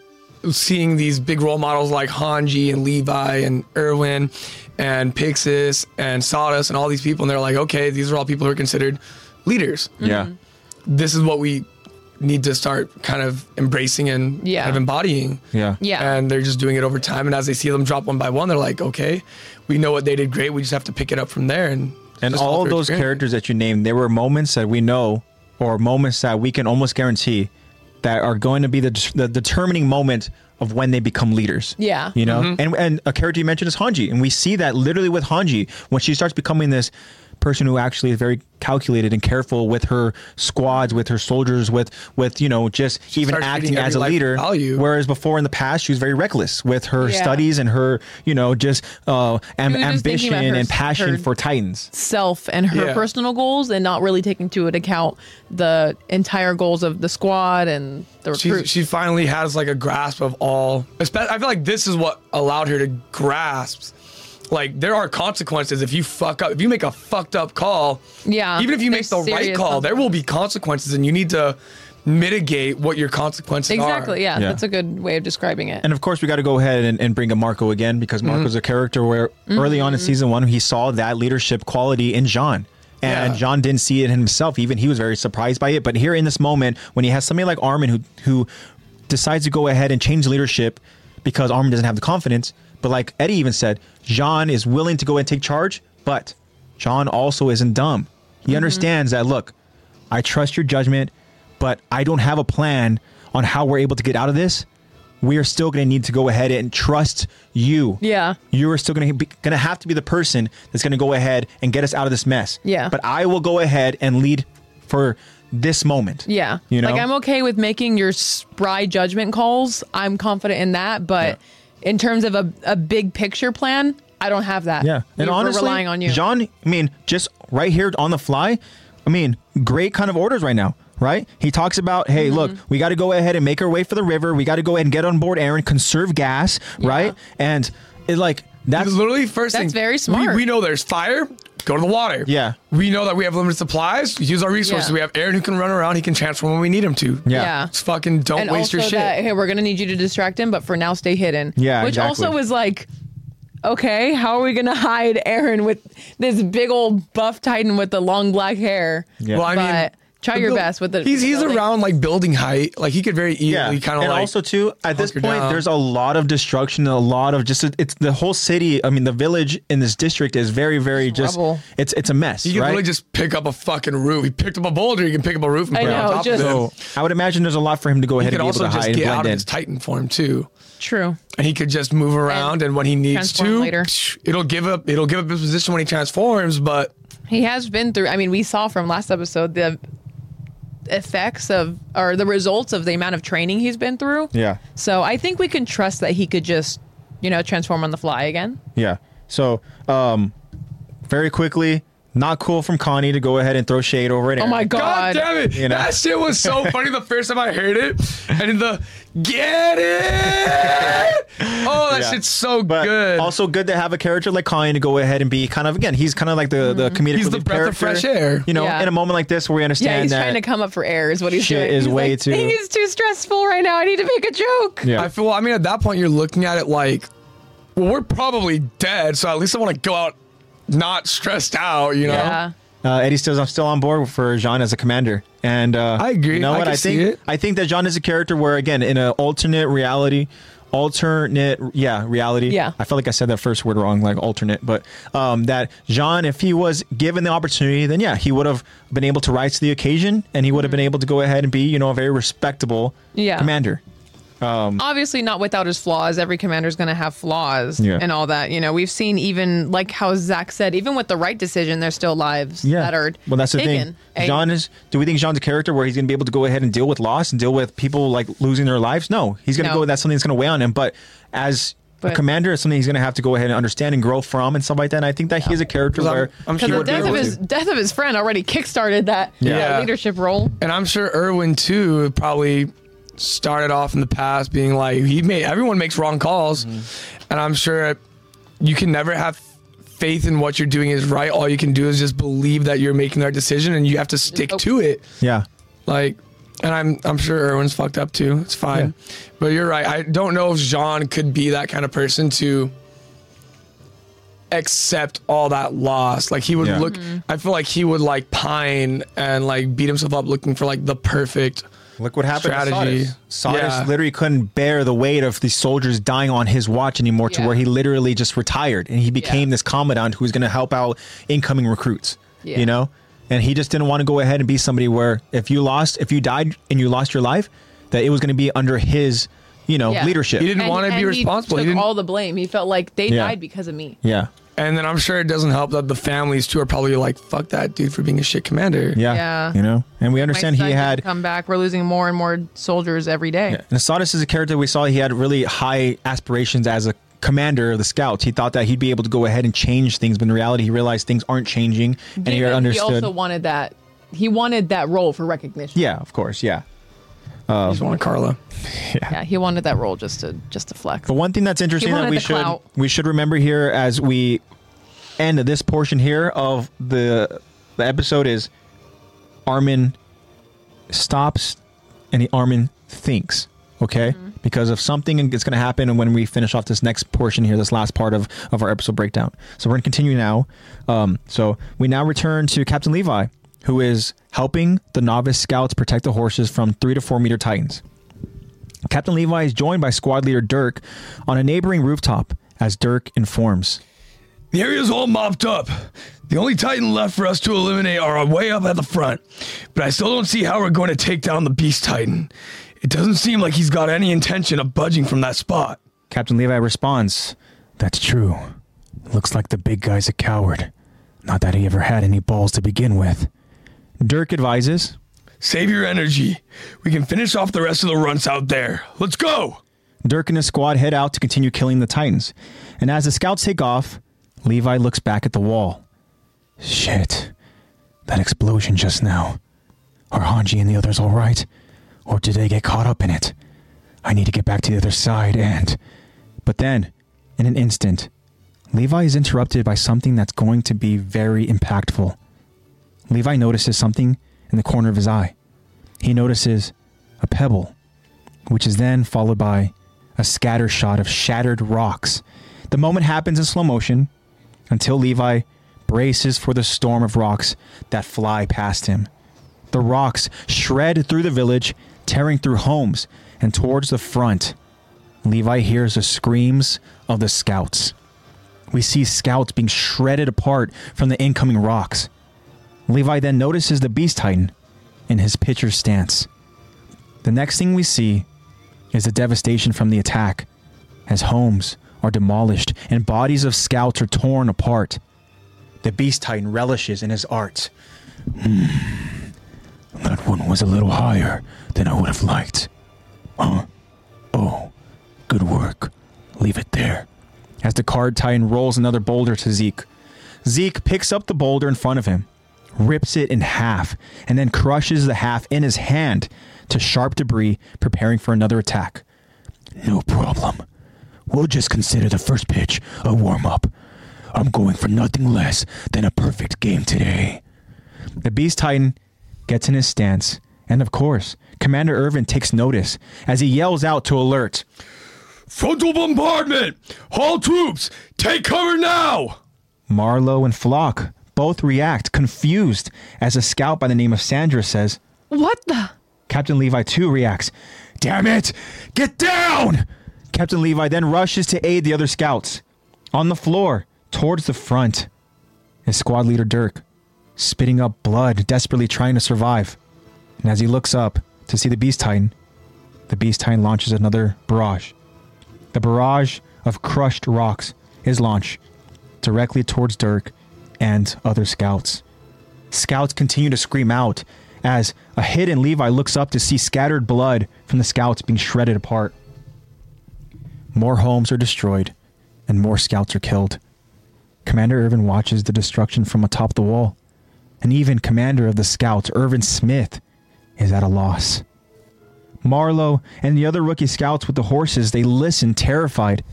seeing these big role models like Hanji and Levi and Irwin and Pixis and Sawdust and all these people and they're like, "Okay, these are all people who are considered leaders. Yeah. Mm-hmm. Mm-hmm. This is what we need to start kind of embracing and Yeah. kind of embodying." Yeah. Yeah. And they're just doing it over time and as they see them drop one by one, they're like, "Okay, we know what they did great. We just have to pick it up from there." And And just all through of those experience. characters that you named, there were moments that we know, or moments that we can almost guarantee, that are going to be the, the determining moment of when they become leaders. Yeah. you know. Mm-hmm. And and a character you mentioned is Hanji, and we see that literally with Hanji when she starts becoming this person who actually is very calculated and careful with her squads, with her soldiers, with with you know just even starts acting treating as every a life leader. value. Whereas before in the past, she was very reckless with her Yeah. studies and her you know just uh, am- was just thinking ambition about her- and passion her- for Titans. Self and her Yeah. personal goals and not really taking into account the entire goals of the squad and the she recruits. she finally has like a grasp of all. espe- I feel like this is what allowed her to grasp. Like there are consequences if you fuck up. If you make a fucked up call, Yeah, Even if you there's make the right serious call, there will be consequences, and you need to mitigate what your consequences are. exactly. Yeah, Yeah. That's a good way of describing it. And of course, we got to go ahead and, and bring up Marco again because Marco's a character where early on in season one, he saw that leadership quality in John. And Yeah. John didn't see it himself. Even he was very surprised by it. But here in this moment, when he has somebody like Armin who who decides to go ahead and change leadership because Armin doesn't have the confidence. But like Eddie even said, John is willing to go and take charge, but John also isn't dumb. He understands that look, I trust your judgment, but I don't have a plan on how we're able to get out of this. We are still going to need to go ahead and trust you. Yeah. You are still going to be going to have to be the person that's going to go ahead and get us out of this mess. Yeah. But I will go ahead and lead for this moment. Yeah. You know. like I'm okay with making your spry judgment calls. I'm confident in that. But in terms of a, a big picture plan, I don't have that. Yeah, We- and we're honestly, relying on you. John. I mean, just right here on the fly. I mean, great kind of orders right now. Right? He talks about, hey, look, Mm-hmm. we got to go ahead and make our way for the river. We got to go ahead and get on board Aaron, conserve gas, right? And it like that's It's literally first That's thing. very We- smart. We, know there's fire. Go to the water. Yeah. We know that we have limited supplies. Use our resources. Yeah. We have Aaron who can run around. He can transform when we need him to. Yeah. Yeah. Just fucking don't and waste also your shit. that hey, we're gonna need you to distract him, but for now, stay hidden. Yeah, which exactly. also is like, okay, how are we gonna hide Aaron with this big old buff titan with the long black hair? Yeah. Well, I mean, But try the your buil- best with the- He's he's the- around like building height. Like he could very easily yeah, kind of and like. also too at this hunker point, down. there's a lot of destruction, a lot of just it's the whole city. I mean, the village in this district is very, very just rubble. it's it's a mess, he could right? literally just pick up a fucking roof. He picked up a boulder. He can pick up a roof and I put it know, on top just- of him. so I would imagine there's a lot for him to go He ahead could and be able also to just hide and get out blend of in. his Titan form too, True. and he could just move around. And, when he needs transform to, later. psh, it'll give up. It'll give up his position when he transforms. But He has been through. I mean, we saw from last episode the effects of or the results of the amount of training he's been through. Yeah. So I think we can trust that he could just, you know, transform on the fly again. Yeah. So, um, very quickly, Not cool from Connie to go ahead and throw shade over it. Oh my god. God, damn it! You know? That shit was so funny the first time I heard it, and in the get it. Oh, that Yeah. shit's so But good. also good to have a character like Connie to go ahead and be kind of again. He's kind of like the the comedic. Mm-hmm. He's the relief breath of character. fresh air. You know, Yeah. in a moment like this where we understand Yeah, he's that trying to come up for air. Is what he's shit doing. is He's way like, too- Thing is too stressful right now. I need to make a joke. Yeah. I feel. I mean, at that point, you're looking at it like, well, we're probably dead, so at least I want to go out not stressed out. You know. Yeah. Uh, Eddie still, I'm still on board for Jean as a commander, and uh, I agree. You know I what? can I see think it. I think that Jean is a character where, again, in an alternate reality, alternate, yeah, reality. Yeah. I felt like I said that first word wrong, like alternate. But um, that Jean, if he was given the opportunity, then yeah, he would have been able to rise to the occasion, and he would have been able to go ahead and be, you know, a very respectable Mm-hmm. Yeah. commander. obviously not without his flaws. Every commander's going to have flaws Yeah. and all that. You know, we've seen even like how Zach said, even with the right decision, there's still lives Yeah. that are well, that's the taken. eh? thing. Jean is. Do we think Jean's a character where he's going to be able to go ahead and deal with loss and deal with people like losing their lives? No, he's going to No. go. That's something that's going to weigh on him. But as a But- commander, it's something he's going to have to go ahead and understand and grow from and stuff like that. And I think that he's a character 'Cause I'm- where I'm he because sure would the be death able of to. his death of his friend already kickstarted that Yeah. that Yeah. leadership role. And I'm sure Irwin too probably started off in the past being like he made everyone makes wrong calls, Mm-hmm. and I'm sure you can never have faith in what you're doing is right. All you can do is just believe that you're making the right decision, and you have to stick Oh. to it. yeah, Like, and I'm I'm sure Irwin's fucked up too. It's fine, but you're right. I don't know if Jean could be that kind of person to accept all that loss. Like he would Yeah. look. I feel like he would like pine and like beat himself up looking for like the perfect. Look what happened Strategy. to Sardis. Sardis Yeah. literally couldn't bear the weight of the soldiers dying on his watch anymore to Yeah. where he literally just retired and he became this commandant who was going to help out incoming recruits, Yeah. you know? And he just didn't want to go ahead and be somebody where if you lost, if you died and you lost your life, that it was going to be under his, you know, Yeah. leadership. He didn't want to be responsible. He He took didn't. all the blame. He felt like they Yeah. died because of me. yeah. and then I'm sure it doesn't help that the families too are probably like, "Fuck that dude for being a shit commander." Yeah. Yeah. You know? And we My understand son he didn't had come back. We're losing more and more soldiers every day. And Sardis is a character we saw he had really high aspirations as a commander of the scouts. He thought that he'd be able to go ahead and change things, but in reality, he realized things aren't changing, and he Given He understood. also wanted that. He wanted that role for recognition. yeah, of course, yeah. I just want Carla. Yeah, he wanted that role just to just to flex. But one thing that's interesting that wanted we the should clout. we should remember here as we end this portion here of the the episode is Armin stops and he, Armin thinks. Okay, Mm-hmm. because of something that's going to happen when we finish off this next portion here, this last part of, of our episode breakdown. So we're going to continue now. Um, so we now return to Captain Levi, who is helping the novice scouts protect the horses from three to four meter titans. Captain Levi is joined by squad leader Dirk on a neighboring rooftop as Dirk informs. The area's all mopped up. The only Titan left for us to eliminate are way up at the front, but I still don't see how we're going to take down the Beast Titan. It doesn't seem like he's got any intention of budging from that spot. Captain Levi responds, That's true. Looks like the big guy's a coward. Not that he ever had any balls to begin with. Dirk advises, Save your energy. We can finish off the rest of the runts out there. Let's go! Dirk and his squad head out to continue killing the Titans. And as the scouts take off, Levi looks back at the wall. Shit. That explosion just now. Are Hanji and the others all right? Or did they get caught up in it? I need to get back to the other side and. But then, in an instant, Levi is interrupted by something that's going to be very impactful. Levi notices something in the corner of his eye. He notices a pebble, which is then followed by a scatter shot of shattered rocks. The moment happens in slow motion until Levi braces for the storm of rocks that fly past him. The rocks shred through the village, tearing through homes and towards the front. Levi hears the screams of the scouts. We see scouts being shredded apart from the incoming rocks. Levi then notices the Beast Titan in his pitcher stance. The next thing we see is the devastation from the attack as homes are demolished and bodies of scouts are torn apart. The Beast Titan relishes in his art. Hmm. That one was a little higher than I would have liked. Huh? Oh. Good work. Leave it there. As the Card Titan rolls another boulder to Zeke, Zeke picks up the boulder in front of him, rips it in half, and then crushes the half in his hand to sharp debris, preparing for another attack. No problem. We'll just consider the first pitch a warm up. I'm going for nothing less than a perfect game today. The Beast Titan gets in his stance, and of course, Commander Irvin takes notice as he yells out to alert. Frontal bombardment! All troops, take cover now! Marlowe and Flock both react, confused, as a scout by the name of Sandra says, What the? Captain Levi too reacts. Damn it! Get down! Captain Levi then rushes to aid the other scouts. On the floor, towards the front, is squad leader Dirk, spitting up blood, desperately trying to survive. And as he looks up to see the Beast Titan, the Beast Titan launches another barrage. The barrage of crushed rocks is launched directly towards Dirk and other scouts. Scouts continue to scream out as a hidden Levi looks up to see scattered blood from the scouts being shredded apart. More homes are destroyed and more scouts are killed. Commander Irvin watches the destruction from atop the wall, and even commander of the scouts, Irvin Smith, is at a loss. Marlowe and the other rookie scouts with the horses, they listen terrified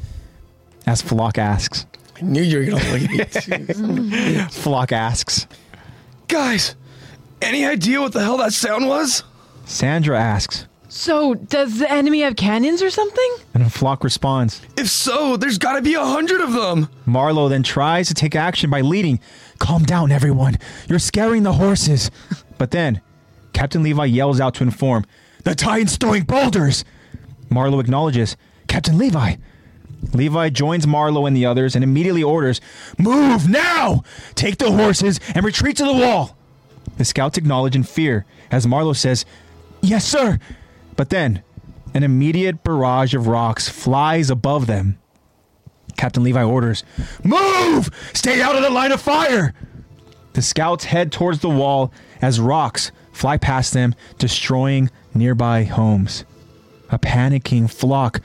as Flock asks. I knew you were gonna look at me. Flock asks. Guys, any idea what the hell that sound was? Sandra asks, So, does the enemy have cannons or something? and Flock responds. If so, there's gotta be a hundred of them. Marlowe then tries to take action by leading. Calm down, everyone. You're scaring the horses. But then, Captain Levi yells out to inform The Titan's throwing boulders! Marlowe acknowledges, Captain Levi. Levi joins Marlowe and the others and immediately orders, Move now! Take the horses and retreat to the wall! The scouts acknowledge in fear as Marlowe says, Yes, sir! But then, an immediate barrage of rocks flies above them. Captain Levi orders, Move! Stay out of the line of fire! The scouts head towards the wall as rocks fly past them, destroying nearby homes. A panicking flock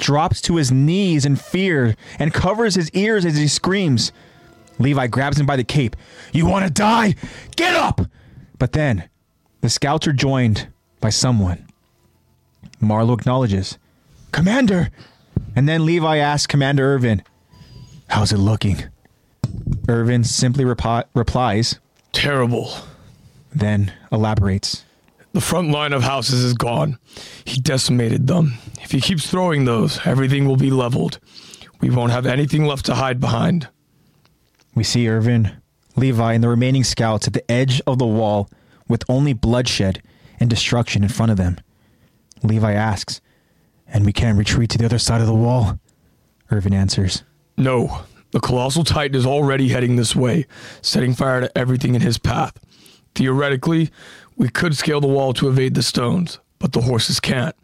drops to his knees in fear and covers his ears as he screams. Levi grabs him by the cape. You want to die? Get up! But then, the scouts are joined by someone. Marlowe acknowledges, Commander! And then Levi asks Commander Irvin, How's it looking? Irvin simply repi- replies, Terrible. then elaborates. The front line of houses is gone. He decimated them. If he keeps throwing those, everything will be leveled. We won't have anything left to hide behind. We see Irvin, Levi, and the remaining scouts at the edge of the wall with only bloodshed and destruction in front of them. Levi asks, And we can't retreat to the other side of the wall? Irvin answers, No, the colossal titan is already heading this way, setting fire to everything in his path. Theoretically, we could scale the wall to evade the stones, but the horses can't.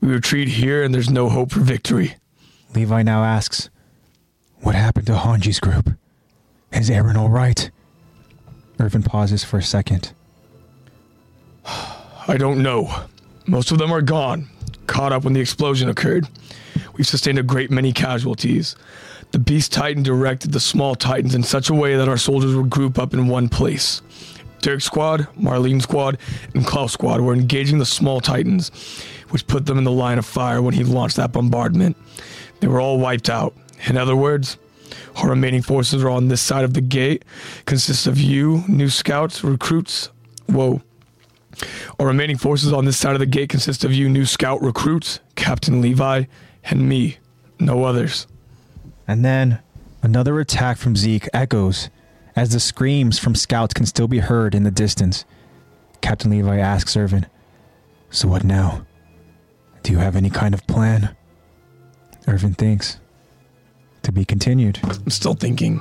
We retreat here and there's no hope for victory. Levi now asks, What happened to Hanji's group? Is Aaron all right? Irvin pauses for a second. I don't know. Most of them are gone, caught up when the explosion occurred. We've sustained a great many casualties. The Beast Titan directed the small Titans in such a way that our soldiers would group up in one place. Derek's squad, Marlene's squad, and Klaus squad were engaging the small Titans, which put them in the line of fire when he launched that bombardment. They were all wiped out. In other words, our remaining forces are on this side of the gate, consists of you, new scouts, recruits. Whoa. Our remaining forces on this side of the gate consist of you new scout recruits, Captain Levi, and me. No others. And then another attack from Zeke echoes as the screams from scouts can still be heard in the distance. Captain Levi asks Irvin, So what now? Do you have any kind of plan? Irvin thinks, to be continued. I'm still thinking.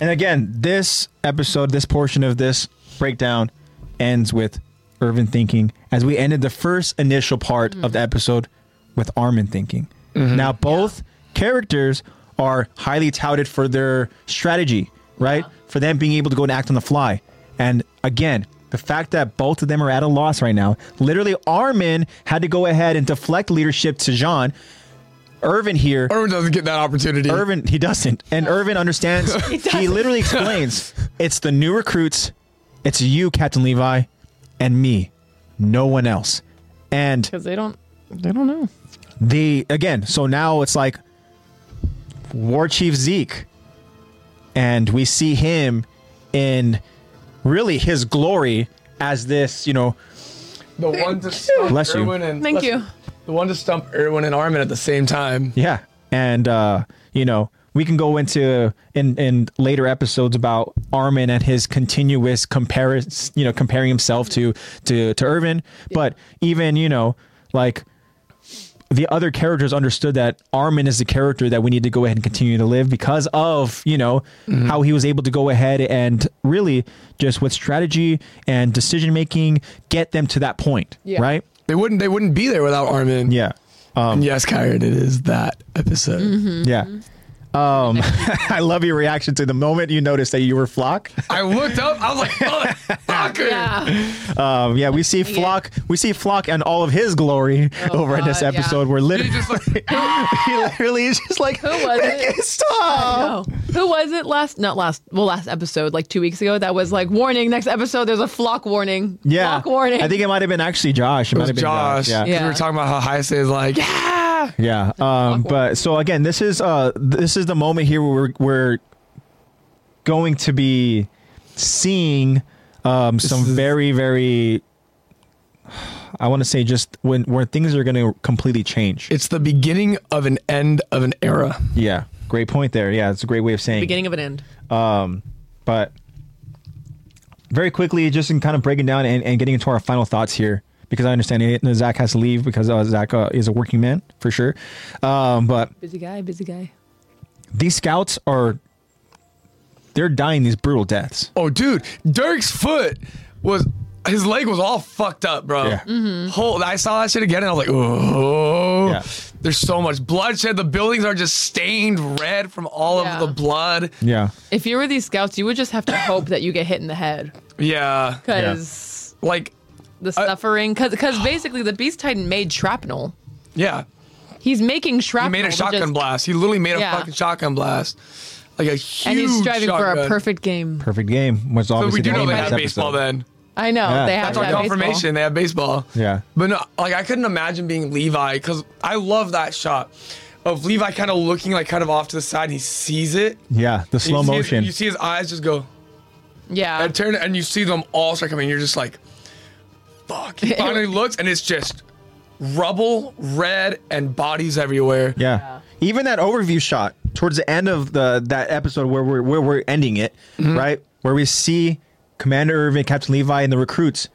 And again, this episode, this portion of this breakdown ends with Irvin thinking, as we ended the first initial part of the episode with Armin thinking. Now, both characters are highly touted for their strategy, right? For them being able to go and act on the fly. And again, the fact that both of them are at a loss right now, literally, Armin had to go ahead and deflect leadership to Jean Irvin here. Irvin doesn't get that opportunity. Irvin, he doesn't. And Irvin understands. he, literally explains it's the new recruits, it's you, Captain Levi, and me, no one else. And because they don't they don't know. the again, so now it's like War Chief Zeke, and we see him in really his glory as this, you know, the one to stump Bless you. Irwin and Thank bless you. The one to stump Irwin and Armin at the same time. Yeah. And uh, you know, we can go into in in later episodes about Armin and his continuous comparis you know, comparing himself to to to Irvin, but even, you know, like the other characters understood that Armin is the character that we need to go ahead and continue to live because of, you know, how he was able to go ahead and really just with strategy and decision making get them to that point, Yeah. right? They wouldn't. They wouldn't be there without Armin. Yeah. um, And yes, Kyron, it is that episode. Mm-hmm. Yeah. Um, I love your reaction to the moment you noticed that you were Flock. I looked up. I was like, "Oh, motherfucker. Yeah. Um, yeah, we see it. Flock. We see Flock and all of his glory Oh, over in this God, yeah. episode. We're He literally, just like, he literally is just like, Who was "Make it?" stop. Oh. Who was it last not last well last episode, like two weeks ago, that was like warning, next episode there's a flock warning. Yeah, Flock warning. I think it might have been actually Josh. It, might was have been Josh. Yeah, 'cause We Yeah. were talking about how Heise is like, yeah. Yeah. Um, but so again, this is uh, this is the moment here where we're, we're going to be seeing um, some is- very very. I want to say just when where things are going to completely change. It's the beginning of an end of an era. yeah. Great point there. Yeah, it's a great way of saying. it. Beginning of an end. But very quickly, just in kind of breaking down and, and getting into our final thoughts here, because I understand it, and Zach has to leave because uh, Zach uh, is a working man for sure. Um, but Busy guy, busy guy. these scouts are they're dying these brutal deaths. Oh, dude, Dirk's foot was his leg was all fucked up, bro. Mm-hmm. Yeah. Whole- I saw that shit again, and I was like, oh, Yeah. there's so much bloodshed. The buildings are just stained red from all Yeah. of the blood. Yeah. If you were these scouts, you would just have to hope that you get hit in the head. Yeah, Cause like, the Uh, suffering cause, 'cause basically the beast titan made shrapnel. yeah, He's making he shrapnel. made a to shotgun just- blast. He literally made Yeah. a fucking shotgun blast, like a huge. And he's striving for a shotgun. perfect game. Perfect game was So obviously we do the know name they of had this baseball episode. then. I know. Yeah. They have That's to our have baseball. confirmation. They have baseball. Yeah. But no, like I couldn't imagine being Levi because I love that shot of Levi kind of looking like kind of off to the side. And he sees it. Yeah, the slow you see his- motion. you see his eyes just go Yeah. and turn, and you see them all start coming. You're just like, fuck. He finally looks, and it's just rubble, red, and bodies everywhere. yeah. Yeah. Even that overview shot towards the end of the that episode where we're where we're ending it, Mm-hmm. right? Where we see Commander Irvin, Captain Levi, and the recruits.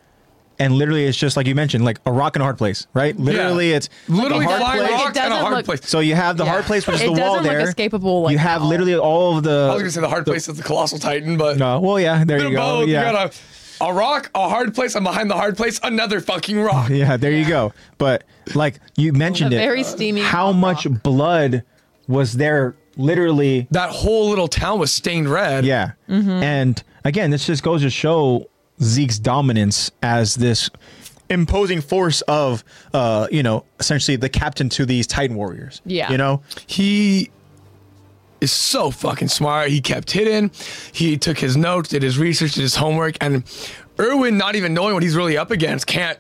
And literally, it's just like you mentioned, like a rock and a hard place, right? Literally, it's Literally a hard flying place. Like, it rocks and a doesn't hard look- place. So you have the Yeah. hard place, which is It the wall doesn't look there. escapable, like, you have at all. literally all of the. I was gonna say the hard place is the colossal titan, but No, well, yeah, there They're you go. both. You Yeah, got a, a rock, a hard place, and behind the hard place, another fucking rock. yeah, there you go. But like you mentioned A it, very steamy How hot much rock. blood was there? Literally, That whole little town was stained red. yeah. And again, this just goes to show Zeke's dominance as this imposing force of, uh, you know, essentially the captain to these Titan warriors. Yeah. you know, he is so fucking smart. He kept hidden. He took his notes, did his research, did his homework, and Irwin, not even knowing what he's really up against, can't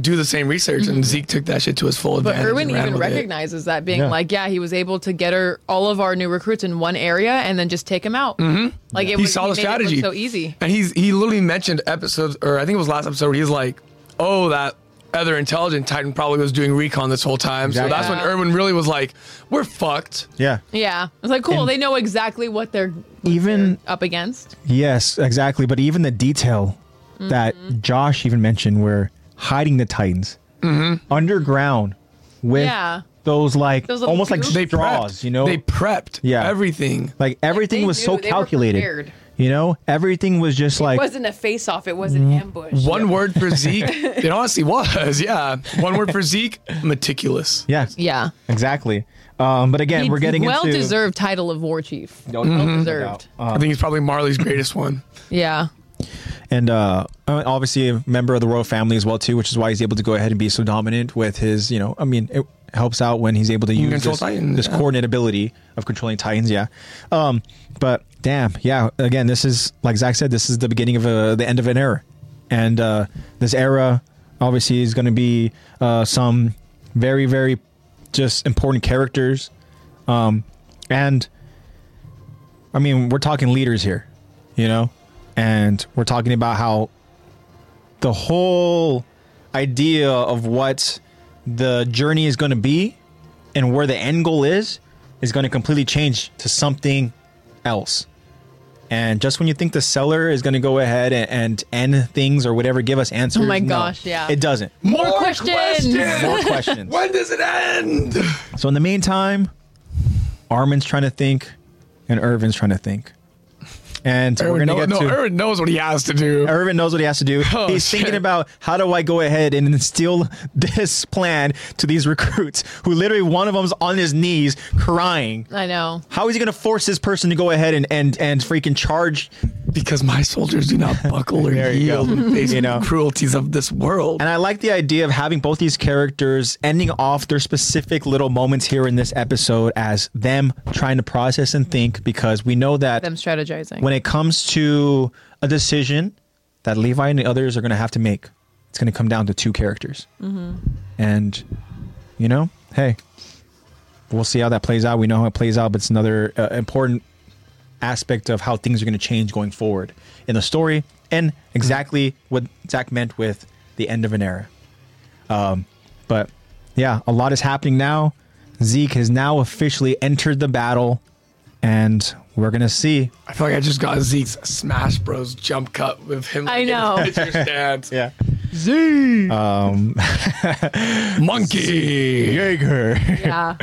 do the same research. And Zeke took that shit to his full Mm-hmm. But advantage. Irwin and ran even with it. recognizes that being Yeah. like, yeah, he was able to get her, all of our new recruits in one area and then just take them out. Mm-hmm. Like it He was saw he the made it look strategy. so easy. And he's he literally mentioned episodes, or I think it was last episode, where he's like, "Oh, that other intelligent Titan probably was doing recon this whole time." So Exactly. that's when Yeah. Irwin really was like, "We're fucked." yeah. Yeah, it's like cool. they know exactly what they're Even up against. Yes, exactly. But even the detail that Josh even mentioned, where hiding the Titans underground with Mm-hmm. Yeah. those like Those little almost like tubes. They straws, prepped. you know, They prepped. Yeah. Everything. like everything they was so knew, they were calculated. prepared. You know, everything was just like Mm-hmm. it wasn't a face off, it was an ambush. One word for Zeke. It honestly was, yeah. One word for Zeke, meticulous. yeah, Yeah, exactly. Um, but again, He- we're getting well into deserved title of war chief. No, no, no Well doubt. deserved. I think he's probably Marley's greatest one. Yeah, and uh, uh, obviously a member of the royal family as well too, which is why he's able to go ahead and be so dominant with his, you know, I mean, it, helps out when he's able to use Mm, control this, Titan, this yeah. coordinate ability of controlling Titans. Yeah. Um, but damn, yeah. Again, this is like Zach said. This is the beginning of a, the end of an era, and uh, this era obviously is going to be uh, some very very just important characters, um, and I mean we're talking leaders here, you know, and we're talking about how the whole idea of what the journey is going to be and where the end goal is is going to completely change to something else. And just when you think the seller is going to go ahead and, and end things or whatever, give us answers. Oh my no, gosh, yeah. It doesn't. More, questions! More questions. when does it end? So in the meantime, Armin's trying to think and Irvin's trying to think. And we're going Irwin, to no, get no, to. Er- Irwin knows what he has to do. Irvin knows what he has to do. Oh, He's shit. thinking about how do I go ahead and instill this plan to these recruits who literally one of them's on his knees crying. I know. How is he going to force this person to go ahead and and and freaking charge? Because my soldiers do not buckle or There you yield go. in face You of know. the cruelties of this world. And I like the idea of having both these characters ending off their specific little moments here in this episode as them trying to process and think because we know that Them strategizing. when it comes to a decision that Levi and the others are going to have to make, it's going to come down to two characters. And, you know, hey, we'll see how that plays out. We know how it plays out, but it's another uh, important aspect of how things are going to change going forward in the story and exactly what Zach meant with the end of an era. Um, but yeah, a lot is happening now. Zeke has now officially entered the battle, and we're going to see I feel like I just got Zeke's Smash Bros. jump cut with him. I like, know. It's your stance. Yeah. Zeke. Um. Monkey. Jaeger. yeah.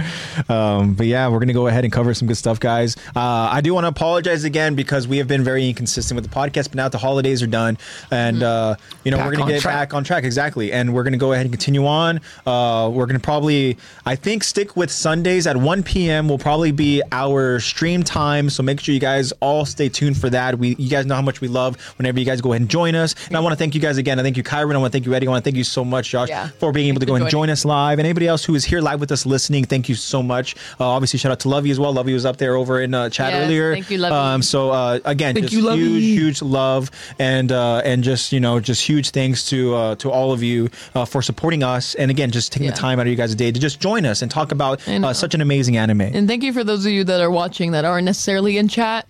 Um, but yeah, we're gonna go ahead and cover some good stuff, guys. Uh, I do want to apologize again because we have been very inconsistent with the podcast, but now that the holidays are done, and uh, you know Mm. Back we're gonna on get track. back on track exactly, and we're gonna go ahead and continue on. Uh, we're gonna probably, I think, stick with Sundays at 1 p.m. will probably be our stream time, so make sure you guys all stay tuned for that. We, you guys know how much we love whenever you guys go ahead and join us, and I want to thank you guys again. I thank you, Kyron. I want to thank you, Eddie. I want to thank you so much, Josh, Yeah. for being able to for go and joining. join join us live and anybody else who is here live with us listening thank you so much uh, obviously shout out to lovey as well lovey was up there over in uh, chat Yes, earlier thank you, Lovey. um so uh again Thank just you, Lovey. huge huge love and uh and just you know just huge thanks to uh to all of you uh, for supporting us and again just taking the Yeah. time out of you guys' day to just join us and talk about I know. uh, such an amazing anime And thank you for those of you that are watching that aren't necessarily in chat.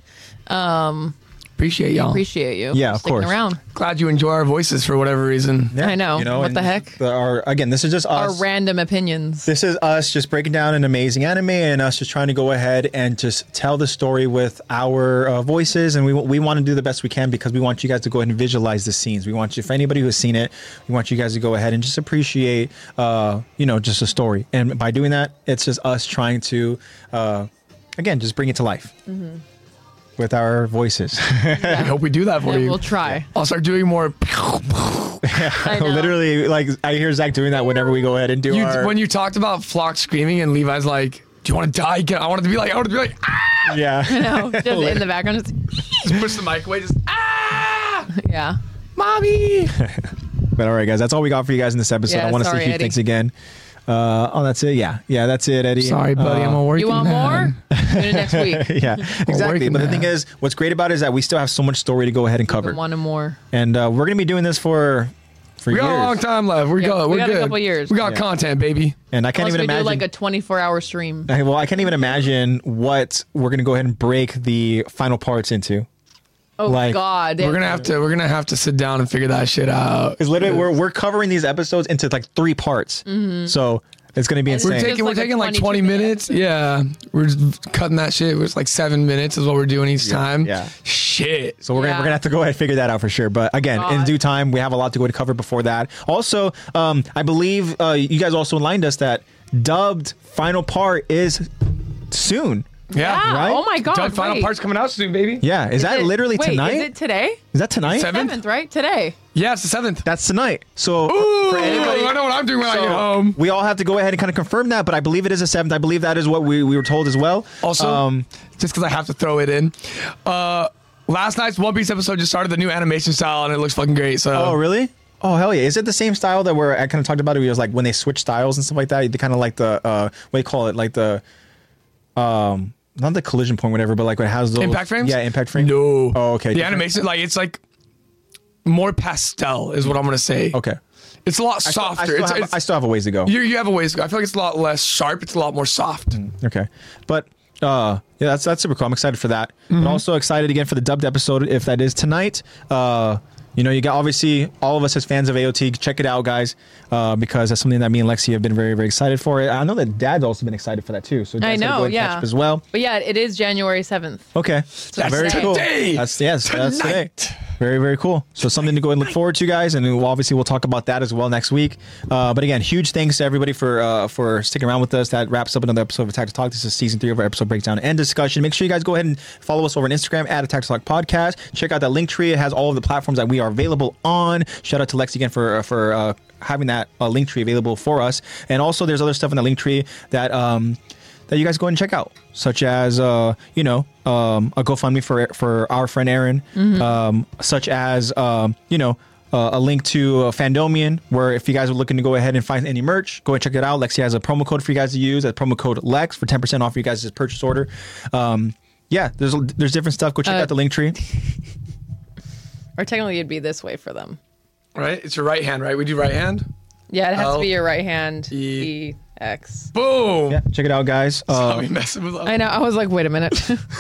Appreciate y'all. Appreciate you. Yeah, for of sticking course. around. Glad you enjoy our voices for whatever reason. Yeah, I know. What and the heck? the- our, again this is just Our us random opinions. This is us just breaking down an amazing anime and us just trying to go ahead and just tell the story with our uh, voices. And we, we want to do the best we can because we want you guys to go ahead and visualize the scenes. We want you, if anybody who has seen it, we want you guys to go ahead and just appreciate, uh, you know, just a story. And by doing that, it's just us trying to, uh, again, just bring it to life with our voices. I hope we do that for And you. we'll try. I'll start doing more. I know. Literally, like, I hear Zach doing that whenever we go ahead and do You, our. when you talked about Flock screaming and Levi's like, "Do you want to die?" Again? I wanted to be like, I wanted to be like, ah! yeah. No, just in the background. Just, just push the mic away, just ah, yeah. mommy. But all right, guys, that's all we got for you guys in this episode. Yeah, I want to say sorry, huge Eddie. thanks again. Uh, oh, that's it. Yeah, yeah, that's it, Eddie. Sorry, buddy, Uh, I'm a working You want man. more? Tune in next week. yeah, exactly. working But the thing man. is, what's great about it is that we still have so much story to go ahead and cover, Been wanting more. and uh, we're gonna be doing this for for We years. got a long time left. We Yeah, got, we we're got a good. couple years. We got Yeah. content, baby. And I can't Unless even we imagine. do like a 24 hour stream. I- well, I can't even imagine what we're gonna go ahead and break the final parts into. Oh, like, God. We're gonna have to. We're gonna have to sit down and figure that shit out. Because literally, we're we're covering these episodes into like three parts, Mm-hmm. so it's gonna be We're insane. taking. we're like a taking like 22 20 minute minutes. Yeah, we're just cutting that shit. It's like seven minutes is what we're doing each time. yeah. Shit. So we're, gonna, we're Yeah. gonna have to go ahead and figure that out for sure. But again, in God. due time, we have a lot to go to cover before that. Also, um, I believe uh, you guys also aligned us that dubbed final part is soon. yeah. Ah, right? Oh, my God. Done. final wait. part's coming out soon, baby. Yeah, is, that It- literally wait, tonight? Is it today? is that tonight? Seven- Seventh? Seventh, right? Today. Yeah, it's the seventh. That's tonight. So uh, Ooh, I know Um, what I'm doing when I get home. we all have to go ahead and kind of confirm that. But I believe it is the seventh. I believe that is what we, we were told as well. Also, Um, just because I have to throw it in, uh, last night's One Piece episode just started the new animation style and it looks fucking great. So, oh really? Oh hell yeah! Is it the same style that we're I kind of talked about it? Where it was like when they switch styles and stuff like that. They kind of like the uh, what do you call it? Like the um, not the collision point, whatever, but like when it has those Impact frames? Yeah, impact frame. No. Oh okay. The different. animation, like it's like more pastel, is what I'm gonna say. Okay. It's a lot I still- softer. I still, it's, have, it's, I still have a ways to go. you, you have a ways to go. I feel like it's a lot less sharp. It's a lot more soft. Okay, but uh, yeah, that's that's super cool. I'm excited for that. Mm-hmm. But also excited again for the dubbed episode if that is tonight. Uh, you know, you got obviously all of us as fans of AOT, check it out, guys, uh, because that's something that me and Lexi have been very very excited for. I know that Dad's also been excited for that too. So I Dad's gonna know, go ahead and catch yeah. up as well. But yeah, it is January 7th. Okay, That's very today. cool. Today. That's yes, that's today. Tonight. Very very cool. So something to go and look forward to, guys, and we'll, obviously we'll talk about that as well next week. Uh, but again, huge thanks to everybody for uh, for sticking around with us. That wraps up another episode of Attack to Talk. This is season three of our episode breakdown and discussion. Make sure you guys go ahead and follow us over on Instagram at Attack to Talk Podcast. Check out that link tree. It has all of the platforms that we are available on. Shout out to Lex again for for uh, having that uh, link tree available for us. And also, there's other stuff in the link tree that. Um, that you guys go and check out, such as uh, you know um, a GoFundMe for for our friend Aaron, um, such as um, you know uh, a link to uh, Fandomian, where if you guys are looking to go ahead and find any merch, go and check it out. Lexi has a promo code for you guys to use, a promo code Lex for ten percent off your guys' purchase order. Um, yeah, there's there's different stuff. Go check out the link tree. Or technically, it'd be this way for them. Right? It's your right hand, right? We do right hand. Yeah, it has L- to be your right hand. Oh. E- E X. Boom. Yeah, check it out, guys. I'll Uh, be messing with I know. I was like, wait a minute.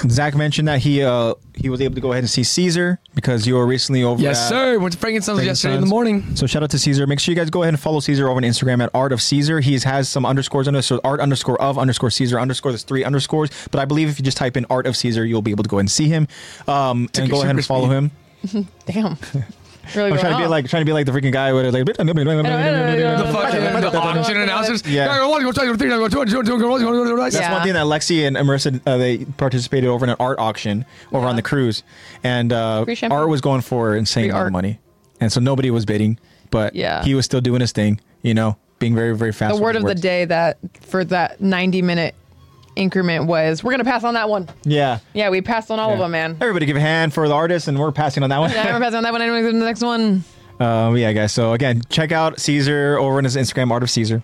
Zach mentioned that he uh, he was able to go ahead and see Caesar because you were recently over. Yes, at- sir. Went to Frankenstein's yesterday in the Sons. morning. So shout out to Caesar. Make sure you guys go ahead and follow Caesar over on Instagram at Art of Caesar. He has some underscores on it, so Art underscore of underscore Caesar underscore. There's three underscores, but I believe if you just type in Art of Caesar, you'll be able to go ahead and see him. Um, and a go ahead and super follow speed. him. Damn. Really I'm trying to be like trying to be like the freaking guy with like. The Yeah. fucking Yeah. the Yeah. auction Yeah. announcers. Yeah. That's Yeah. one thing that Lexi and Marissa uh, they participated over in an art auction over on the cruise, and uh, Free champagne. Art was going for insane Free amount of art. money, and so nobody was bidding, but Yeah. he was still doing his thing, you know, being very very fast. the with word his of the words. day that for that 90 minute increment was we're gonna pass on that one Yeah, yeah we passed on all of Yeah. them man Everybody give a hand for the artist, and we're passing on that one. yeah we're passing on that one anyway to the next one Um, yeah, guys. So again, check out Caesar over on his Instagram, Art of Caesar.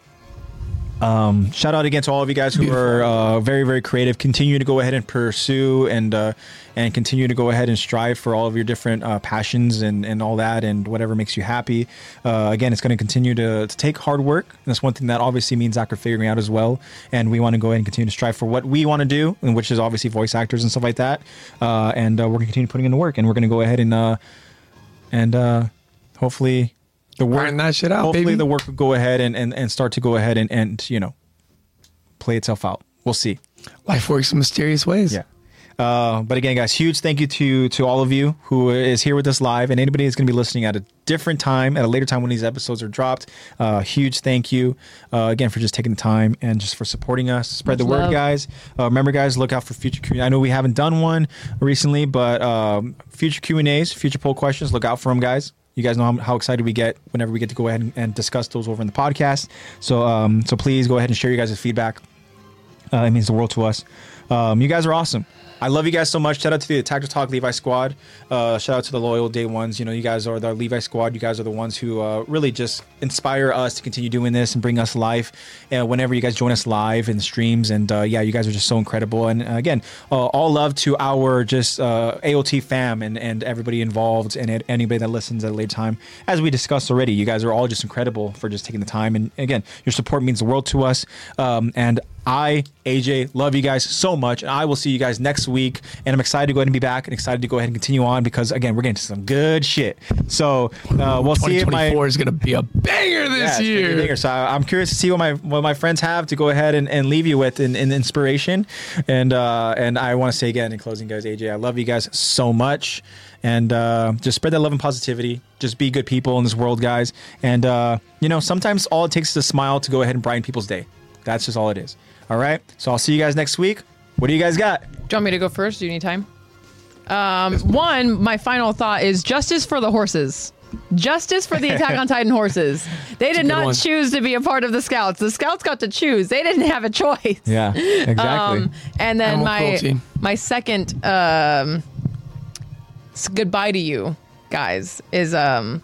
Um, shout out again to all of you guys who are uh, very, very creative. Continue to go ahead and pursue and uh, and continue to go ahead and strive for all of your different uh, passions and, and all that and whatever makes you happy. Uh, again, it's going to continue to to take hard work. And that's one thing that obviously means Zach are figuring out as well. And we want to go ahead and continue to strive for what we want to do, and which is obviously voice actors and stuff like that. Uh, and uh, we're going to continue putting in the work, and we're going to go ahead and uh, and uh, hopefully the work Iron that shit out, hopefully baby. the work will go ahead and, and, and start to go ahead and, and you know play itself out. We'll see. Life works in mysterious ways. Yeah. Uh, but again, guys, huge thank you to to all of you who is here with us live, and anybody that's going to be listening at a different time, at a later time when these episodes are dropped. Uh, huge thank you uh, again for just taking the time and just for supporting us. Spread the Much word, love. guys. Uh, remember, guys, look out for future. Q- I know we haven't done one recently, but um, future Q and A's, future poll questions. Look out for them, guys. You guys know how, how excited we get whenever we get to go ahead and, and discuss those over in the podcast. So, um, so please go ahead and share your guys' feedback. Uh, it means the world to us. Um, you guys are awesome. I love you guys so much. Shout out to the Tactical Talk Levi Squad. Uh, shout out to the loyal day ones. You know, you guys are the Levi Squad. You guys are the ones who uh, really just inspire us to continue doing this and bring us life. And whenever you guys join us live in streams, and uh, yeah, you guys are just so incredible. And uh, again, uh, all love to our just uh, AOT fam and and everybody involved and anybody that listens at a later time. As we discussed already, you guys are all just incredible for just taking the time. And again, your support means the world to us. Um, and I, AJ, love you guys so much. And I will see you guys next week. And I'm excited to go ahead and be back and excited to go ahead and continue on because, again, we're getting to some good shit. So uh, we'll see if my. 2024 is gonna be a banger Yeah, this it's gonna be year. bigger. So I, I'm curious to see what my what my friends have to go ahead and, and leave you with in, in inspiration, and uh, and I want to say again in closing, guys, AJ, I love you guys so much, and uh, just spread that love and positivity. Just be good people in this world, guys, and uh, you know sometimes all it takes is a smile to go ahead and brighten people's day. That's just all it is. All right, so I'll see you guys next week. What do you guys got? do you want me to go first do you need time um one my final thought is justice for the horses Justice for the Attack on Titan horses. They did not one. choose to be a part of the Scouts. The Scouts got to choose. They didn't have a choice. Yeah, exactly. Um, and then Animal my cruelty. my second um, s- goodbye to you guys is um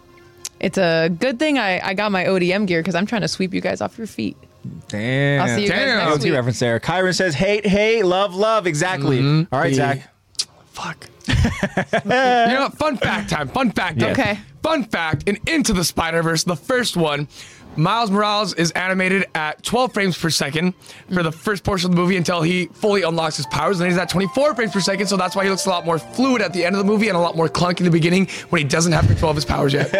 It's a good thing I, I got my ODM gear because I'm trying to sweep you guys off your feet. Damn. I'll see you Damn. guys next Guilty week. reference there. Kyron says, hate, hate, love, love. Exactly. All right, The- Zach. Fuck. you know, what? fun fact time. Fun fact. Time. Okay. Fun fact. In Into the Spider Verse, the first one, Miles Morales is animated at 12 frames per second for the first portion of the movie until he fully unlocks his powers. And then he's at 24 frames per second, so that's why he looks a lot more fluid at the end of the movie and a lot more clunky in the beginning when he doesn't have control of his powers yet.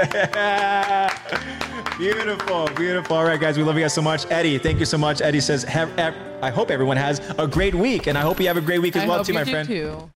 beautiful, beautiful. All right, guys, we love you guys so much. Eddie, thank you so much. Eddie says, have, have- I hope everyone has a great week, and I hope you have a great week as I well, hope too, you my do friend. too.